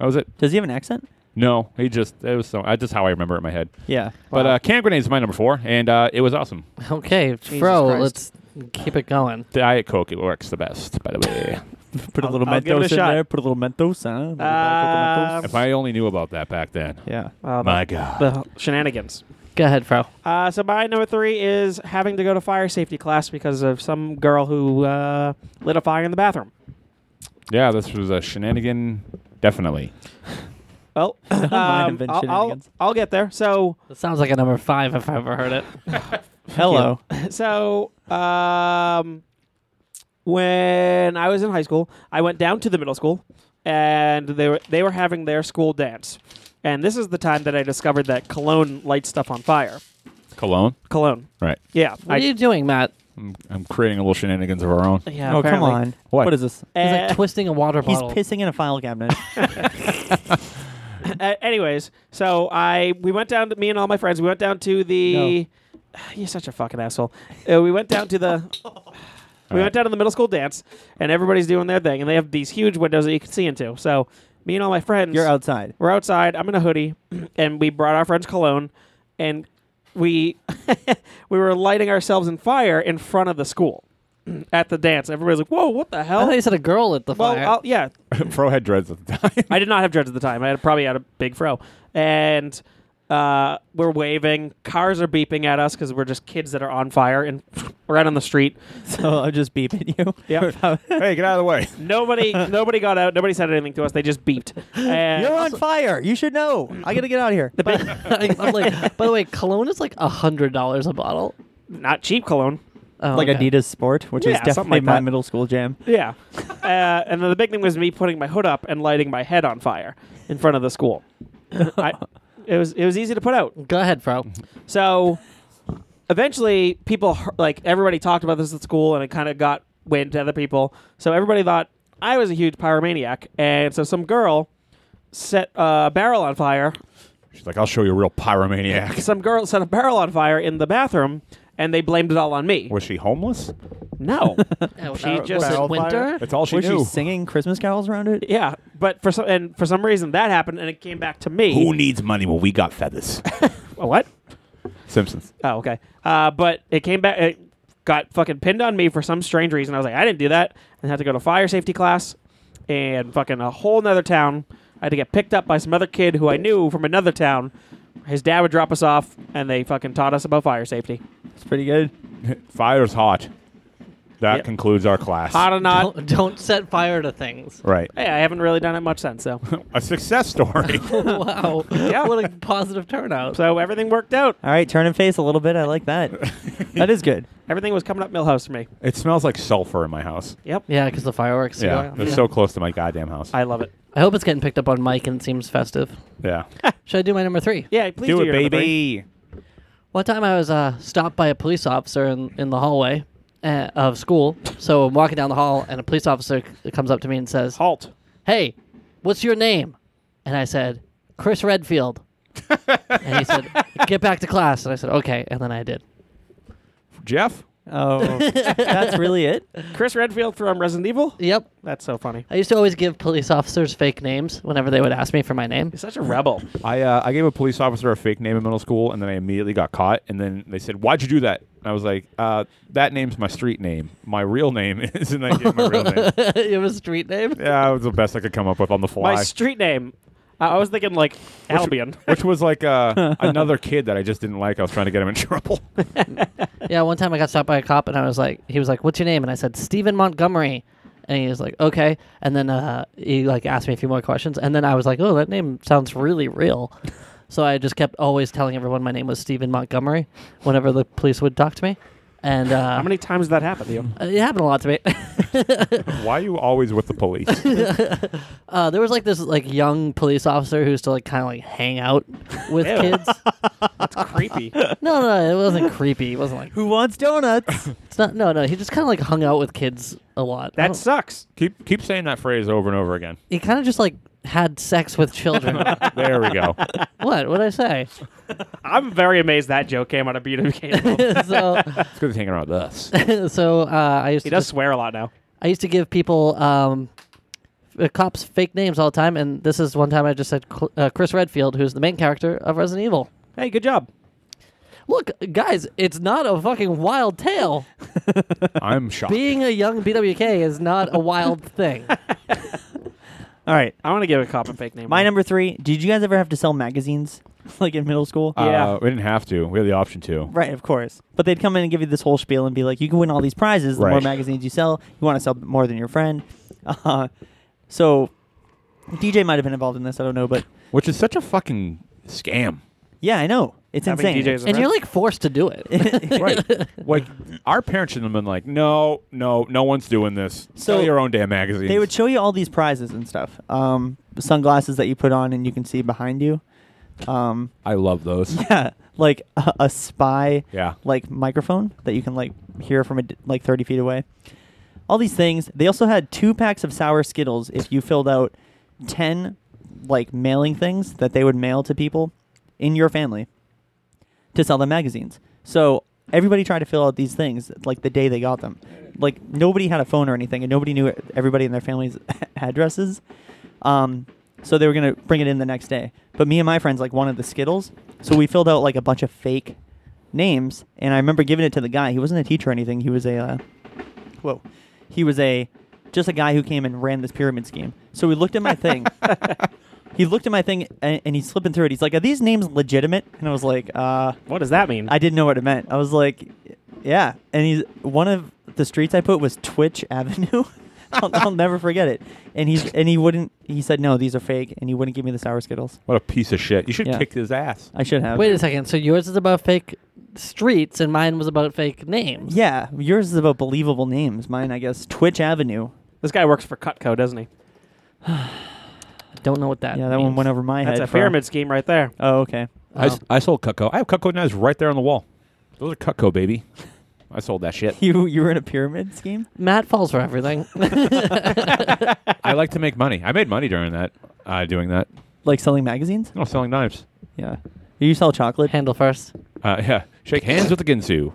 [SPEAKER 2] that was it.
[SPEAKER 3] Does he have an accent?
[SPEAKER 2] No, he just it was so. I just how I remember it in my head.
[SPEAKER 3] Yeah.
[SPEAKER 2] But uh, can grenades is my number four, and uh, it was awesome.
[SPEAKER 5] Okay, Fro, let's keep it going.
[SPEAKER 2] Diet Coke, it works the best, by the way.
[SPEAKER 3] Put a little
[SPEAKER 4] I'll give it a
[SPEAKER 3] Mentos in
[SPEAKER 4] shot.
[SPEAKER 3] there. Put a little Mentos. Huh? Little bag of
[SPEAKER 2] if I only knew about that back then.
[SPEAKER 3] Mentos. yeah.
[SPEAKER 4] Uh,
[SPEAKER 2] My God.
[SPEAKER 4] the shenanigans.
[SPEAKER 5] Go ahead, Fro.
[SPEAKER 4] Uh, so my number three is having to go to fire safety class because of some girl who uh, lit a fire in the bathroom.
[SPEAKER 2] Yeah, this was a shenanigan, definitely.
[SPEAKER 4] Well, um,
[SPEAKER 3] have been
[SPEAKER 4] I'll, I'll,
[SPEAKER 3] shenanigans.
[SPEAKER 4] I'll get there. So,
[SPEAKER 5] That sounds like a number five if I ever heard it.
[SPEAKER 3] Hello.
[SPEAKER 4] so um, when I was in high school, I went down to the middle school, and they were they were having their school dance, and this is the time that I discovered that cologne lights stuff on fire.
[SPEAKER 2] Cologne?
[SPEAKER 4] Cologne,
[SPEAKER 2] Right.
[SPEAKER 4] yeah,
[SPEAKER 5] What
[SPEAKER 4] I-
[SPEAKER 5] are you doing, Matt?
[SPEAKER 2] I'm, I'm creating a little shenanigans of our own.
[SPEAKER 4] yeah.
[SPEAKER 3] Oh, come
[SPEAKER 4] apparently.
[SPEAKER 3] on.
[SPEAKER 2] What?
[SPEAKER 3] What is this?
[SPEAKER 5] He's
[SPEAKER 4] Uh,
[SPEAKER 5] like twisting a water
[SPEAKER 3] He's
[SPEAKER 5] bottle.
[SPEAKER 3] pissing in a file cabinet.
[SPEAKER 4] Uh, anyways, so I we went down to me and all my friends. We went down to the. You're such a fucking asshole. Uh, we went down to the. we went down to the middle school dance, and everybody's doing their thing, and they have these huge windows that you can see into. So me and all my friends,
[SPEAKER 3] You're outside.
[SPEAKER 4] we're outside. I'm in a hoodie, and we brought our friends cologne, and we we were lighting ourselves in fire in front of the school at the dance. Everybody's like, "Whoa, what the
[SPEAKER 5] I
[SPEAKER 4] hell?"
[SPEAKER 5] thought you said a girl at the
[SPEAKER 4] well,
[SPEAKER 5] fire.
[SPEAKER 4] I'll, yeah,
[SPEAKER 2] Pro had dreads at the time.
[SPEAKER 4] I did not have dreads at the time. I had probably had a big fro, and uh, we're waving. Cars are beeping at us because we're just kids that are on fire and we're out on the street.
[SPEAKER 3] So I'll just beep at you.
[SPEAKER 4] Yep.
[SPEAKER 2] hey, get out of the way.
[SPEAKER 4] nobody, nobody got out. Nobody said anything to us. They just beeped. And
[SPEAKER 3] You're on fire. You should know. I gotta get out of here.
[SPEAKER 4] the big,
[SPEAKER 5] I'm like, by the way, cologne is like a hundred dollars a bottle.
[SPEAKER 4] not cheap cologne.
[SPEAKER 5] Oh,
[SPEAKER 3] Like
[SPEAKER 5] okay.
[SPEAKER 3] Adidas Sport, which
[SPEAKER 4] Yeah,
[SPEAKER 3] is
[SPEAKER 4] something
[SPEAKER 3] definitely
[SPEAKER 4] like
[SPEAKER 3] my
[SPEAKER 4] that.
[SPEAKER 3] middle school jam.
[SPEAKER 4] Yeah. uh, and then the big thing was me putting my hood up and lighting my head on fire in front of the school. I, it was it was easy to put out.
[SPEAKER 5] Go ahead, Fro.
[SPEAKER 4] So eventually, people hear- like everybody talked about this at school, and it kind of got wind to other people. So everybody thought I was a huge pyromaniac, and so some girl set a barrel on fire.
[SPEAKER 2] She's like, I'll show you a real pyromaniac.
[SPEAKER 4] Some girl set a barrel on fire in the bathroom, and they blamed it all on me.
[SPEAKER 2] Was she homeless?
[SPEAKER 4] No,
[SPEAKER 5] She was
[SPEAKER 4] just-
[SPEAKER 5] it
[SPEAKER 4] Wildfire?
[SPEAKER 5] winter.
[SPEAKER 2] That's all she
[SPEAKER 3] was
[SPEAKER 2] knew.
[SPEAKER 3] she singing Christmas carols around it?
[SPEAKER 4] yeah, but for some and for some reason that happened, and it came back to me.
[SPEAKER 2] Who needs money when we got feathers?
[SPEAKER 4] A what?
[SPEAKER 2] Simpsons.
[SPEAKER 4] Oh, okay. Uh, but it came back. It got fucking pinned on me for some strange reason. I was like, I didn't do that, and had to go to fire safety class, and fucking a whole nother town. I had to get picked up by some other kid who I knew from another town. His dad would drop us off, and they fucking taught us about fire safety.
[SPEAKER 3] It's pretty good.
[SPEAKER 2] Fire's hot. That
[SPEAKER 4] Yep.
[SPEAKER 2] concludes our class.
[SPEAKER 4] Hot or not,
[SPEAKER 5] Don't, don't set fire to things.
[SPEAKER 2] Right.
[SPEAKER 4] hey, I haven't really done it much since. So,
[SPEAKER 2] A success story.
[SPEAKER 5] wow.
[SPEAKER 4] Yeah.
[SPEAKER 5] What a positive turnout.
[SPEAKER 4] so everything worked out.
[SPEAKER 3] All right, turn and face a little bit. I like that. that is good.
[SPEAKER 4] Everything was coming up Millhouse for me.
[SPEAKER 2] it smells like sulfur in my house.
[SPEAKER 4] Yep.
[SPEAKER 5] yeah, because the fireworks. are
[SPEAKER 2] Yeah,
[SPEAKER 5] going
[SPEAKER 2] they're
[SPEAKER 5] off.
[SPEAKER 2] so close to my goddamn house.
[SPEAKER 4] I love it.
[SPEAKER 5] I hope it's getting picked up on mic and seems festive.
[SPEAKER 2] yeah,
[SPEAKER 5] Should I do my number three?
[SPEAKER 4] Yeah, please do,
[SPEAKER 2] do it,
[SPEAKER 4] your number three.
[SPEAKER 3] E.
[SPEAKER 2] baby.
[SPEAKER 5] One time I was uh, stopped by a police officer in, in the hallway uh, of school. So I'm walking down the hall, and a police officer c- comes up to me and says,
[SPEAKER 4] Halt.
[SPEAKER 5] Hey, what's your name? And I said, Chris Redfield. and he said, Get back to class. And I said, Okay. And then I did.
[SPEAKER 2] Jeff.
[SPEAKER 3] Oh, that's really it.
[SPEAKER 4] Chris Redfield from Resident Evil.
[SPEAKER 5] Yep.
[SPEAKER 4] That's so funny.
[SPEAKER 5] I used to always give police officers fake names whenever they would ask me for my name.
[SPEAKER 4] He's such a rebel.
[SPEAKER 2] I uh, I gave a police officer a fake name in middle school, and then I immediately got caught. And then they said, "Why'd you do that?" And I was like, uh, "That name's my street name. My real name is." And I gave my real name.
[SPEAKER 5] you have a street name?
[SPEAKER 2] Yeah, it was the best I could come up with on the fly.
[SPEAKER 4] My street name. I, I was thinking like Albion.
[SPEAKER 2] which was like uh, another kid that I just didn't like. I was trying to get him in trouble.
[SPEAKER 5] Yeah, one time I got stopped by a cop and I was like, he was like, what's your name? And I said, Stephen Montgomery. And he was like, okay. And then uh, he like asked me a few more questions. And then I was like, oh, that name sounds really real. so I just kept always telling everyone my name was Stephen Montgomery whenever the police would talk to me. And uh,
[SPEAKER 4] How many times did that happen to you?
[SPEAKER 5] it happened a lot to me.
[SPEAKER 2] Why are you always with the police?
[SPEAKER 5] uh, there was like this like young police officer who used to like kind of like hang out with
[SPEAKER 4] Ew.
[SPEAKER 5] kids.
[SPEAKER 4] That's creepy.
[SPEAKER 5] No, no, it wasn't creepy. It wasn't like
[SPEAKER 3] Who wants donuts?
[SPEAKER 5] it's not. No, no, he just kind of like hung out with kids a lot. I
[SPEAKER 4] That
[SPEAKER 3] Oh.
[SPEAKER 5] don't-
[SPEAKER 4] sucks.
[SPEAKER 2] keep keep saying that phrase over and over again.
[SPEAKER 5] he kind of just like had sex with children.
[SPEAKER 2] There we go.
[SPEAKER 5] What would I say?
[SPEAKER 4] I'm very amazed that joke came out of BWK.
[SPEAKER 5] so,
[SPEAKER 2] It's good hanging out with us.
[SPEAKER 5] so uh, I used
[SPEAKER 4] he
[SPEAKER 5] to
[SPEAKER 4] does
[SPEAKER 5] just-
[SPEAKER 4] swear a lot now.
[SPEAKER 5] I used to give people um, the cops fake names all the time, and this is one time I just said Cl- uh, Chris Redfield, who's the main character of Resident Evil.
[SPEAKER 4] Hey, good job.
[SPEAKER 5] Look, guys, it's not a fucking wild tale.
[SPEAKER 2] I'm shocked.
[SPEAKER 5] Being a young BWK is not a wild thing.
[SPEAKER 3] All right.
[SPEAKER 4] I want to give a cop a fake name.
[SPEAKER 3] My number three. Did you guys ever have to sell magazines like in middle school?
[SPEAKER 2] Uh,
[SPEAKER 4] Yeah.
[SPEAKER 2] we didn't have to. We had the option to.
[SPEAKER 3] Right, of course. But they'd come in and give you this whole spiel and be like, "You can win all these prizes. The more
[SPEAKER 2] Right.
[SPEAKER 3] magazines you sell, you want to sell more than your friend." Uh, so, DJ might have been involved in this. I don't know, but
[SPEAKER 2] Which is such a fucking scam.
[SPEAKER 3] yeah, I know it's
[SPEAKER 4] Having
[SPEAKER 3] insane.
[SPEAKER 4] DJs
[SPEAKER 5] and you're like forced to do it.
[SPEAKER 2] right. Like our parents should have been like, no, no, no one's doing this.
[SPEAKER 3] So-
[SPEAKER 2] Sell your own damn magazine.
[SPEAKER 3] They would show you all these prizes and stuff. Um, sunglasses that you put on and you can see behind you. Um,
[SPEAKER 2] I love those.
[SPEAKER 3] yeah, like a, a spy.
[SPEAKER 2] Yeah.
[SPEAKER 3] Like microphone that you can like hear from a d- like thirty feet away. All these things. They also had two packs of sour Skittles if you filled out ten like mailing things that they would mail to people in your family to sell them magazines. So everybody tried to fill out these things like the day they got them. Like nobody had a phone or anything, and nobody knew everybody in their family's addresses. Um, so they were gonna bring it in the next day. But me and my friends like wanted the Skittles, so we filled out like a bunch of fake names. And I remember giving it to the guy. He wasn't a teacher or anything. He was a uh, whoa, he was a just a guy who came and ran this pyramid scheme. So we looked at my thing. he looked at my thing and, and he's flipping through it. He's like, "Are these names legitimate?" And I was like, "Uh."
[SPEAKER 4] what does that mean?
[SPEAKER 3] I didn't know what it meant. I was like, yeah. And he's one of the streets I put was Twitch Avenue. I'll, I'll never forget it. And he's and he wouldn't. He said no, these are fake, and he wouldn't give me the sour skittles.
[SPEAKER 2] What a piece of shit. You should
[SPEAKER 3] Yeah.
[SPEAKER 2] kick his ass.
[SPEAKER 3] I should have.
[SPEAKER 5] Wait a second. So yours is about fake streets, and mine was about fake names.
[SPEAKER 3] Yeah, yours is about believable names. Mine, I guess, Twitch Avenue.
[SPEAKER 4] this guy works for Cutco, doesn't he?
[SPEAKER 5] Don't know what that.
[SPEAKER 3] Yeah, that
[SPEAKER 5] means. Um,
[SPEAKER 3] one went over my
[SPEAKER 4] That's
[SPEAKER 3] head.
[SPEAKER 4] a
[SPEAKER 3] for-
[SPEAKER 4] pyramid scheme right there.
[SPEAKER 3] Oh, okay.
[SPEAKER 2] I, s- I sold Cutco. I have Cutco knives right there on the wall. Those are Cutco, baby. I sold that shit.
[SPEAKER 3] You you were in a pyramid scheme.
[SPEAKER 5] Matt falls for everything.
[SPEAKER 2] I like to make money. I made money during that, uh, doing that.
[SPEAKER 3] Like selling magazines?
[SPEAKER 2] No, selling knives.
[SPEAKER 3] Yeah. You sell chocolate?
[SPEAKER 5] Handle first.
[SPEAKER 2] Uh, yeah. Shake hands with the Ginsu.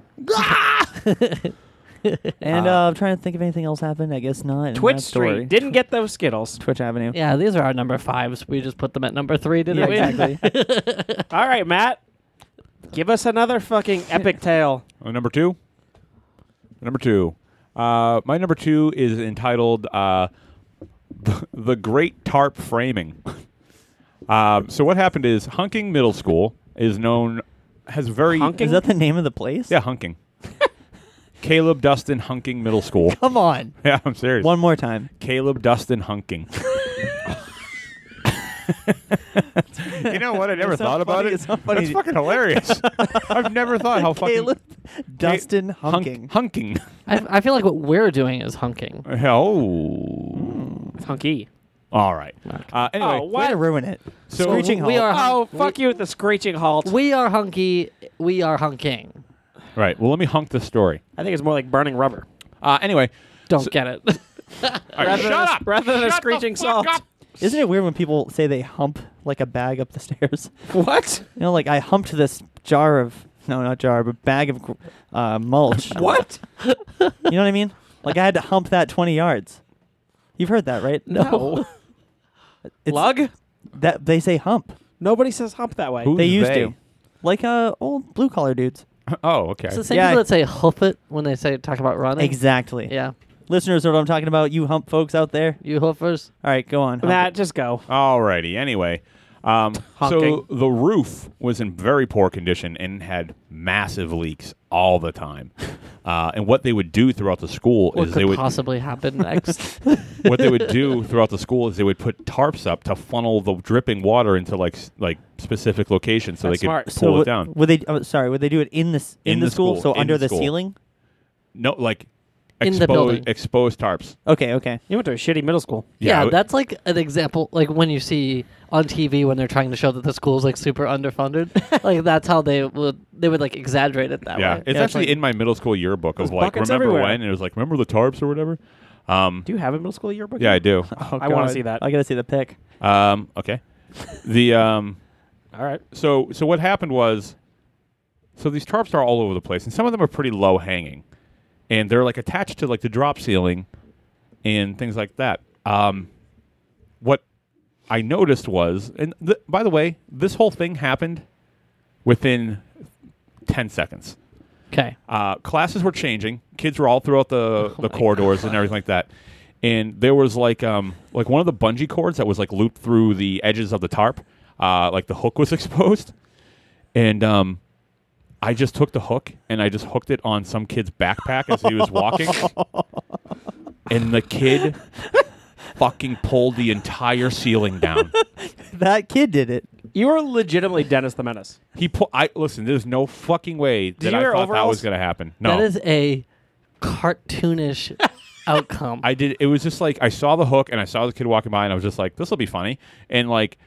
[SPEAKER 3] And uh, I'm trying to think if anything else happened. I guess not. in
[SPEAKER 4] Twitch
[SPEAKER 3] that story.
[SPEAKER 4] Street didn't get those Skittles.
[SPEAKER 3] Twitch Avenue.
[SPEAKER 5] Yeah, these are our number fives. We just put them at number three, didn't
[SPEAKER 3] Yeah,
[SPEAKER 5] we?
[SPEAKER 3] exactly.
[SPEAKER 4] All right, Matt. Give us another fucking epic tale.
[SPEAKER 2] Uh, number two. Number two. Uh, my number two is entitled uh, "The Great Tarp Framing." um, so what happened is Hunking Middle School is known has very
[SPEAKER 4] Hunking?
[SPEAKER 3] Is that the name of the place?
[SPEAKER 2] yeah Hunking. Caleb Dustin Hunking Middle School.
[SPEAKER 3] Come on.
[SPEAKER 2] yeah, I'm serious.
[SPEAKER 3] One more time.
[SPEAKER 2] Caleb Dustin Hunking. you know what? I never
[SPEAKER 3] It's not
[SPEAKER 2] thought about
[SPEAKER 3] funny.
[SPEAKER 2] it.
[SPEAKER 3] It's not funny.
[SPEAKER 2] That's fucking hilarious. I've never thought how fucking
[SPEAKER 3] Caleb Dustin
[SPEAKER 2] Hunk-
[SPEAKER 3] Hunking.
[SPEAKER 2] hunking.
[SPEAKER 5] I, I feel like what we're doing is hunking.
[SPEAKER 4] Hmm.
[SPEAKER 2] Oh.
[SPEAKER 4] Hunky.
[SPEAKER 2] All right. Uh, anyway,
[SPEAKER 4] Oh,
[SPEAKER 3] Way
[SPEAKER 4] what?
[SPEAKER 3] to ruin it.
[SPEAKER 2] So-
[SPEAKER 3] Screeching
[SPEAKER 5] we
[SPEAKER 3] halt.
[SPEAKER 5] are
[SPEAKER 4] Oh,
[SPEAKER 5] hunk-
[SPEAKER 4] fuck you with the screeching halt.
[SPEAKER 5] we are hunky. We are hunking.
[SPEAKER 2] right. Well, let me hunk the story.
[SPEAKER 4] I think it's more like burning rubber.
[SPEAKER 2] Uh, anyway,
[SPEAKER 5] Don't get it.
[SPEAKER 2] all right,
[SPEAKER 4] Rather
[SPEAKER 2] shut
[SPEAKER 4] than,
[SPEAKER 2] up.
[SPEAKER 4] Rather than a
[SPEAKER 2] Shut the
[SPEAKER 4] screeching
[SPEAKER 2] fuck
[SPEAKER 4] salt.
[SPEAKER 2] up.
[SPEAKER 3] Isn't it weird when people say they hump like a bag up the stairs?
[SPEAKER 4] What?
[SPEAKER 3] You know, like I humped this jar of no, not jar, but bag of gr- uh, mulch.
[SPEAKER 4] What?
[SPEAKER 3] You know what I mean? Like I had to hump that 20 yards. You've heard that, right?
[SPEAKER 5] No.
[SPEAKER 3] It's-
[SPEAKER 4] Lug?
[SPEAKER 3] That they say hump.
[SPEAKER 4] Nobody says hump that way.
[SPEAKER 2] Who-
[SPEAKER 3] They
[SPEAKER 2] Who's
[SPEAKER 3] used
[SPEAKER 2] they?
[SPEAKER 3] to, like uh, old blue collar dudes.
[SPEAKER 2] Oh, okay.
[SPEAKER 5] It's the same
[SPEAKER 3] Yeah,
[SPEAKER 5] people
[SPEAKER 3] I-
[SPEAKER 5] that say hoof it when they say talk about running.
[SPEAKER 3] Exactly.
[SPEAKER 5] Yeah.
[SPEAKER 3] Listeners know what I'm talking about. You hump folks out there.
[SPEAKER 5] You hoofers.
[SPEAKER 3] All right, go on. hump it.
[SPEAKER 4] Matt, just go.
[SPEAKER 2] Alrighty. Anyway, um, so
[SPEAKER 4] Honking.
[SPEAKER 2] the roof was in very poor condition and had massive leaks all the time. Uh, and what they would do throughout the school
[SPEAKER 5] What
[SPEAKER 2] is they
[SPEAKER 5] could
[SPEAKER 2] would
[SPEAKER 5] possibly happen next?
[SPEAKER 2] what they would do throughout the school is they would put tarps up to funnel the dripping water into like s- like specific locations so
[SPEAKER 4] That's
[SPEAKER 2] they could
[SPEAKER 4] smart.
[SPEAKER 2] pull
[SPEAKER 3] So
[SPEAKER 2] it
[SPEAKER 3] would-
[SPEAKER 2] down.
[SPEAKER 3] Would they? Oh, sorry. Would they do it in the s- in, the, school? So
[SPEAKER 2] in
[SPEAKER 3] under
[SPEAKER 2] the
[SPEAKER 3] the,
[SPEAKER 2] school.
[SPEAKER 3] ceiling?
[SPEAKER 2] No, like
[SPEAKER 5] In the
[SPEAKER 2] exposed
[SPEAKER 5] building.
[SPEAKER 2] exposed tarps.
[SPEAKER 3] Okay. Okay.
[SPEAKER 4] You went to a shitty middle school.
[SPEAKER 5] yeah,
[SPEAKER 2] w-
[SPEAKER 5] that's like an example. Like when you see on TV when they're trying to show that the school's like super underfunded. like that's how they would they would like exaggerate it that
[SPEAKER 2] yeah.
[SPEAKER 5] way.
[SPEAKER 2] It's
[SPEAKER 3] Yeah, it's
[SPEAKER 2] actually
[SPEAKER 3] like-
[SPEAKER 2] in my middle school yearbook of
[SPEAKER 4] There's
[SPEAKER 2] like
[SPEAKER 4] buckets
[SPEAKER 2] remember
[SPEAKER 4] everywhere.
[SPEAKER 2] when and it was like remember the tarps or whatever. Um,
[SPEAKER 4] Do you have a middle school yearbook?
[SPEAKER 2] yeah, I do.
[SPEAKER 3] Oh,
[SPEAKER 4] I wanna
[SPEAKER 3] God.
[SPEAKER 4] see that.
[SPEAKER 3] I gotta see the pic.
[SPEAKER 2] Um, okay. The um,
[SPEAKER 4] All right.
[SPEAKER 2] so so what happened was, so these tarps are all over the place, and some of them are pretty low hanging, and they're like attached to like the drop ceiling, and things like that. Um, what I noticed was, and th- by the way, this whole thing happened within ten seconds.
[SPEAKER 5] Okay.
[SPEAKER 2] Uh, classes were changing. Kids were all throughout
[SPEAKER 4] Oh
[SPEAKER 2] the, the corridors and everything like that. And there was like um like one of the bungee cords that was like looped through the edges of the tarp. Uh, like the hook was exposed, and um, I just took the hook and I just hooked it on some kid's backpack as he was walking, and the kid fucking pulled the entire ceiling down.
[SPEAKER 3] That kid did it.
[SPEAKER 4] You are legitimately Dennis the Menace.
[SPEAKER 2] He pull. I listen. There's no fucking way that
[SPEAKER 4] you
[SPEAKER 2] I
[SPEAKER 4] wear
[SPEAKER 2] thought that
[SPEAKER 4] overalls?
[SPEAKER 2] was gonna happen. No,
[SPEAKER 5] That is a cartoonish outcome.
[SPEAKER 2] I did. It was just like I saw the hook and I saw the kid walking by, and I was just like, "This will be funny." And like,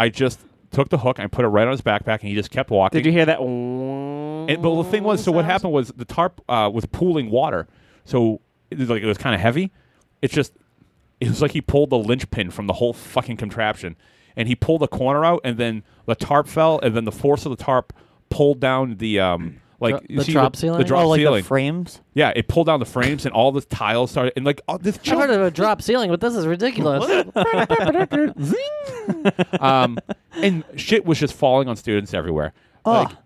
[SPEAKER 2] I just took the hook and put it right on his backpack, and he just kept walking.
[SPEAKER 4] Did you hear that?
[SPEAKER 2] And, but the thing was, so what happened was the tarp uh, was pooling water, so it was like it was kind of heavy. It's just it was like he pulled the linchpin from the whole fucking contraption, and he pulled the corner out, and then the tarp fell, and then the force of the tarp pulled down the um like
[SPEAKER 5] Dro-
[SPEAKER 2] you
[SPEAKER 5] the
[SPEAKER 2] see
[SPEAKER 5] drop
[SPEAKER 2] the,
[SPEAKER 5] ceiling?
[SPEAKER 2] The drop
[SPEAKER 3] oh, like
[SPEAKER 2] ceiling.
[SPEAKER 3] the frames.
[SPEAKER 2] yeah, it pulled down the frames, and all the tiles started, and like all this.
[SPEAKER 5] I've heard of a drop ceiling, but this is ridiculous.
[SPEAKER 2] um, and shit was just falling on students everywhere. Like,
[SPEAKER 3] Ugh.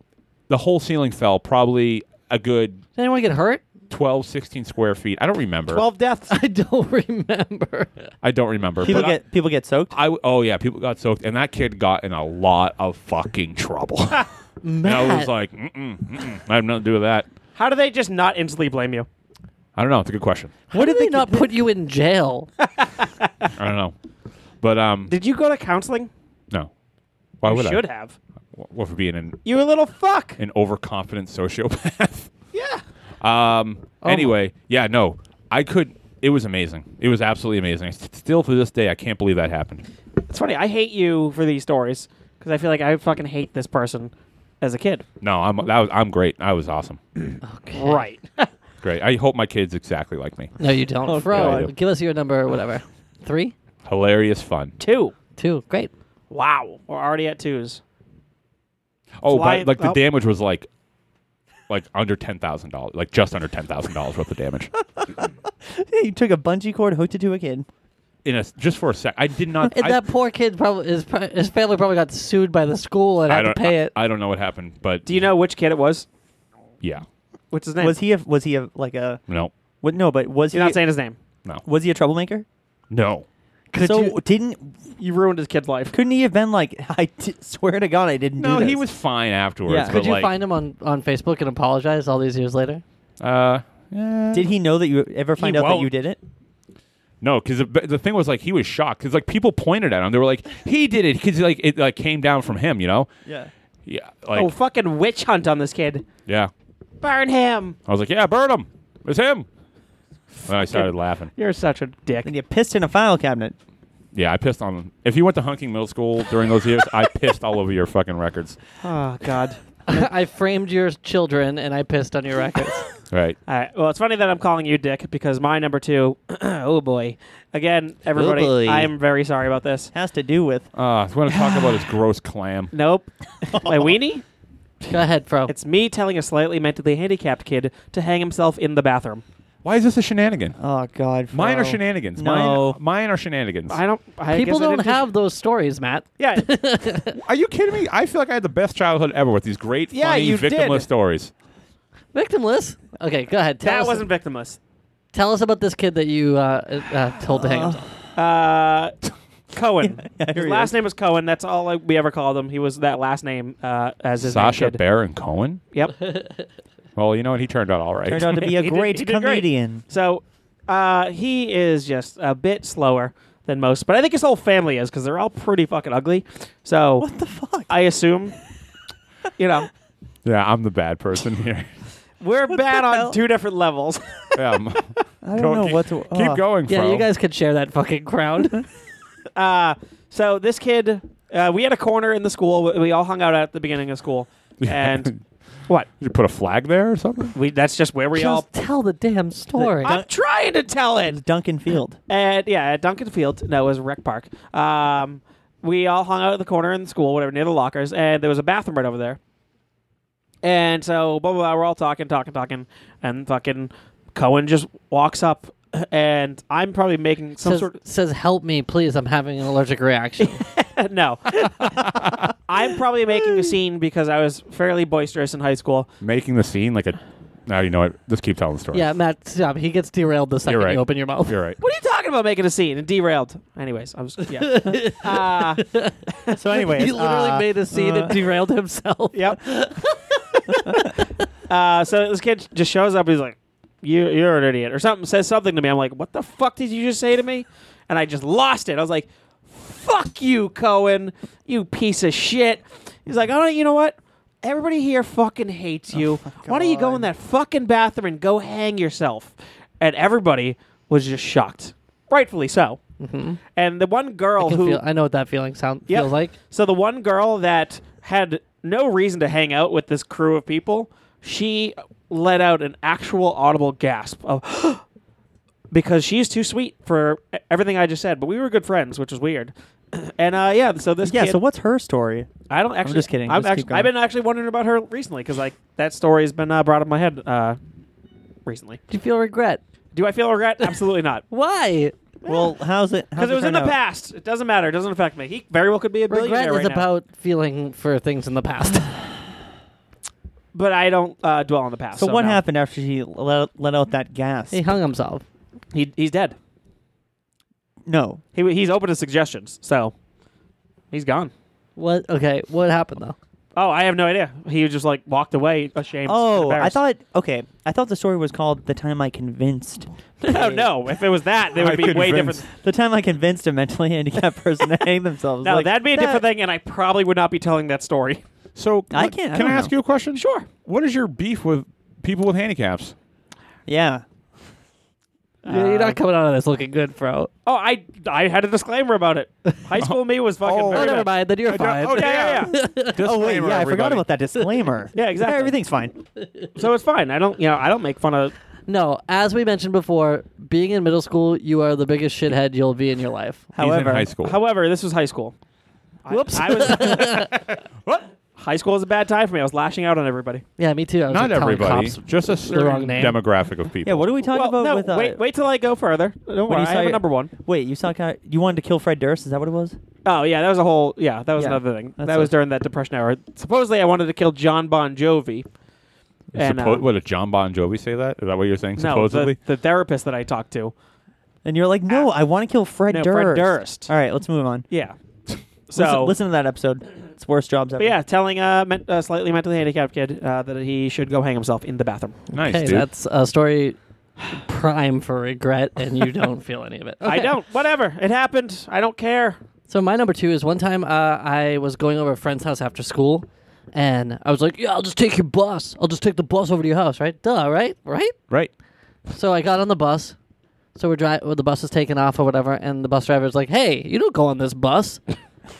[SPEAKER 2] the whole ceiling fell probably a good
[SPEAKER 5] Did anyone get hurt?
[SPEAKER 2] 12, 16 square feet. I don't remember.
[SPEAKER 4] Twelve deaths.
[SPEAKER 5] I don't remember.
[SPEAKER 2] I don't remember.
[SPEAKER 3] People
[SPEAKER 2] but
[SPEAKER 3] get people get soaked.
[SPEAKER 2] I, I w- oh yeah, people got soaked, and that kid got in a lot of fucking trouble. and I was
[SPEAKER 5] Matt.
[SPEAKER 2] like, mm-mm, mm-mm, I have nothing to do with that.
[SPEAKER 4] How do they just not instantly blame you?
[SPEAKER 2] I don't know. It's a good question.
[SPEAKER 5] Why did they not put you in jail?
[SPEAKER 2] I don't know, but um,
[SPEAKER 4] Did you go to counseling?
[SPEAKER 2] no. Why
[SPEAKER 4] You
[SPEAKER 2] would
[SPEAKER 4] should
[SPEAKER 2] I?
[SPEAKER 4] have.
[SPEAKER 2] Wh- What for being an
[SPEAKER 4] You a little fuck.
[SPEAKER 2] an overconfident sociopath?
[SPEAKER 4] Yeah.
[SPEAKER 2] Um. anyway, yeah, no, I could. It was amazing. It was absolutely amazing. S- Still to this day, I can't believe that happened.
[SPEAKER 4] It's funny. I hate you for these stories because I feel like I fucking hate this person as a kid.
[SPEAKER 2] No, I'm that was, I'm great. I was awesome.
[SPEAKER 5] Okay.
[SPEAKER 4] Right.
[SPEAKER 2] Great. I hope my kids exactly like me.
[SPEAKER 5] No, you don't.
[SPEAKER 3] Oh,
[SPEAKER 5] Fro,
[SPEAKER 2] God.
[SPEAKER 5] give us your number or whatever. Three?
[SPEAKER 2] Hilarious fun.
[SPEAKER 4] Two.
[SPEAKER 5] Two. Great.
[SPEAKER 4] Wow. We're already at twos.
[SPEAKER 2] Oh,
[SPEAKER 4] Fly-
[SPEAKER 2] but like the
[SPEAKER 4] oh.
[SPEAKER 2] damage was like like under ten thousand dollars, like just under ten thousand dollars worth of damage.
[SPEAKER 3] you took a bungee cord, hooked it to a kid.
[SPEAKER 2] In a s- just for a sec, I did not.
[SPEAKER 5] And
[SPEAKER 2] I,
[SPEAKER 5] that poor kid probably his, pro- his family probably got sued by the school and
[SPEAKER 2] I
[SPEAKER 5] had to
[SPEAKER 2] don't
[SPEAKER 5] pay
[SPEAKER 2] I-
[SPEAKER 5] it.
[SPEAKER 2] I, don't know what happened, but
[SPEAKER 4] Do you know which kid it was?
[SPEAKER 2] yeah,
[SPEAKER 4] What's his name?
[SPEAKER 3] Was he a was he a like a
[SPEAKER 2] no,
[SPEAKER 3] what? No, but was
[SPEAKER 4] You're
[SPEAKER 3] he
[SPEAKER 4] not saying his name.
[SPEAKER 2] no,
[SPEAKER 3] was he a troublemaker?
[SPEAKER 2] no.
[SPEAKER 3] so
[SPEAKER 4] you-
[SPEAKER 3] didn't
[SPEAKER 4] You ruined his kid's life.
[SPEAKER 3] couldn't he have been like I di- swear to God I didn't
[SPEAKER 2] No,
[SPEAKER 3] do this.
[SPEAKER 2] he was fine afterwards.
[SPEAKER 3] Yeah.
[SPEAKER 2] but
[SPEAKER 5] Could you
[SPEAKER 2] like,
[SPEAKER 5] find him on, on Facebook and apologize all these years later?
[SPEAKER 2] Uh, eh.
[SPEAKER 3] Did he know that you ever find out that
[SPEAKER 2] won't.
[SPEAKER 3] you did it?
[SPEAKER 2] No, because the, the thing was like he was shocked because like people pointed at him. They were like, "He did it," because like it like came down from him, you know.
[SPEAKER 3] Yeah.
[SPEAKER 2] Yeah, like
[SPEAKER 4] oh, fucking witch hunt on this kid.
[SPEAKER 2] yeah.
[SPEAKER 4] Burn him.
[SPEAKER 2] I was like, "Yeah, burn him. It's him." And I started laughing.
[SPEAKER 4] You're such a dick.
[SPEAKER 3] And you pissed in a file cabinet.
[SPEAKER 2] Yeah, I pissed on him. If you went to Hunking Middle School during those years, I pissed all over your fucking records.
[SPEAKER 4] Oh, God.
[SPEAKER 5] I framed your children and I pissed on your records.
[SPEAKER 2] Right.
[SPEAKER 4] All right. Well, it's funny that I'm calling you Dick because my number two, oh boy. Again, everybody,
[SPEAKER 3] Oh, boy.
[SPEAKER 4] I am very sorry about this.
[SPEAKER 3] Has to do with
[SPEAKER 2] Uh, I want to talk about his gross clam.
[SPEAKER 4] Nope. My weenie?
[SPEAKER 5] Go ahead, Fro.
[SPEAKER 4] It's me telling a slightly mentally handicapped kid to hang himself in the bathroom.
[SPEAKER 2] Why is this a shenanigan?
[SPEAKER 3] Oh God,
[SPEAKER 2] Mine are
[SPEAKER 3] Fro.
[SPEAKER 2] shenanigans.
[SPEAKER 3] No.
[SPEAKER 2] Mine, mine are shenanigans.
[SPEAKER 4] I don't. I
[SPEAKER 5] People
[SPEAKER 4] guess I
[SPEAKER 5] don't
[SPEAKER 4] didn't-
[SPEAKER 5] have those stories, Matt.
[SPEAKER 4] Yeah,
[SPEAKER 2] are you kidding me? I feel like I had the best childhood ever with these great,
[SPEAKER 4] Yeah,
[SPEAKER 2] funny,
[SPEAKER 4] you did.
[SPEAKER 2] victimless stories. Victimless?
[SPEAKER 5] Okay, go ahead. Tell
[SPEAKER 4] that
[SPEAKER 5] us,
[SPEAKER 4] wasn't victimless.
[SPEAKER 5] tell us about this kid that you uh, uh, told to hang himself.
[SPEAKER 4] Uh, Cohen.
[SPEAKER 3] here
[SPEAKER 4] his
[SPEAKER 3] he
[SPEAKER 4] last
[SPEAKER 3] is.
[SPEAKER 4] name was Cohen. That's all like, we ever called him. He was that last name uh, as his
[SPEAKER 2] Sasha
[SPEAKER 4] main kid.
[SPEAKER 2] Baron Cohen?
[SPEAKER 4] Yep.
[SPEAKER 2] Well, you know what? He turned out all right.
[SPEAKER 3] Turned out to be a
[SPEAKER 4] He did-
[SPEAKER 3] great
[SPEAKER 4] he did great.
[SPEAKER 3] comedian.
[SPEAKER 4] So uh, he is just a bit slower than most, but I think his whole family is because they're all pretty fucking ugly. So
[SPEAKER 3] What the fuck?
[SPEAKER 4] I assume, you know,
[SPEAKER 2] yeah, I'm the bad person here.
[SPEAKER 4] we're bad
[SPEAKER 3] the
[SPEAKER 4] on
[SPEAKER 3] hell?
[SPEAKER 4] two different levels.
[SPEAKER 2] yeah, I'm-
[SPEAKER 3] I don't
[SPEAKER 2] Go-
[SPEAKER 3] know
[SPEAKER 2] keep,
[SPEAKER 3] what to.
[SPEAKER 2] keep
[SPEAKER 3] oh.
[SPEAKER 2] going,
[SPEAKER 5] Yeah,
[SPEAKER 2] Fro.
[SPEAKER 5] you guys could share that fucking crown.
[SPEAKER 4] Uh, so this kid, uh, we had a corner in the school. We- We all hung out at the beginning of school, and what?
[SPEAKER 2] Did you put a flag there or something?
[SPEAKER 4] We that's just where we all.
[SPEAKER 5] Just tell the damn story.
[SPEAKER 4] I'm trying to tell it.
[SPEAKER 3] Duncan Field.
[SPEAKER 4] And yeah, at Duncan Field. No, it was Rec Park. Um, we all hung out at the corner in the school, whatever, near the lockers, and there was a bathroom right over there. And so blah blah blah, we're all talking, talking, talking, and fucking Cohen just walks up, and I'm probably making some
[SPEAKER 5] says,
[SPEAKER 4] sort of
[SPEAKER 5] says, help me, please. I'm having an allergic reaction.
[SPEAKER 4] no. I'm probably making a scene because I was fairly boisterous in high school.
[SPEAKER 2] Making the scene like a. Now you know what? Just keep telling the story.
[SPEAKER 5] yeah, Matt, stop. He gets derailed the second
[SPEAKER 2] right.
[SPEAKER 5] you open your mouth.
[SPEAKER 2] You're right.
[SPEAKER 4] What are you talking about making a scene and derailed? Anyways, I was yeah. uh,
[SPEAKER 3] So anyway,
[SPEAKER 5] he literally made a scene and derailed himself.
[SPEAKER 4] Yep. uh, so this kid just shows up. He's like, you, "You're an idiot," or something. Says something to me. I'm like, "What the fuck did you just say to me?" And I just lost it. I was like, "Fuck you, Cohen, you piece of shit." He's like, "I don't. You know what? Everybody here fucking hates
[SPEAKER 5] Oh,
[SPEAKER 4] you. Why don't you go
[SPEAKER 3] God.
[SPEAKER 4] in that fucking bathroom and go hang yourself?" And everybody was just shocked, rightfully so. And the one girl
[SPEAKER 5] Mm-hmm. I, can
[SPEAKER 4] who
[SPEAKER 5] feel- I know what that feeling sound,
[SPEAKER 4] Yep.
[SPEAKER 5] feels like.
[SPEAKER 4] so the one girl that had no reason to hang out with this crew of people, she let out an actual audible gasp of because she's too sweet for e- everything I just said. But we were good friends, which was weird. And uh, yeah, so this
[SPEAKER 3] Yeah.
[SPEAKER 4] kid-
[SPEAKER 3] So what's her story?
[SPEAKER 4] I don't actually.
[SPEAKER 3] just kidding.
[SPEAKER 4] I'm
[SPEAKER 3] Just keep
[SPEAKER 4] actually,
[SPEAKER 3] going.
[SPEAKER 4] I've been actually wondering about her recently because like that story has been uh, brought up in my head uh, recently.
[SPEAKER 5] Do you feel regret?
[SPEAKER 4] Do I feel regret? Absolutely not.
[SPEAKER 5] Why?
[SPEAKER 3] Well, how's it?
[SPEAKER 4] Because
[SPEAKER 3] Because
[SPEAKER 4] it was in the past. It doesn't matter. It doesn't affect me. He very well could be a billionaire
[SPEAKER 5] Regret is
[SPEAKER 4] right now.
[SPEAKER 5] about feeling for things in the past.
[SPEAKER 4] but I don't uh, dwell on the past.
[SPEAKER 3] So, what
[SPEAKER 4] no.
[SPEAKER 3] happened after she let, let out that gas?
[SPEAKER 5] he hung himself.
[SPEAKER 4] He, he's dead.
[SPEAKER 3] No.
[SPEAKER 4] He, he's open to suggestions, so he's gone.
[SPEAKER 5] What? Okay, what happened though?
[SPEAKER 4] Oh, I have no idea. He just like walked away, ashamed.
[SPEAKER 3] Oh, I
[SPEAKER 4] embarrassed.
[SPEAKER 3] thought. Okay, I thought the story was called "The Time I Convinced."
[SPEAKER 4] no, no. If it was that, it would be way different.
[SPEAKER 3] The time I convinced a mentally handicapped person to hang themselves.
[SPEAKER 4] No,
[SPEAKER 3] Like,
[SPEAKER 4] that'd be a different
[SPEAKER 3] that-
[SPEAKER 4] thing, and I probably would not be telling that story.
[SPEAKER 2] So
[SPEAKER 3] I
[SPEAKER 2] what-
[SPEAKER 3] can't-
[SPEAKER 2] Can
[SPEAKER 3] I
[SPEAKER 2] I,
[SPEAKER 3] don't
[SPEAKER 2] ask
[SPEAKER 3] know.
[SPEAKER 2] you a question? Sure. What is your beef with people with handicaps?
[SPEAKER 3] Yeah.
[SPEAKER 5] You're not coming out of this looking good, bro.
[SPEAKER 4] Oh, I I had a disclaimer about it. High school me was fucking.
[SPEAKER 2] Oh.
[SPEAKER 4] very
[SPEAKER 5] Oh, never
[SPEAKER 4] bad.
[SPEAKER 5] mind. Then you're fine.
[SPEAKER 2] oh,
[SPEAKER 4] Yeah, yeah, yeah.
[SPEAKER 3] Oh wait, yeah,
[SPEAKER 2] Disclaimer,
[SPEAKER 3] I forgot
[SPEAKER 2] everybody.
[SPEAKER 3] about that disclaimer.
[SPEAKER 4] Yeah, exactly.
[SPEAKER 3] everything's fine.
[SPEAKER 4] so it's fine. I don't, you know, I don't make fun of.
[SPEAKER 5] No, as we mentioned before, being in middle school, you are the biggest shithead you'll be in your life.
[SPEAKER 2] He's in
[SPEAKER 3] However,
[SPEAKER 2] high school.
[SPEAKER 4] However, this was high school.
[SPEAKER 5] Whoops.
[SPEAKER 4] I was. High school was a bad time for me. I was lashing out on everybody.
[SPEAKER 5] yeah, me too. I was
[SPEAKER 2] Not
[SPEAKER 5] like, telling
[SPEAKER 2] everybody.
[SPEAKER 5] cops
[SPEAKER 2] Just a certain
[SPEAKER 5] wrong name.
[SPEAKER 2] demographic of people.
[SPEAKER 3] yeah. What do we talk
[SPEAKER 4] well,
[SPEAKER 3] about
[SPEAKER 4] no,
[SPEAKER 3] with? Uh,
[SPEAKER 4] wait, wait till I go further.
[SPEAKER 3] when
[SPEAKER 4] Don't worry,
[SPEAKER 3] you
[SPEAKER 4] I
[SPEAKER 3] saw
[SPEAKER 4] have a
[SPEAKER 3] your-
[SPEAKER 4] number one.
[SPEAKER 3] Wait, you saw? You wanted to kill Fred Durst? Is that what it was?
[SPEAKER 4] Oh yeah, that was a whole yeah. That was
[SPEAKER 3] Yeah.
[SPEAKER 4] another thing.
[SPEAKER 3] That's
[SPEAKER 4] that was
[SPEAKER 3] it.
[SPEAKER 4] during that depression hour. Supposedly, I wanted to kill John Bon Jovi. And, uh,
[SPEAKER 2] Suppo- what did John Bon Jovi say that? Is that what you're saying?
[SPEAKER 4] no,
[SPEAKER 2] Supposedly.
[SPEAKER 4] the, the therapist that I talked to.
[SPEAKER 3] And you're like, no, I want to kill Fred
[SPEAKER 4] No,
[SPEAKER 3] Durst.
[SPEAKER 4] Fred Durst.
[SPEAKER 3] All right, let's move on.
[SPEAKER 4] Yeah. So
[SPEAKER 3] Listen, listen to that episode. It's worst jobs ever.
[SPEAKER 4] But yeah, telling a, men- a slightly mentally handicapped kid uh, that he should go hang himself in the bathroom.
[SPEAKER 2] nice,
[SPEAKER 5] Hey,
[SPEAKER 2] dude.
[SPEAKER 5] that's a story prime for regret, and you don't feel any of it.
[SPEAKER 4] I
[SPEAKER 5] Okay.
[SPEAKER 4] don't. Whatever. It happened. I don't care.
[SPEAKER 5] So my number two is one time uh, I was going over a friend's house after school, and I was like, "Yeah, I'll just take your bus. I'll just take the bus over to your house, right? Duh, right, right."
[SPEAKER 2] right.
[SPEAKER 5] So I got on the bus. So we're driving. Well, the bus is taking off or whatever, and the bus driver's like, "Hey, you don't go on this bus."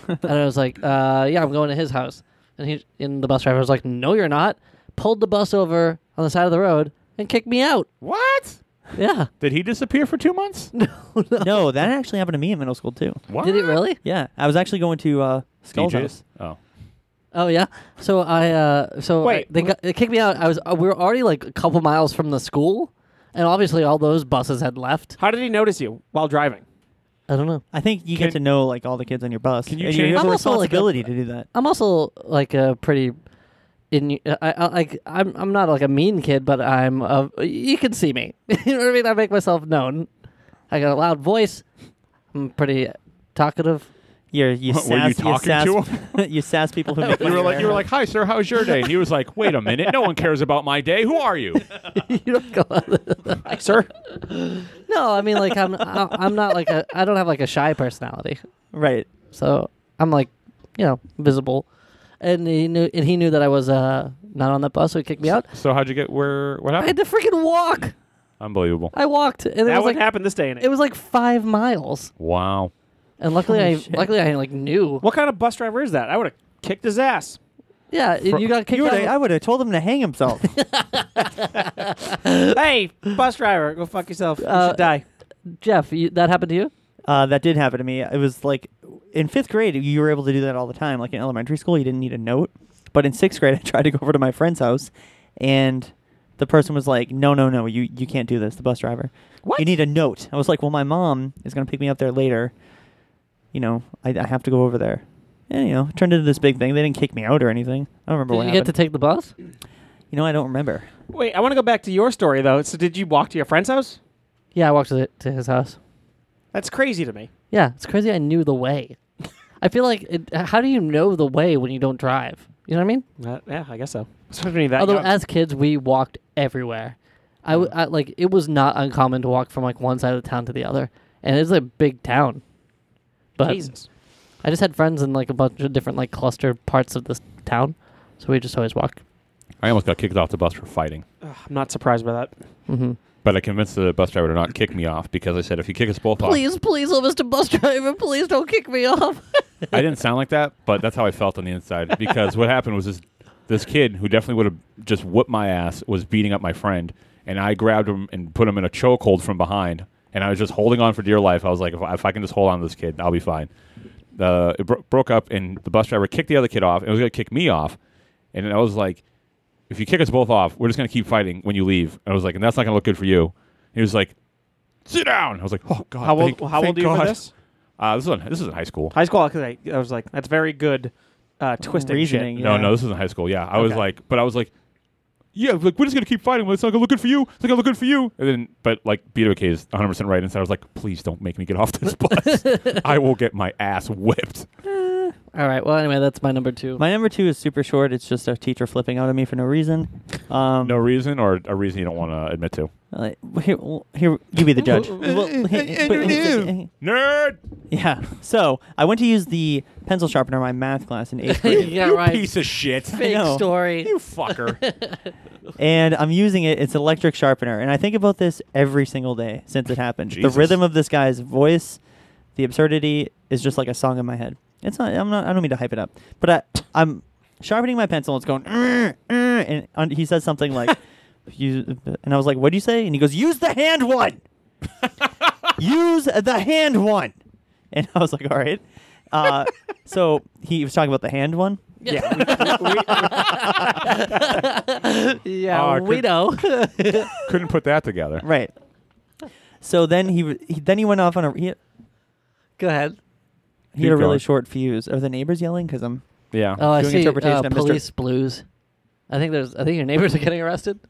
[SPEAKER 5] and I was like, uh, "Yeah, I'm going to his house." And he and the bus driver was like, "No, you're not." Pulled the bus over on the side of the road and kicked me out.
[SPEAKER 2] What?
[SPEAKER 5] Yeah.
[SPEAKER 2] Did he disappear for two months?
[SPEAKER 3] No, that actually happened to me in middle school too.
[SPEAKER 2] What?
[SPEAKER 5] Did it really?
[SPEAKER 3] Yeah, I was actually going to uh, Skull's
[SPEAKER 2] DJs?
[SPEAKER 3] house.
[SPEAKER 2] Oh.
[SPEAKER 5] Oh yeah. So I uh so I-
[SPEAKER 4] Wait,
[SPEAKER 5] they got, they kicked me out. I was uh, we were already like a couple miles from the school, and obviously all those buses had left.
[SPEAKER 4] How did he notice you while driving?
[SPEAKER 5] I don't know.
[SPEAKER 3] I think you
[SPEAKER 2] Can-
[SPEAKER 3] get to know like all the kids on your bus.
[SPEAKER 2] Can you
[SPEAKER 3] and you
[SPEAKER 2] change-
[SPEAKER 3] have
[SPEAKER 5] I'm
[SPEAKER 3] the
[SPEAKER 5] also, like, a-
[SPEAKER 3] responsibility to do that.
[SPEAKER 5] I'm also like a pretty. In, I, I like I'm I'm not like a mean kid, but I'm a, you can see me. you know what I mean? I make myself known. I got a loud voice. I'm pretty talkative.
[SPEAKER 3] You're, you
[SPEAKER 2] What, were you talking
[SPEAKER 3] sass, sass,
[SPEAKER 2] to
[SPEAKER 3] you sass people who make
[SPEAKER 2] You were like, you were like, hi sir, how's your day? And he was like, wait a minute, no one cares about my day. Who are you?
[SPEAKER 5] you don't go.
[SPEAKER 4] Like, sir,
[SPEAKER 5] no, I mean like I'm I, I'm not like a I don't have like a shy personality.
[SPEAKER 3] right.
[SPEAKER 5] So I'm like, you know, visible. And he knew and he knew that I was uh not on that bus, so he kicked me out.
[SPEAKER 2] So how'd you get where? What
[SPEAKER 5] I had
[SPEAKER 2] happened?
[SPEAKER 5] to freaking walk.
[SPEAKER 2] Unbelievable.
[SPEAKER 5] I walked and it
[SPEAKER 4] that
[SPEAKER 5] was
[SPEAKER 4] wouldn't
[SPEAKER 5] like
[SPEAKER 4] happen this day and age.
[SPEAKER 5] it was like five miles.
[SPEAKER 2] Wow.
[SPEAKER 5] And luckily
[SPEAKER 3] Holy
[SPEAKER 5] I
[SPEAKER 3] shit.
[SPEAKER 5] luckily I like knew.
[SPEAKER 4] what kind of bus driver is that? I would have kicked his ass.
[SPEAKER 5] Yeah, and you got kicked
[SPEAKER 3] You would
[SPEAKER 5] out.
[SPEAKER 3] I would have told him to hang himself.
[SPEAKER 4] hey, bus driver, go fuck yourself. you
[SPEAKER 5] Uh,
[SPEAKER 4] should die.
[SPEAKER 5] Jeff, you, that happened to you?
[SPEAKER 3] uh, that did happen to me. It was like in fifth grade, you were able to do that all the time. Like in elementary school, you didn't need a note. But in sixth grade, I tried to go over to my friend's house, and the person was like, "No, no, no, you you can't do this." The bus driver.
[SPEAKER 4] What?
[SPEAKER 3] You need a note. I was like, "Well, my mom is gonna pick me up there later. You know, I, I have to go over there." And you know, it turned into this big thing. They didn't kick me out or anything. I don't remember
[SPEAKER 5] Did you
[SPEAKER 3] what
[SPEAKER 5] get to
[SPEAKER 3] happened.
[SPEAKER 5] take the bus?
[SPEAKER 3] you know, I don't remember.
[SPEAKER 4] Wait, I want to go back to your story though. So did you walk to your friend's house?
[SPEAKER 5] Yeah, I walked to, to his house.
[SPEAKER 4] That's crazy to me.
[SPEAKER 5] Yeah, it's crazy. I knew the way. I feel like it, how do you know the way when you don't drive? You know what I mean?
[SPEAKER 4] Uh, yeah, I guess so. Especially that
[SPEAKER 5] Although
[SPEAKER 4] young.
[SPEAKER 5] as kids, we walked everywhere. I, w- I- like it was not uncommon to walk from like one side of the town to the other, and it's a big town. But
[SPEAKER 4] Jesus.
[SPEAKER 5] I just had friends in like a bunch of different like cluster parts of this town, so we just always walk.
[SPEAKER 2] I almost got kicked off the bus for fighting.
[SPEAKER 4] Ugh, I'm not surprised by that.
[SPEAKER 5] hmm
[SPEAKER 2] But I convinced the bus driver to not kick me off because I said, if you kick us both
[SPEAKER 5] Please, please, oh Mr. Bus Driver, please don't kick me off.
[SPEAKER 2] off, I didn't sound like that, but that's how I felt on the inside. Because what happened was this, this kid who definitely would have just whooped my ass was beating up my friend, and I grabbed him and put him in a chokehold from behind, and I was just holding on for dear life. I was like, if, I- if I can just hold on to this kid, I'll be fine. Uh, it bro- broke up, and the bus driver kicked the other kid off, and was going to kick me off, and I was like, if you kick us both off, we're just gonna keep fighting when you leave. And I was like, and that's not gonna look good for you. He was like, sit down. I was like, oh god.
[SPEAKER 4] How old?
[SPEAKER 2] thank-
[SPEAKER 4] how
[SPEAKER 2] thank
[SPEAKER 4] old are you for
[SPEAKER 2] God."
[SPEAKER 4] this?
[SPEAKER 2] Uh, this is in, this is in high school.
[SPEAKER 4] High school. 'cause I, I was like, that's very good uh, twisting
[SPEAKER 3] Reasoning.
[SPEAKER 4] shit.
[SPEAKER 2] No,
[SPEAKER 3] yeah.
[SPEAKER 2] no, this is in high school. Yeah, I was
[SPEAKER 4] Okay.
[SPEAKER 2] like, but I was like, yeah, like we're just gonna keep fighting. but It's not gonna look good for you. It's not gonna look good for you. And then, but like, BWK is 100 percent right. And so I was like, please don't make me get off this bus. I will get my ass whipped.
[SPEAKER 5] All right. Well, anyway, that's my number two.
[SPEAKER 3] My number two is super short. It's just a teacher flipping out at me for no reason. Um,
[SPEAKER 2] No reason or a reason you don't want to admit to.
[SPEAKER 3] Uh, here, well, here, you be the judge. Well,
[SPEAKER 2] Nerd,
[SPEAKER 3] yeah. So I went to use the pencil sharpener in my math class in eighth grade,
[SPEAKER 5] yeah,
[SPEAKER 2] you
[SPEAKER 5] right.
[SPEAKER 2] piece of shit.
[SPEAKER 5] Fake
[SPEAKER 3] know.
[SPEAKER 5] story.
[SPEAKER 2] You fucker.
[SPEAKER 3] and I'm using it. It's an electric sharpener, and I think about this every single day since it happened.
[SPEAKER 2] Jesus.
[SPEAKER 3] The rhythm of this guy's voice, the absurdity is just like a song in my head. It's not. I'm not. I don't mean to hype it up, but I, I'm sharpening my pencil. and It's going, "Mm, mm," and un- he says something like, "You," and I was like, "What do you say?" And he goes, "Use the hand one." use the hand one. And I was like, all right. Uh, so he was talking about the hand one.
[SPEAKER 5] yeah,
[SPEAKER 2] Ah,
[SPEAKER 5] we
[SPEAKER 2] good-
[SPEAKER 5] know.
[SPEAKER 2] Couldn't put that together.
[SPEAKER 3] Right. So then he, he then he went off on a he, had-
[SPEAKER 5] Go ahead.
[SPEAKER 3] he had a
[SPEAKER 2] Keep going.
[SPEAKER 3] really short fuse. Are the neighbors yelling? Because I'm
[SPEAKER 2] Yeah.
[SPEAKER 5] Oh, I
[SPEAKER 3] Doing
[SPEAKER 5] see.
[SPEAKER 3] interpretation
[SPEAKER 5] Uh,
[SPEAKER 3] of Mr.
[SPEAKER 5] police blues. I think there's. I think your neighbors are getting arrested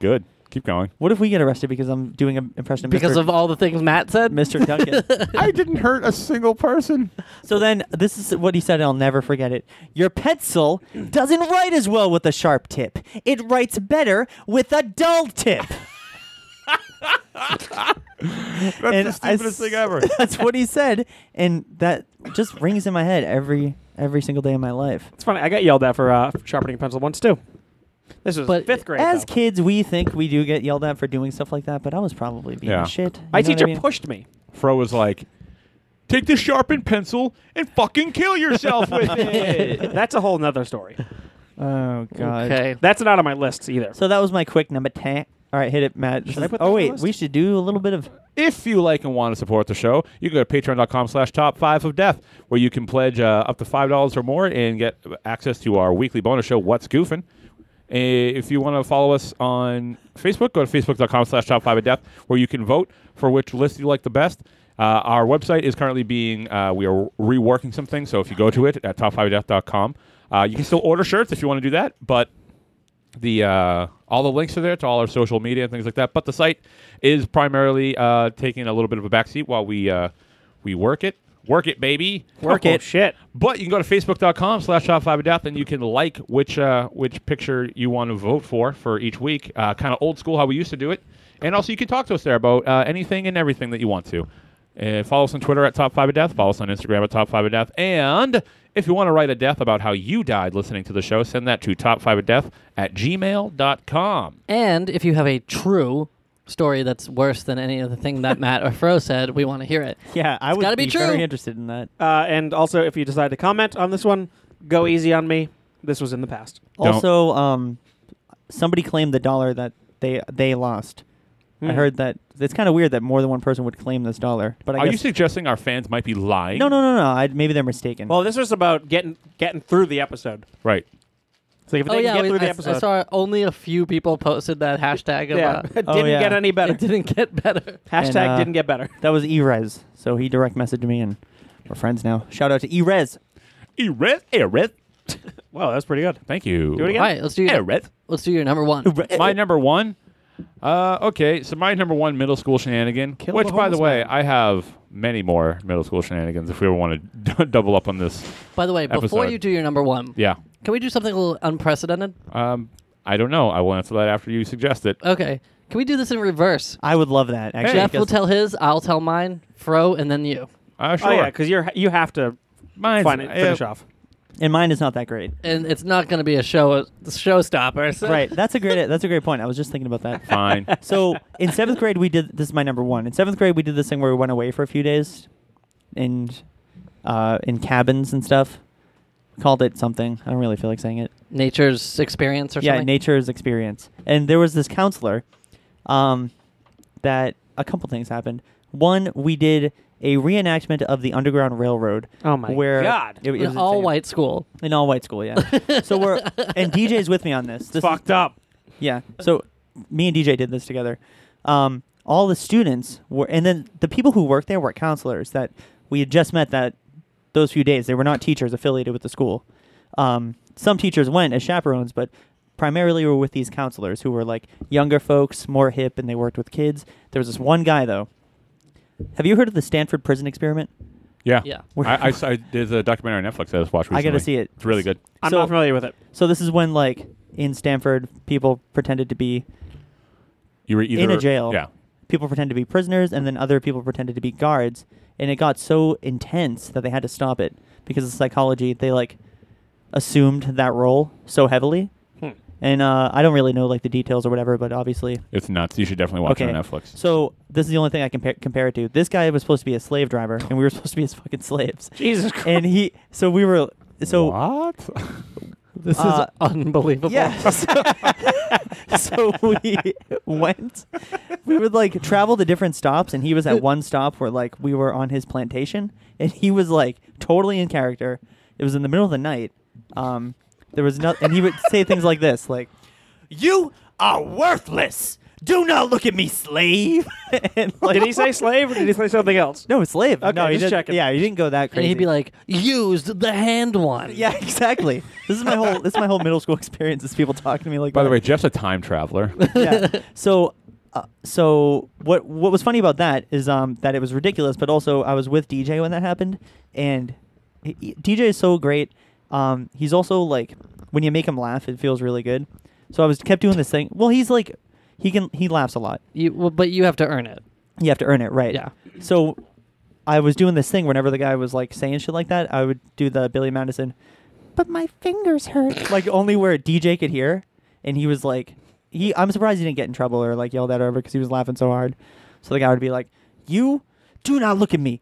[SPEAKER 2] Good. Keep going.
[SPEAKER 3] what if we get arrested because I'm doing an impression of
[SPEAKER 5] because
[SPEAKER 3] Mr.
[SPEAKER 5] of all the things Matt said.
[SPEAKER 3] Mr. Duncan.
[SPEAKER 2] I didn't hurt a single person.
[SPEAKER 3] so then this is what he said. and I'll never forget it. Your pencil doesn't write as well with a sharp tip. It writes better with a dull tip.
[SPEAKER 2] That's
[SPEAKER 3] And
[SPEAKER 2] the
[SPEAKER 3] I
[SPEAKER 2] stupidest
[SPEAKER 3] s-
[SPEAKER 2] thing ever.
[SPEAKER 3] That's what he said, and that just rings in my head every every single day of my life.
[SPEAKER 4] It's funny. I got yelled at for uh, for sharpening a pencil once too. This was
[SPEAKER 5] But
[SPEAKER 4] fifth grade.
[SPEAKER 3] As
[SPEAKER 4] though.
[SPEAKER 3] kids, we think we do get yelled at for doing stuff like that, but I was probably being
[SPEAKER 2] Yeah.
[SPEAKER 3] a shit. You
[SPEAKER 4] my
[SPEAKER 3] know what I
[SPEAKER 4] teacher
[SPEAKER 3] mean?
[SPEAKER 4] pushed me.
[SPEAKER 2] Fro was like, "Take this sharpened pencil and fucking kill yourself with it."
[SPEAKER 4] That's a whole nother story.
[SPEAKER 3] Oh god.
[SPEAKER 5] okay.
[SPEAKER 4] That's not on my lists either.
[SPEAKER 3] So that was my quick number ten. All right, hit it, Matt. This
[SPEAKER 4] Should I
[SPEAKER 3] is-
[SPEAKER 4] put that
[SPEAKER 3] oh
[SPEAKER 4] on the
[SPEAKER 3] wait,
[SPEAKER 4] list?
[SPEAKER 3] we should do a little bit of.
[SPEAKER 2] If you like and want to support the show, you can go to patreon.com slash top five of death, where you can pledge uh, up to $5 or more and get access to our weekly bonus show, What's Goofing. Uh, If you want to follow us on Facebook, go to facebook.com slash top five of death, where you can vote for which list you like the best. Uh, our website is currently being, uh, we are reworking some things, so if you go to it at top5ofdeath.com, uh, you can still order shirts if you want to do that, but the uh, all the links are there to all our social media and things like that. But the site is primarily uh, taking a little bit of a backseat while we uh, we work it, work it, baby,
[SPEAKER 3] Work
[SPEAKER 4] oh,
[SPEAKER 3] it.
[SPEAKER 4] Shit.
[SPEAKER 2] But you can go to facebook.com slash top five of death and you can like which uh, which picture you want to vote for for each week. Uh, kind of old school how we used to do it. And also you can talk to us there about uh, anything and everything that you want to. Uh, follow us on Twitter at Top Five of Death. Follow us on Instagram at Top Five of Death. And if you want to write a death about how you died listening to the show, send that to top five of death at gmail.com.
[SPEAKER 5] And if you have a true story that's worse than any of the thing that Matt or Fro said, we want to hear it.
[SPEAKER 3] Yeah, I would
[SPEAKER 5] gotta be
[SPEAKER 3] be, very
[SPEAKER 5] true.
[SPEAKER 3] interested in that.
[SPEAKER 4] Uh, and also, if you decide to comment on this one, go easy on me. This was in the past.
[SPEAKER 2] Don't.
[SPEAKER 3] Also, um, somebody claimed the dollar that they they lost. I
[SPEAKER 4] Hmm.
[SPEAKER 3] heard that it's kind of weird that more than one person would claim this dollar. But I
[SPEAKER 2] Are
[SPEAKER 3] guess
[SPEAKER 2] you suggesting our fans might be lying?
[SPEAKER 3] no, no, no, no. I, maybe they're mistaken.
[SPEAKER 4] Well, this was about getting getting through the episode.
[SPEAKER 2] Right.
[SPEAKER 4] So if they
[SPEAKER 5] oh
[SPEAKER 4] can
[SPEAKER 5] yeah,
[SPEAKER 4] get
[SPEAKER 5] we-
[SPEAKER 4] through the
[SPEAKER 5] I,
[SPEAKER 4] episode,
[SPEAKER 5] I saw only a few people posted that hashtag.
[SPEAKER 4] yeah,
[SPEAKER 5] about,
[SPEAKER 4] it didn't
[SPEAKER 3] Oh, yeah.
[SPEAKER 4] get any better.
[SPEAKER 5] It didn't get better.
[SPEAKER 4] Hashtag
[SPEAKER 3] And, uh,
[SPEAKER 4] didn't get better.
[SPEAKER 3] that was Erez, so he direct messaged me, and we're friends now. Shout out to Erez.
[SPEAKER 2] Erith, Erith.
[SPEAKER 4] Wow, that's pretty good.
[SPEAKER 2] Thank you.
[SPEAKER 4] Do it again.
[SPEAKER 5] All right, let's do your,
[SPEAKER 2] Erith.
[SPEAKER 5] let's do your number one.
[SPEAKER 2] my number one. Uh, okay, so my number one middle school shenanigan,
[SPEAKER 4] Kill
[SPEAKER 2] which
[SPEAKER 4] the
[SPEAKER 2] by the
[SPEAKER 4] homeless
[SPEAKER 2] way, I have many more middle school shenanigans if we ever want to double up on this.
[SPEAKER 5] By the way, before
[SPEAKER 2] Episode.
[SPEAKER 5] you do your number one,
[SPEAKER 2] Yeah.
[SPEAKER 5] can we do something a little unprecedented?
[SPEAKER 2] Um, I don't know. I will answer that after you suggest
[SPEAKER 4] Uh,
[SPEAKER 2] it.
[SPEAKER 5] Okay, can we do this in reverse?
[SPEAKER 3] I would love that. Actually,
[SPEAKER 5] Jeff will
[SPEAKER 3] because-
[SPEAKER 5] tell his, I'll tell mine, Fro, and then you.
[SPEAKER 2] Uh, sure.
[SPEAKER 4] Oh yeah, because you're you have to
[SPEAKER 2] Mine's-
[SPEAKER 4] find it,
[SPEAKER 2] uh,
[SPEAKER 4] finish off.
[SPEAKER 3] and mine is not that great.
[SPEAKER 5] And it's not going to be a show showstopper. So.
[SPEAKER 3] right. That's a great. That's a great point. I was just thinking about that.
[SPEAKER 2] Fine.
[SPEAKER 3] So in seventh grade, we did this is my number one. In seventh grade, we did this thing where we went away for a few days, and uh, in cabins and stuff. Called it something. I don't really feel like saying it.
[SPEAKER 5] Nature's experience or
[SPEAKER 3] yeah,
[SPEAKER 5] something.
[SPEAKER 3] nature's experience. And there was this counselor. Um, that a couple things happened. One, we did a reenactment of the Underground Railroad.
[SPEAKER 4] Oh my
[SPEAKER 3] where
[SPEAKER 4] God.
[SPEAKER 3] It, it was
[SPEAKER 5] An all
[SPEAKER 3] insane.
[SPEAKER 5] white school.
[SPEAKER 3] In all white school, yeah. so we're and DJ's with me on this. This is-
[SPEAKER 4] Fucked up.
[SPEAKER 3] yeah. So me and DJ did this together. Um, all the students were, and then the people who worked there were counselors that we had just met that those few days. They were not teachers affiliated with the school. Um, some teachers went as chaperones, but primarily were with these counselors who were like younger folks, more hip, and they worked with kids. There was this one guy though. Have you heard of the Stanford prison experiment?
[SPEAKER 2] Yeah.
[SPEAKER 5] Yeah.
[SPEAKER 2] I, I saw, there's a documentary on Netflix that I just watched
[SPEAKER 3] I
[SPEAKER 2] recently.
[SPEAKER 3] gotta see it.
[SPEAKER 2] It's really good.
[SPEAKER 4] I'm
[SPEAKER 3] So-
[SPEAKER 4] not familiar with it.
[SPEAKER 3] So this is when like in Stanford, people pretended to be
[SPEAKER 2] You were either
[SPEAKER 3] in a jail.
[SPEAKER 2] Yeah.
[SPEAKER 3] People pretend to be prisoners, and then other people pretended to be guards. And it got so intense that they had to stop it because of psychology. They like assumed that role so heavily.
[SPEAKER 4] Hmm.
[SPEAKER 3] And uh, I don't really know like the details or whatever, but obviously,
[SPEAKER 2] It's nuts. You should definitely watch
[SPEAKER 3] okay.
[SPEAKER 2] it on Netflix.
[SPEAKER 3] So this is the only thing I can pa- compare it to. This guy was supposed to be a slave driver, and we were supposed to be his fucking slaves.
[SPEAKER 4] Jesus Christ.
[SPEAKER 3] And he, so we were, so
[SPEAKER 2] what?
[SPEAKER 5] This
[SPEAKER 3] Uh,
[SPEAKER 5] is unbelievable.
[SPEAKER 3] Yeah. So, so we went. We would like travel to different stops, and he was at one stop where like we were on his plantation, and he was like totally in character. It was in the middle of the night. Um, there was no, and he would say things like this, like, "You are worthless. Do not look at me, slave." and, like,
[SPEAKER 4] Did he say slave or did he say something else?
[SPEAKER 3] no slave?
[SPEAKER 4] Okay,
[SPEAKER 3] no, he
[SPEAKER 4] just
[SPEAKER 3] didn't-
[SPEAKER 4] checking.
[SPEAKER 3] Yeah, he didn't go that
[SPEAKER 5] And
[SPEAKER 3] crazy.
[SPEAKER 5] he'd be like, used the hand one.
[SPEAKER 3] "Yeah, exactly. This is my whole this is my whole middle school experience. Is people talking to me like
[SPEAKER 2] By the
[SPEAKER 3] that.
[SPEAKER 2] way, Jeff's a time traveler.
[SPEAKER 3] yeah. So, uh, so what what was funny about that is um that it was ridiculous, but also I was with DJ when that happened, and he- he- DJ is so great. Um, he's also like when you make him laugh, it feels really good. So I was kept doing this thing. Well, he's like he can he laughs a lot.
[SPEAKER 5] You, well, but you have to earn it.
[SPEAKER 3] You have to earn it, right?
[SPEAKER 5] Yeah.
[SPEAKER 3] So I was doing this thing whenever the guy was like saying shit like that, I would do the Billy Madison, but my fingers hurt. like only where DJ could hear. And he was like, he, I'm surprised he didn't get in trouble or like yelled at over because he was laughing so hard. So the guy would be like, you do not look at me.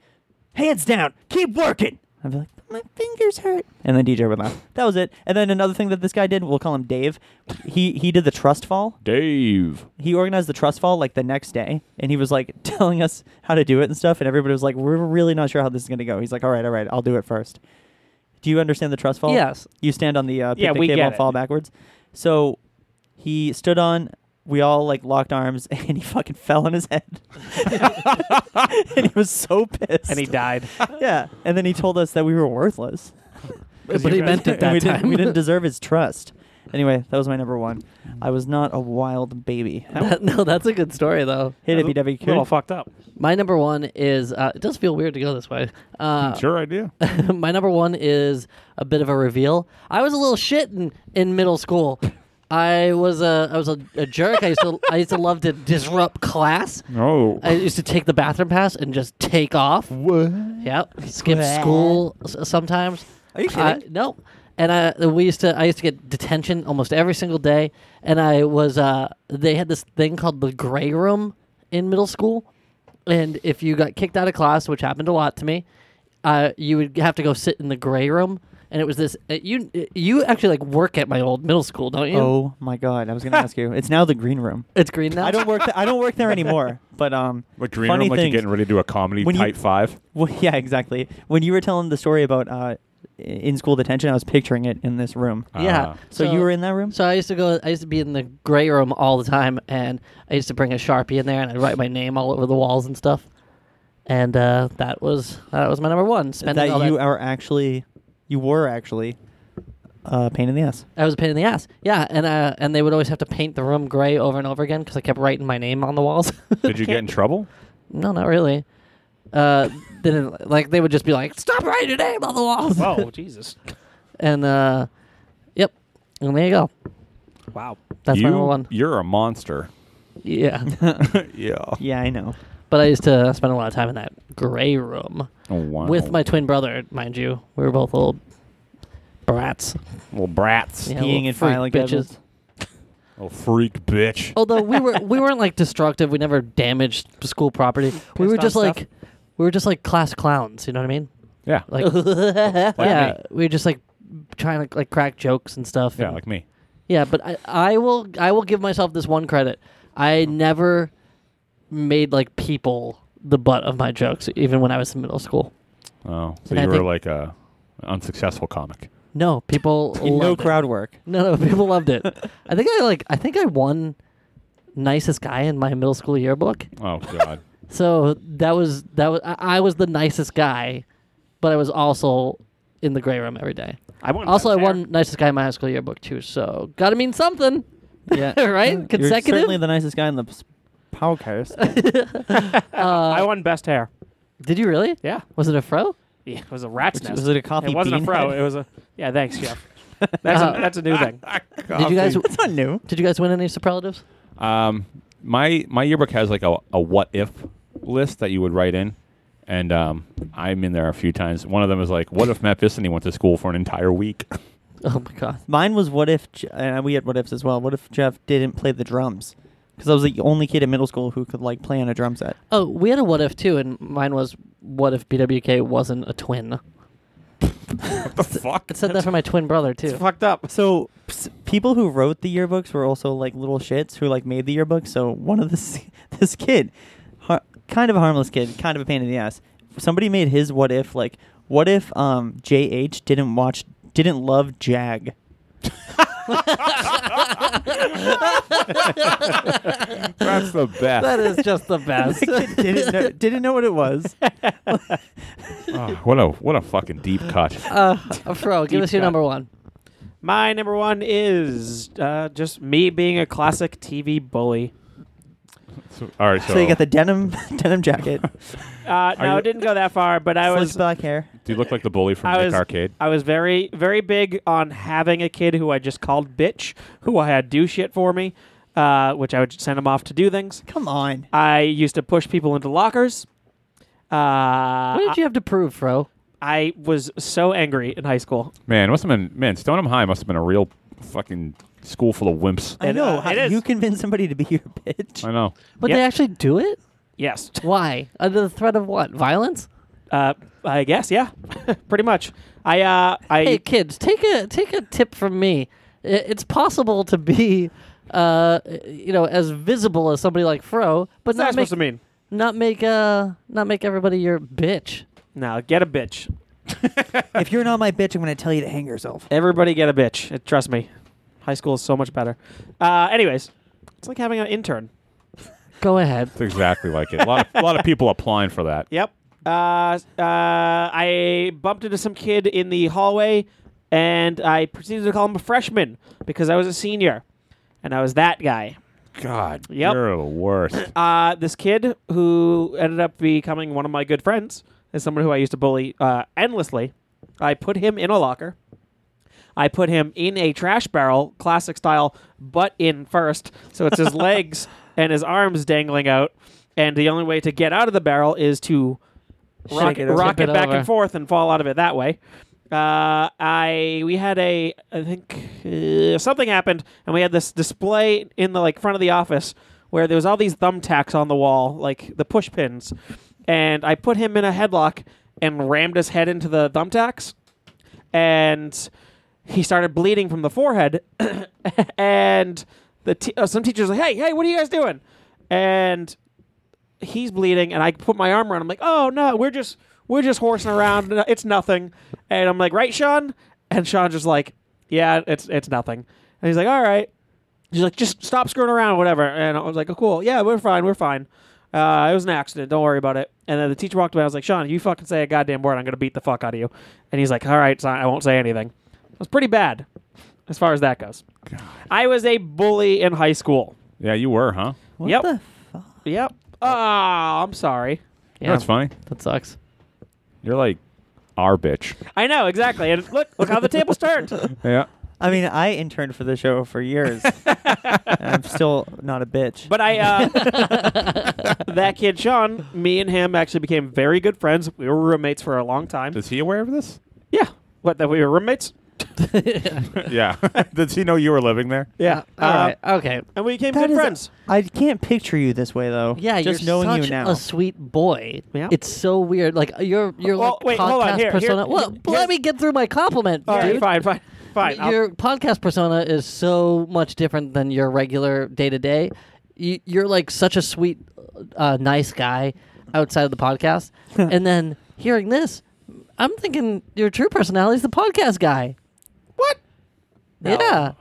[SPEAKER 3] Hands down. Keep working. I'd be like, "But my fingers hurt. And then DJ would laugh. That was it. And then another thing that this guy did, we'll call him Dave. He he did the trust fall.
[SPEAKER 2] Dave.
[SPEAKER 3] He organized the trust fall like the next day, and he was like telling us how to do it and stuff. And everybody was like, "We're really not sure how this is gonna go." He's like, "All right, all right, I'll do it first. Do you understand the trust fall?
[SPEAKER 5] Yes.
[SPEAKER 3] You stand on the uh,
[SPEAKER 4] Yeah,
[SPEAKER 3] picnic
[SPEAKER 4] we
[SPEAKER 3] table
[SPEAKER 4] get
[SPEAKER 3] and
[SPEAKER 4] it.
[SPEAKER 3] fall backwards. So he stood on. We all like locked arms, and he fucking fell on his head. and he was so pissed.
[SPEAKER 4] and he died.
[SPEAKER 3] yeah, and then he told us that we were worthless.
[SPEAKER 5] But he meant it
[SPEAKER 3] And
[SPEAKER 5] that
[SPEAKER 3] we
[SPEAKER 5] time.
[SPEAKER 3] Didn't, we didn't deserve his trust. Anyway, that was my number one. I was not a wild baby.
[SPEAKER 5] That- no, that's a good story though.
[SPEAKER 3] Hit it,
[SPEAKER 4] A
[SPEAKER 3] BW.
[SPEAKER 4] little fucked up.
[SPEAKER 5] My number one is uh, it does feel weird to go this way. Uh,
[SPEAKER 2] Sure idea.
[SPEAKER 5] my number one is a bit of a reveal. I was a little shit in, in middle school. I was a I was a, a jerk. I used to I used to love to disrupt class.
[SPEAKER 2] No.
[SPEAKER 5] I used to take the bathroom pass and just take off.
[SPEAKER 2] What?
[SPEAKER 5] Yep, skip school s- sometimes.
[SPEAKER 3] Are you
[SPEAKER 5] Uh,
[SPEAKER 3] kidding?
[SPEAKER 5] no, and I uh, we used to I used to get detention almost every single day, and I was uh they had this thing called the gray room in middle school, and if you got kicked out of class, which happened a lot to me, uh you would have to go sit in the gray room, and it was this uh, you you actually like work at my old middle school, don't you?
[SPEAKER 3] Oh my god! I was gonna ask you. It's now the green room.
[SPEAKER 5] It's green now.
[SPEAKER 3] I don't work. Th- I don't work there anymore. But um,
[SPEAKER 2] Like green room,
[SPEAKER 3] funny
[SPEAKER 2] like you're
[SPEAKER 3] things.
[SPEAKER 2] getting ready to do a comedy
[SPEAKER 3] When you-
[SPEAKER 2] type five.
[SPEAKER 3] Well, yeah, exactly. When you were telling the story about uh, in school detention, I was picturing it in this room.
[SPEAKER 5] Yeah.
[SPEAKER 2] Ah.
[SPEAKER 3] Uh-huh. So you were in that room?
[SPEAKER 5] So I used to go. I used to be in the gray room all the time, and I used to bring a sharpie in there, and I'd write my name all over the walls and stuff. And uh, that was that was my number one. Spending all
[SPEAKER 3] that you
[SPEAKER 5] that,
[SPEAKER 3] are actually, you were actually, uh, pain in the ass.
[SPEAKER 5] I was a pain in the ass. Yeah, and uh, and they would always have to paint the room gray over and over again because I kept writing my name on the walls.
[SPEAKER 2] Did you get in trouble?
[SPEAKER 5] no, not really. Uh, they didn't like they would just be like, "Stop writing your name on the walls,"
[SPEAKER 4] Whoa, Jesus!
[SPEAKER 5] and uh, yep, and there you go.
[SPEAKER 4] Wow.
[SPEAKER 5] That's
[SPEAKER 2] you,
[SPEAKER 5] my number one.
[SPEAKER 2] You're a monster.
[SPEAKER 5] Yeah,
[SPEAKER 2] yeah.
[SPEAKER 3] Yeah, I know.
[SPEAKER 5] but I used to spend a lot of time in that gray room.
[SPEAKER 2] Oh, wow.
[SPEAKER 5] with my twin brother, mind you. We were both little brats.
[SPEAKER 2] little brats.
[SPEAKER 5] Yeah,
[SPEAKER 3] Peeing
[SPEAKER 5] little
[SPEAKER 3] and
[SPEAKER 5] freak
[SPEAKER 3] filing
[SPEAKER 5] bitches.
[SPEAKER 3] cabinets.
[SPEAKER 2] Oh, freak bitch.
[SPEAKER 5] Although we were we weren't like destructive. We never damaged school property. We were
[SPEAKER 4] Pissed on
[SPEAKER 5] just like
[SPEAKER 4] stuff.
[SPEAKER 5] we were just like class clowns. You know what I mean?
[SPEAKER 2] Yeah.
[SPEAKER 5] Like yeah,
[SPEAKER 2] me.
[SPEAKER 5] we were just like trying to like crack jokes and stuff.
[SPEAKER 2] yeah,
[SPEAKER 5] and-
[SPEAKER 2] like me.
[SPEAKER 5] yeah. But I I will I will give myself this one credit. I never made like people the butt of my jokes, even when I was in middle school.
[SPEAKER 2] Oh, so
[SPEAKER 5] And I
[SPEAKER 2] you were
[SPEAKER 5] think-
[SPEAKER 2] like a unsuccessful comic.
[SPEAKER 5] No, people
[SPEAKER 3] No
[SPEAKER 5] loved it.
[SPEAKER 3] crowd work.
[SPEAKER 5] No, no, people loved it. I think I like. I think I won nicest guy in my middle school yearbook.
[SPEAKER 2] Oh God.
[SPEAKER 5] So that was that was. I, I was the nicest guy, but I was also in the gray room every day.
[SPEAKER 4] I won.
[SPEAKER 5] Also, I
[SPEAKER 4] Fair.
[SPEAKER 5] won nicest guy in my high school yearbook too. So gotta mean something.
[SPEAKER 3] Yeah.
[SPEAKER 5] Right?
[SPEAKER 3] You're
[SPEAKER 5] Consecutive?
[SPEAKER 3] certainly the nicest guy in the s- podcast.
[SPEAKER 4] I won best hair.
[SPEAKER 5] Did you really?
[SPEAKER 4] Yeah.
[SPEAKER 5] Was it a fro?
[SPEAKER 4] Yeah, it was a rat's nest.
[SPEAKER 3] was it a coffee
[SPEAKER 4] It wasn't
[SPEAKER 3] bean
[SPEAKER 4] a fro.
[SPEAKER 3] head?
[SPEAKER 4] It was a. Yeah, thanks, Jeff. That's, a, that's a new thing.
[SPEAKER 5] Did you guys?
[SPEAKER 3] That's not new.
[SPEAKER 5] Did you guys win any superlatives?
[SPEAKER 2] Um, my my yearbook has like a, a what if list that you would write in, and um, I'm in there a few times. One of them is like, what if Matt Bissany went to school for an entire week?
[SPEAKER 5] Oh my god.
[SPEAKER 3] Mine was what if, Je- and we had what ifs as well. What if Jeff didn't play the drums? Because I was the only kid in middle school who could like play on a drum set.
[SPEAKER 5] Oh, we had a what if too, and mine was what if BWK wasn't a twin.
[SPEAKER 2] what the fuck?
[SPEAKER 5] It said that for my twin brother too.
[SPEAKER 4] It's fucked up.
[SPEAKER 3] So ps- people who wrote the yearbooks were also like little shits who like made the yearbook. So one of this this kid, har- kind of a harmless kid, kind of a pain in the ass. Somebody made his what if like what if um JH didn't watch didn't love Jag.
[SPEAKER 2] That's the best.
[SPEAKER 5] That is just the best.
[SPEAKER 3] didn't know, didn't know what it was.
[SPEAKER 2] Oh, what a what a fucking deep cut.
[SPEAKER 5] Uh, Fro, give
[SPEAKER 4] Deep
[SPEAKER 5] us your
[SPEAKER 4] cut.
[SPEAKER 5] number one.
[SPEAKER 4] My number one is uh, just me being a classic TV bully.
[SPEAKER 2] So- all right, so,
[SPEAKER 3] So you got the denim denim jacket,
[SPEAKER 4] Uh, no,
[SPEAKER 2] you-
[SPEAKER 4] it didn't go that far, but I
[SPEAKER 3] slicked
[SPEAKER 4] was
[SPEAKER 3] back hair.
[SPEAKER 2] do you look like the bully from
[SPEAKER 4] I
[SPEAKER 2] Nick
[SPEAKER 4] was-
[SPEAKER 2] Arcade?
[SPEAKER 4] I was very very big on having a kid who I just called bitch, who I had do shit for me, uh, which I would send him off to do things.
[SPEAKER 3] Come on.
[SPEAKER 4] I used to push people into lockers. Uh,
[SPEAKER 5] What did you have to prove, Fro?
[SPEAKER 4] I was so angry in high school.
[SPEAKER 2] Man, must have been man. Stoneham High must have been a real fucking school full of wimps.
[SPEAKER 3] I
[SPEAKER 4] And,
[SPEAKER 3] know.
[SPEAKER 4] uh,
[SPEAKER 3] how
[SPEAKER 4] it is-
[SPEAKER 3] you convince somebody to be your bitch?
[SPEAKER 2] I know.
[SPEAKER 5] But
[SPEAKER 4] Yep.
[SPEAKER 5] they actually do it?
[SPEAKER 4] Yes.
[SPEAKER 5] Why? Under the threat of what? Violence?
[SPEAKER 4] Uh, I guess yeah, pretty much. I uh, I
[SPEAKER 5] hey kids, take a take a tip from me. I- It's possible to be, uh, you know, as visible as somebody like Fro, but
[SPEAKER 4] what's that
[SPEAKER 5] not make
[SPEAKER 4] supposed to mean?
[SPEAKER 5] not make uh not make everybody your bitch.
[SPEAKER 4] No, get a bitch.
[SPEAKER 3] if you're not my bitch, I'm gonna tell you to hang yourself.
[SPEAKER 4] Everybody get a bitch. Uh, Trust me. High school is so much better. Uh, anyways, it's like having an intern.
[SPEAKER 5] Go ahead.
[SPEAKER 2] It's exactly like it. A lot of, a lot of people applying for that.
[SPEAKER 4] Yep. Uh, s- uh, I bumped into some kid in the hallway, and I proceeded to call him a freshman because I was a senior, and I was that guy.
[SPEAKER 2] God,
[SPEAKER 4] Yep.
[SPEAKER 2] you're the worst.
[SPEAKER 4] Uh, this kid who ended up becoming one of my good friends is someone who I used to bully uh, endlessly. I put him in a locker. I put him in a trash barrel, classic style, butt in first. So it's his legs and his arms dangling out. And the only way to get out of the barrel is to rock,
[SPEAKER 5] Shake it
[SPEAKER 4] it,
[SPEAKER 5] over.
[SPEAKER 4] rock
[SPEAKER 5] Tip
[SPEAKER 4] it
[SPEAKER 5] it
[SPEAKER 4] back
[SPEAKER 5] over.
[SPEAKER 4] and forth and fall out of it that way. Uh, I we had a I think uh, something happened and we had this display in the like front of the office where there was all these thumbtacks on the wall like the push pins, and I put him in a headlock and rammed his head into the thumbtacks and he started bleeding from the forehead. and the t- uh, some teachers like, "Hey, hey, what are you guys doing?" And he's bleeding, and I put my arm around. him like, "Oh no, we're just we're just horsing around. No, It's nothing." And I'm like, "Right, Sean?" And Sean's just like, "Yeah, it's it's nothing." And he's like, "All right." She's like, just stop screwing around, whatever. And I was like, oh, cool. Yeah, we're fine. We're fine. Uh, it was an accident. Don't worry about it. And then the teacher walked away. I was like, Sean, you fucking say a goddamn word, I'm going to beat the fuck out of you. And he's like, all right, son, I won't say anything. It was pretty bad as far as that goes. I was a bully in high school.
[SPEAKER 2] yeah, you were, huh?
[SPEAKER 3] What
[SPEAKER 4] Yep.
[SPEAKER 3] the fuck?
[SPEAKER 4] Yep. Oh, I'm sorry.
[SPEAKER 5] Yeah,
[SPEAKER 2] That's funny.
[SPEAKER 5] that sucks.
[SPEAKER 2] You're like our bitch.
[SPEAKER 4] I know, exactly. And look, look how the tables turned.
[SPEAKER 2] Yeah.
[SPEAKER 3] I mean, I interned for the show for years. I'm still not a bitch.
[SPEAKER 4] But I, uh, that kid, Sean, me and him actually became very good friends. We were roommates for a long time.
[SPEAKER 2] Is he aware of this?
[SPEAKER 4] Yeah. What, that we were roommates?
[SPEAKER 2] yeah. Does he know you were living there?
[SPEAKER 4] Yeah.
[SPEAKER 5] All
[SPEAKER 4] Uh,
[SPEAKER 5] right. Okay.
[SPEAKER 4] And we became
[SPEAKER 3] That
[SPEAKER 4] good
[SPEAKER 3] is-
[SPEAKER 4] friends.
[SPEAKER 3] I can't picture you this way though.
[SPEAKER 5] Yeah,
[SPEAKER 3] just
[SPEAKER 5] you're
[SPEAKER 3] knowing
[SPEAKER 5] such
[SPEAKER 3] you now.
[SPEAKER 5] a sweet boy.
[SPEAKER 4] Yeah.
[SPEAKER 5] It's so weird. Like uh, you're you're
[SPEAKER 4] Well,
[SPEAKER 5] like
[SPEAKER 4] wait, hold on.
[SPEAKER 5] podcast
[SPEAKER 4] Here- here-
[SPEAKER 5] persona. well,
[SPEAKER 4] here's-
[SPEAKER 5] let me get through my compliment.
[SPEAKER 4] All right,
[SPEAKER 5] dude.
[SPEAKER 4] fine, fine, fine. I'll-
[SPEAKER 5] your podcast persona is so much different than your regular day to day. You- You're like such a sweet, uh, nice guy outside of the podcast, and then hearing this, I'm thinking your true personality is the podcast guy.
[SPEAKER 4] what?
[SPEAKER 5] Yeah.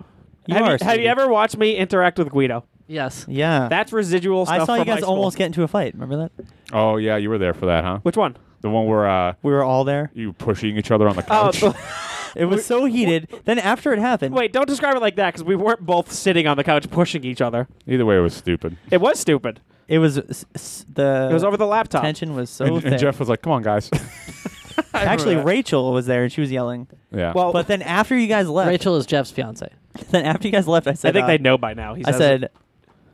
[SPEAKER 3] you are.
[SPEAKER 4] have, you, have you
[SPEAKER 3] sweetie.
[SPEAKER 4] ever watched me interact with Guido?
[SPEAKER 5] Yes.
[SPEAKER 3] Yeah.
[SPEAKER 4] That's residual stuff.
[SPEAKER 3] I saw you
[SPEAKER 4] from high
[SPEAKER 3] guys
[SPEAKER 4] school.
[SPEAKER 3] almost get into a fight. Remember that?
[SPEAKER 2] Oh, yeah, you were there for that, huh?
[SPEAKER 4] Which one?
[SPEAKER 2] The one where uh,
[SPEAKER 3] We were all there.
[SPEAKER 2] you were pushing each other on the
[SPEAKER 4] Oh,
[SPEAKER 2] couch.
[SPEAKER 4] b-
[SPEAKER 3] It was so heated. Then after it happened,
[SPEAKER 4] wait! Don't describe it like that because we weren't both sitting on the couch pushing each other.
[SPEAKER 2] Either way, it was stupid.
[SPEAKER 4] It was stupid.
[SPEAKER 3] it was s- s- the
[SPEAKER 4] It was over the laptop.
[SPEAKER 3] Uh, tension was so
[SPEAKER 2] And,
[SPEAKER 3] thick.
[SPEAKER 2] and Jeff was like, come on, guys.
[SPEAKER 3] Actually, Rachel was there and she was yelling.
[SPEAKER 2] yeah.
[SPEAKER 4] Well,
[SPEAKER 3] But then after you guys left,
[SPEAKER 5] Rachel is Jeff's fiance.
[SPEAKER 3] then after you guys left, I said,
[SPEAKER 4] I think
[SPEAKER 3] uh,
[SPEAKER 4] they know by now. He
[SPEAKER 3] I
[SPEAKER 4] says
[SPEAKER 3] said,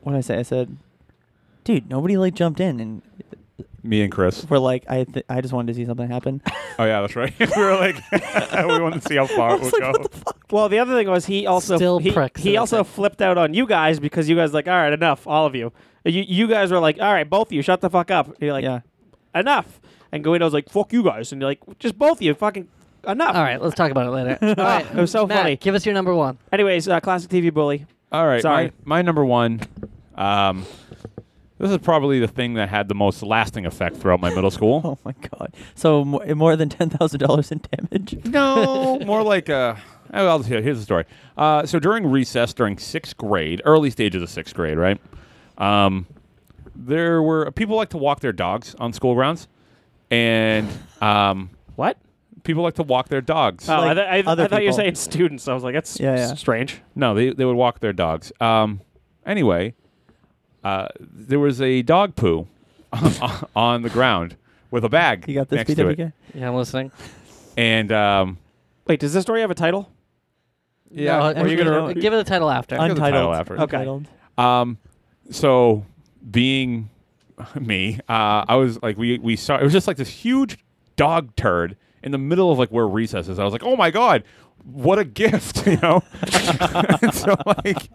[SPEAKER 3] what did I say? I said, dude, nobody like jumped in and
[SPEAKER 2] me and Chris.
[SPEAKER 3] we're like, I th- I just wanted to see something happen.
[SPEAKER 2] Oh, yeah, that's right. we were like, we wanted to see how far it would go.
[SPEAKER 4] Well, the other thing was he also
[SPEAKER 5] Still
[SPEAKER 4] he,
[SPEAKER 5] pricks
[SPEAKER 4] he
[SPEAKER 5] that I
[SPEAKER 4] also
[SPEAKER 5] said.
[SPEAKER 4] flipped out on you guys because you guys like, all right, enough, all of you. You, you guys were like, all right, both of you, shut the fuck up. And you're like,
[SPEAKER 3] yeah.
[SPEAKER 4] enough. And Guido's like, fuck you guys. And you're like, just both of you, fucking enough.
[SPEAKER 5] All right, let's talk about it later. All right,
[SPEAKER 4] it was so
[SPEAKER 5] Matt,
[SPEAKER 4] funny.
[SPEAKER 5] Give us your number one.
[SPEAKER 4] Anyways, uh, classic TV bully.
[SPEAKER 2] All right.
[SPEAKER 4] Sorry.
[SPEAKER 2] My, my number one. Um, this is probably the thing that had the most lasting effect throughout my middle school.
[SPEAKER 3] Oh my god. So more, more than ten thousand dollars in damage.
[SPEAKER 2] No, more like uh oh, Well, here- here's the story. Uh, so during recess, during sixth grade, early stages of sixth grade, right? Um, there were people like to walk their dogs on school grounds, and um,
[SPEAKER 4] What?
[SPEAKER 2] people like to walk their dogs.
[SPEAKER 4] Oh, I,
[SPEAKER 3] Like
[SPEAKER 4] th- I, th-
[SPEAKER 3] other
[SPEAKER 4] I thought you were
[SPEAKER 3] people.
[SPEAKER 4] saying students. I was like, that's
[SPEAKER 3] Yeah,
[SPEAKER 4] s-
[SPEAKER 3] yeah.
[SPEAKER 4] strange.
[SPEAKER 2] No, they they would walk their dogs. Um, anyway, uh, there was a dog poo on the ground with a bag
[SPEAKER 3] You got this
[SPEAKER 2] next to
[SPEAKER 3] BWK?
[SPEAKER 2] it,
[SPEAKER 5] Yeah, I'm listening.
[SPEAKER 2] and um,
[SPEAKER 4] Wait, does this story have a title?
[SPEAKER 2] yeah,
[SPEAKER 5] No,
[SPEAKER 3] you gonna-
[SPEAKER 5] actually, Uh, give it a title after.
[SPEAKER 2] the title
[SPEAKER 3] Untitled.
[SPEAKER 2] after.
[SPEAKER 4] Okay.
[SPEAKER 3] Untitled.
[SPEAKER 2] Um, so being me, uh, I was like, we we saw it was just like this huge dog turd in the middle of like where recess is. I was like, oh my god, what a gift, you know. and so like,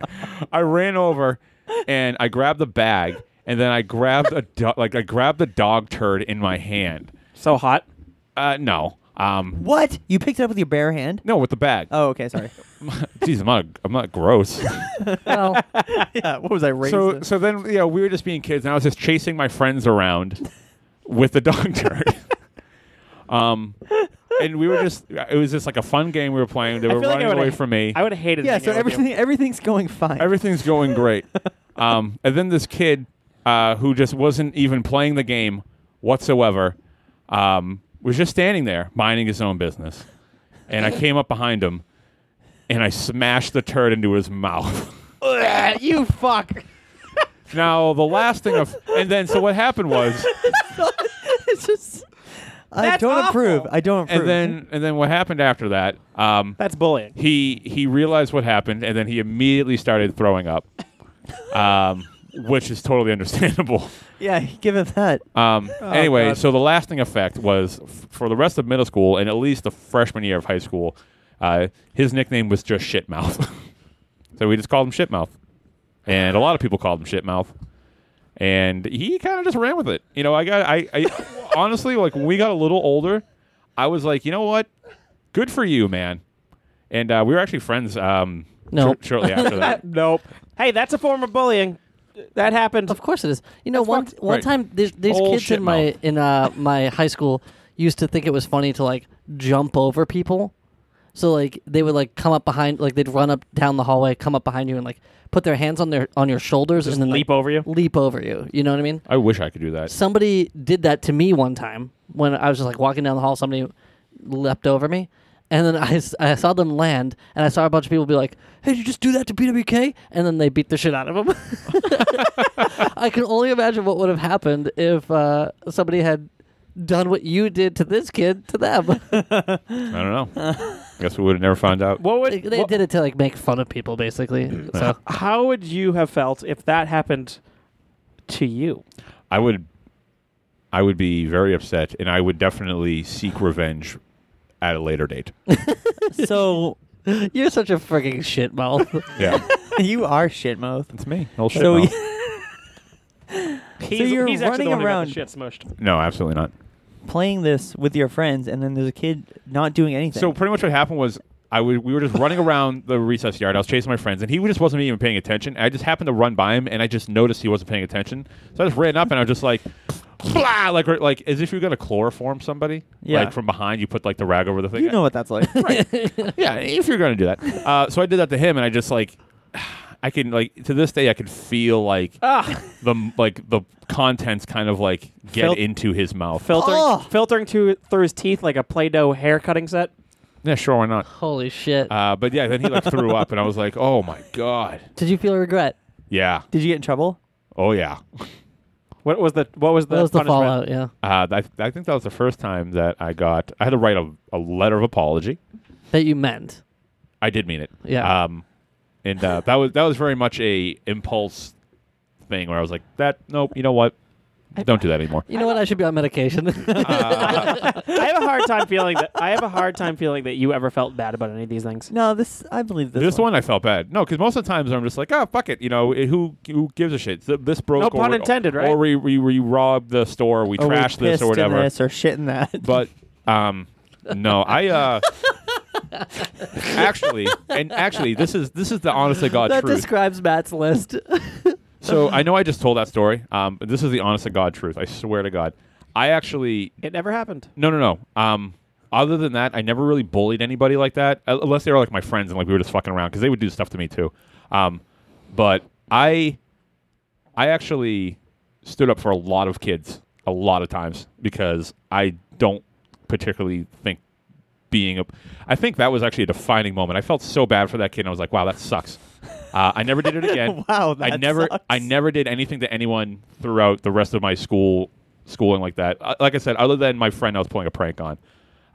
[SPEAKER 2] I ran over and I grabbed the bag and then I grabbed a do- like I grabbed the dog turd in my hand.
[SPEAKER 4] So hot.
[SPEAKER 2] Uh, no. Um,
[SPEAKER 3] What? You picked it up with your bare hand?
[SPEAKER 2] no, with the bag.
[SPEAKER 3] Oh, okay, sorry.
[SPEAKER 2] Jeez, I'm not. I'm not gross.
[SPEAKER 5] Well,
[SPEAKER 3] yeah, what was I raised?
[SPEAKER 2] so,
[SPEAKER 3] in?
[SPEAKER 2] so then, yeah, we were just being kids, and I was just chasing my friends around with the dog turd. um, and we were just. It was just like a fun game we were playing. They
[SPEAKER 4] I
[SPEAKER 2] were
[SPEAKER 4] feel like I
[SPEAKER 2] running
[SPEAKER 4] would've-
[SPEAKER 2] away from me.
[SPEAKER 4] I would have hated.
[SPEAKER 3] yeah,
[SPEAKER 4] hanging
[SPEAKER 3] so
[SPEAKER 4] out with you.
[SPEAKER 3] everything everything's going fine.
[SPEAKER 2] Everything's going great. um, and then this kid uh, who just wasn't even playing the game whatsoever um, was just standing there minding his own business. And I came up behind him and I smashed the turd into his mouth.
[SPEAKER 5] Ugh, you fuck.
[SPEAKER 2] now, the last thing of. And then, so what happened was.
[SPEAKER 3] it's just I
[SPEAKER 4] That's
[SPEAKER 3] don't
[SPEAKER 4] awful.
[SPEAKER 3] approve. I don't approve.
[SPEAKER 2] And then, and then what happened after that? Um,
[SPEAKER 4] That's bullying.
[SPEAKER 2] he he realized what happened, and then he immediately started throwing up, um, which is totally understandable.
[SPEAKER 3] yeah, give him that.
[SPEAKER 2] Um, anyway,
[SPEAKER 4] God.
[SPEAKER 2] so the lasting effect was f- for the rest of middle school and at least the freshman year of high school, uh, his nickname was just Shitmouth. so we just called him Shitmouth. And a lot of people called him Shitmouth. And he kind of just ran with it. You know, I got, I, I honestly, like when we got a little older, I was like, you know what? Good for you, man. And uh, we were actually friends um,
[SPEAKER 5] No.
[SPEAKER 2] shor- shortly after that.
[SPEAKER 4] Nope. Hey, that's a form of bullying. That happened.
[SPEAKER 5] Of course it is. You know, one
[SPEAKER 2] fucked.
[SPEAKER 5] one
[SPEAKER 2] Right.
[SPEAKER 5] time these, these
[SPEAKER 2] Old
[SPEAKER 5] kids in my
[SPEAKER 2] shitmouth.
[SPEAKER 5] in uh, my high school used to think it was funny to like jump over people. So like they would like come up behind, like they'd run up down the hallway, come up behind you, and like put their hands on their on your shoulders and then like,
[SPEAKER 4] leap over you?
[SPEAKER 5] leap over you. You know what I mean?
[SPEAKER 2] I wish I could do that.
[SPEAKER 5] somebody did that to me one time when I was just like walking down the hall. Somebody leapt over me, and then I, s- I saw them land, and I saw a bunch of people be like, "Hey, did you just do that to BWK?" And then they beat the shit out of him. I can only imagine what would have happened if uh, somebody had done what you did to this kid to them.
[SPEAKER 2] I don't know. Guess we would have never found out.
[SPEAKER 4] What
[SPEAKER 5] they
[SPEAKER 4] would
[SPEAKER 5] they
[SPEAKER 4] what-
[SPEAKER 5] did it to like make fun of people, basically. So
[SPEAKER 4] how would you have felt if that happened to you?
[SPEAKER 2] I would I would be very upset and I would definitely seek revenge at a later date.
[SPEAKER 3] so
[SPEAKER 5] you're such a freaking shitmouth.
[SPEAKER 2] Yeah.
[SPEAKER 3] you are shitmouth.
[SPEAKER 2] it's me. Old shit.
[SPEAKER 3] So
[SPEAKER 2] mouth.
[SPEAKER 4] He's,
[SPEAKER 3] you're
[SPEAKER 4] he's
[SPEAKER 3] running
[SPEAKER 4] actually the one who got
[SPEAKER 3] around.
[SPEAKER 4] the shit smushed.
[SPEAKER 2] no, absolutely not.
[SPEAKER 3] playing this with your friends and then there's a kid not doing anything.
[SPEAKER 2] So pretty much what happened was I would we were just running around the recess yard. I was chasing my friends and he just wasn't even paying attention. I just happened to run by him and I just noticed he wasn't paying attention. So I just ran up and I was just like blah like like as if you were gonna chloroform somebody.
[SPEAKER 3] Yeah.
[SPEAKER 2] Like from behind you put like the rag over the thing.
[SPEAKER 3] you know what that's like.
[SPEAKER 2] yeah, if you're gonna do that. Uh, so I did that to him, and I just like, I can like to this day, I could feel like the like the contents kind of like get
[SPEAKER 4] Ah. Felt-
[SPEAKER 2] into his mouth.
[SPEAKER 4] Filtering,
[SPEAKER 3] Oh.
[SPEAKER 4] filtering to, through his teeth like a Play-Doh hair cutting set.
[SPEAKER 2] yeah, sure, why not?
[SPEAKER 5] Holy shit!
[SPEAKER 2] Uh, but yeah, then he like threw up, and I was like, oh my god,
[SPEAKER 5] did you feel regret?
[SPEAKER 2] yeah,
[SPEAKER 3] Did you get in trouble?
[SPEAKER 2] oh yeah.
[SPEAKER 4] What was the what was the,
[SPEAKER 5] That was the
[SPEAKER 4] punishment?
[SPEAKER 5] fallout. Yeah,
[SPEAKER 2] Uh, I, I think that was the first time that I got. I had to write a, a letter of apology.
[SPEAKER 5] that you meant.
[SPEAKER 2] I did mean it.
[SPEAKER 5] Yeah.
[SPEAKER 2] Um, and uh, that was that was very much a impulse thing where I was like, that nope, you know what, don't do that anymore.
[SPEAKER 5] You know what? I should be on medication.
[SPEAKER 4] I have a hard time feeling that I have a hard time feeling that you ever felt bad about any of these things.
[SPEAKER 3] No, this I believe this.
[SPEAKER 2] This one. I felt bad. No, because most of the times I'm just like, oh fuck it, you know, it- who who gives a shit? Th- This broke.
[SPEAKER 4] No
[SPEAKER 2] or
[SPEAKER 4] pun
[SPEAKER 2] we-
[SPEAKER 4] intended, right?
[SPEAKER 2] Or we we, we robbed the store, we
[SPEAKER 3] Or we
[SPEAKER 2] trashed this
[SPEAKER 3] Oh, pissed in
[SPEAKER 2] or whatever.
[SPEAKER 3] This or shit in that.
[SPEAKER 2] But um, no, I uh, actually and actually this is this is the honest to god
[SPEAKER 5] that
[SPEAKER 2] truth.
[SPEAKER 5] describes Matt's list.
[SPEAKER 2] so I know I just told that story. Um, but this is the honest to god truth. I swear to God, I actually
[SPEAKER 4] It never happened.
[SPEAKER 2] No, no, no. Um, other than that, I never really bullied anybody like that, u- unless they were like my friends and like we were just fucking around because they would do stuff to me too. Um, but I, I actually stood up for a lot of kids a lot of times because I don't particularly think being a. I think that was actually a defining moment. I felt so bad for that kid. and I was like, wow, that sucks. Uh, I never did it again.
[SPEAKER 3] Wow,
[SPEAKER 2] I
[SPEAKER 3] that
[SPEAKER 2] never,
[SPEAKER 3] sucks.
[SPEAKER 2] I never did anything to anyone throughout the rest of my school schooling like that. Uh, like I said, other than my friend I was pulling a prank on.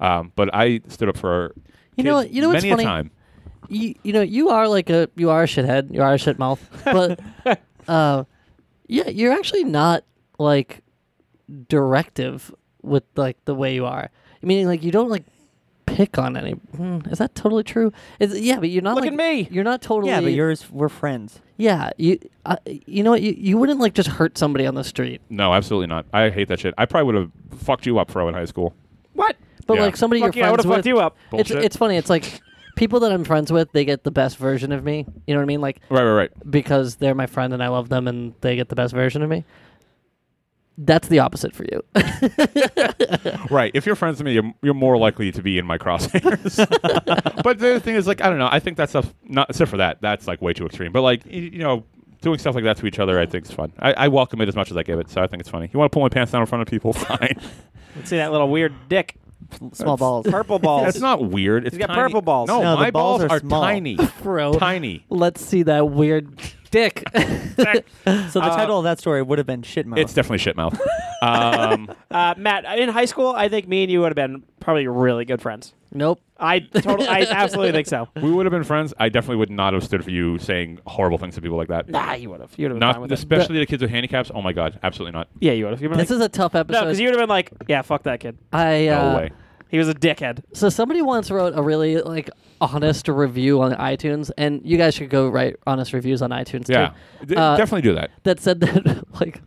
[SPEAKER 2] Um, but I stood up for
[SPEAKER 5] You know
[SPEAKER 2] kids
[SPEAKER 5] what- you know what's
[SPEAKER 2] many
[SPEAKER 5] funny?
[SPEAKER 2] a time.
[SPEAKER 5] you, you know, you are like a you are a shithead. You are a shitmouth. But uh, yeah, you're actually not like directive with like the way you are. Meaning, like you don't like pick on any. Hmm, is that totally true? Is yeah, but you're not
[SPEAKER 4] Look
[SPEAKER 5] like
[SPEAKER 4] at me.
[SPEAKER 5] You're not totally.
[SPEAKER 3] yeah, but yours we're friends.
[SPEAKER 5] yeah. You uh, you know what? You, you wouldn't like just hurt somebody on the street.
[SPEAKER 2] No, absolutely not. I hate that shit. I probably would have fucked you up, Fro, in high school.
[SPEAKER 4] What?
[SPEAKER 5] But
[SPEAKER 2] Yeah.
[SPEAKER 5] like somebody
[SPEAKER 4] Fuck you,
[SPEAKER 5] you're
[SPEAKER 4] I
[SPEAKER 5] friends
[SPEAKER 4] would've
[SPEAKER 5] with,
[SPEAKER 4] fucked you up.
[SPEAKER 5] it's
[SPEAKER 2] Bullshit.
[SPEAKER 5] it's funny. It's like people that I'm friends with, they get the best version of me. You know what I mean? Like
[SPEAKER 2] Right, right, right.
[SPEAKER 5] because they're my friend and I love them and they get the best version of me. That's the opposite for you.
[SPEAKER 2] Right. If you're friends with me, you're, you're more likely to be in my crosshairs. but the other thing is, like, I don't know. I think that stuff, not except for that, that's like way too extreme. But like, y- you know, doing stuff like that to each other, I think is fun. I, I welcome it as much as I give it, so I think it's funny. You want to pull my pants down in front of people? Fine.
[SPEAKER 4] Let's see that little weird dick.
[SPEAKER 3] Small balls.
[SPEAKER 4] Purple balls.
[SPEAKER 2] That's not weird. It's
[SPEAKER 4] He's got
[SPEAKER 2] tiny.
[SPEAKER 4] purple balls.
[SPEAKER 2] No,
[SPEAKER 3] No, the
[SPEAKER 2] my balls,
[SPEAKER 3] balls are
[SPEAKER 2] are,
[SPEAKER 3] small.
[SPEAKER 2] tiny,
[SPEAKER 5] Bro.
[SPEAKER 2] tiny.
[SPEAKER 5] Let's see that weird dick.
[SPEAKER 3] So the
[SPEAKER 2] Uh,
[SPEAKER 3] title of that story would have been shit mouth.
[SPEAKER 2] It's definitely shit mouth. Um,
[SPEAKER 4] Uh, Matt, in high school, I think me and you would have been probably really good friends.
[SPEAKER 5] nope.
[SPEAKER 4] I totally, I absolutely think so.
[SPEAKER 2] we would have been friends. I definitely would not have stood for you saying horrible things to people like that.
[SPEAKER 4] Nah, you would have. You would have been fine
[SPEAKER 2] Not
[SPEAKER 4] with it.
[SPEAKER 2] especially the kids with handicaps. Oh my god, absolutely not.
[SPEAKER 4] Yeah, you would have. You'd been
[SPEAKER 5] This
[SPEAKER 4] like,
[SPEAKER 5] is a tough
[SPEAKER 4] no,
[SPEAKER 5] episode.
[SPEAKER 4] because you would have been like, yeah, fuck that kid.
[SPEAKER 5] I uh,
[SPEAKER 2] No way.
[SPEAKER 4] He was a dickhead.
[SPEAKER 5] So somebody once wrote a really like honest review on iTunes, and you guys should go write honest reviews on iTunes.
[SPEAKER 2] Yeah,
[SPEAKER 5] too,
[SPEAKER 2] D-
[SPEAKER 5] uh,
[SPEAKER 2] definitely do that.
[SPEAKER 5] That said that like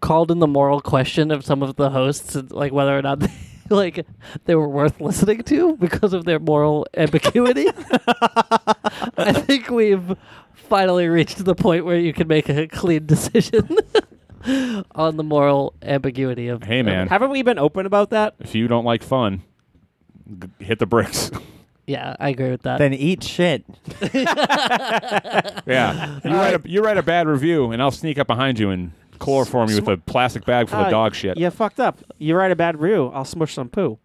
[SPEAKER 5] called in the moral question of some of the hosts, and, like whether or not they, like they were worth listening to because of their moral ambiguity. I think we've finally reached the point where you can make a clean decision on the moral ambiguity of
[SPEAKER 2] Hey man,
[SPEAKER 4] Haven't we been open about that?
[SPEAKER 2] if you don't like fun, g- hit the bricks.
[SPEAKER 5] yeah, I agree with that.
[SPEAKER 3] then eat shit.
[SPEAKER 2] yeah, you write a you write a bad review, and I'll sneak up behind you and chloroform you with a plastic bag full
[SPEAKER 4] Uh,
[SPEAKER 2] of dog shit.
[SPEAKER 4] You fucked up. You write a bad review. I'll smush some poo.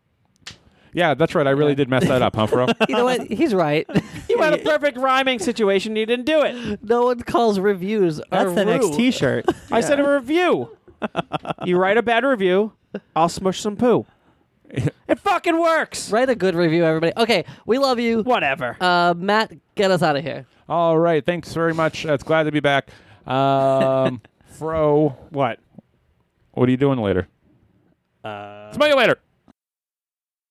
[SPEAKER 2] Yeah, that's right. I really did mess that up, Humphrey.
[SPEAKER 5] you know what? He's right.
[SPEAKER 4] You had a perfect rhyming situation. You didn't do it.
[SPEAKER 5] No one calls reviews.
[SPEAKER 3] That's
[SPEAKER 5] a
[SPEAKER 3] the next
[SPEAKER 5] rule.
[SPEAKER 3] T-shirt.
[SPEAKER 4] I said a review. you write a bad review. I'll smush some poo. It fucking works.
[SPEAKER 5] Write a good review, everybody. Okay, we love you.
[SPEAKER 4] Whatever.
[SPEAKER 5] Uh, Matt, get us out of here.
[SPEAKER 2] All right, thanks very much. It's glad to be back. Um, Fro,
[SPEAKER 4] what?
[SPEAKER 2] what are you doing later? Uh, Smell you later.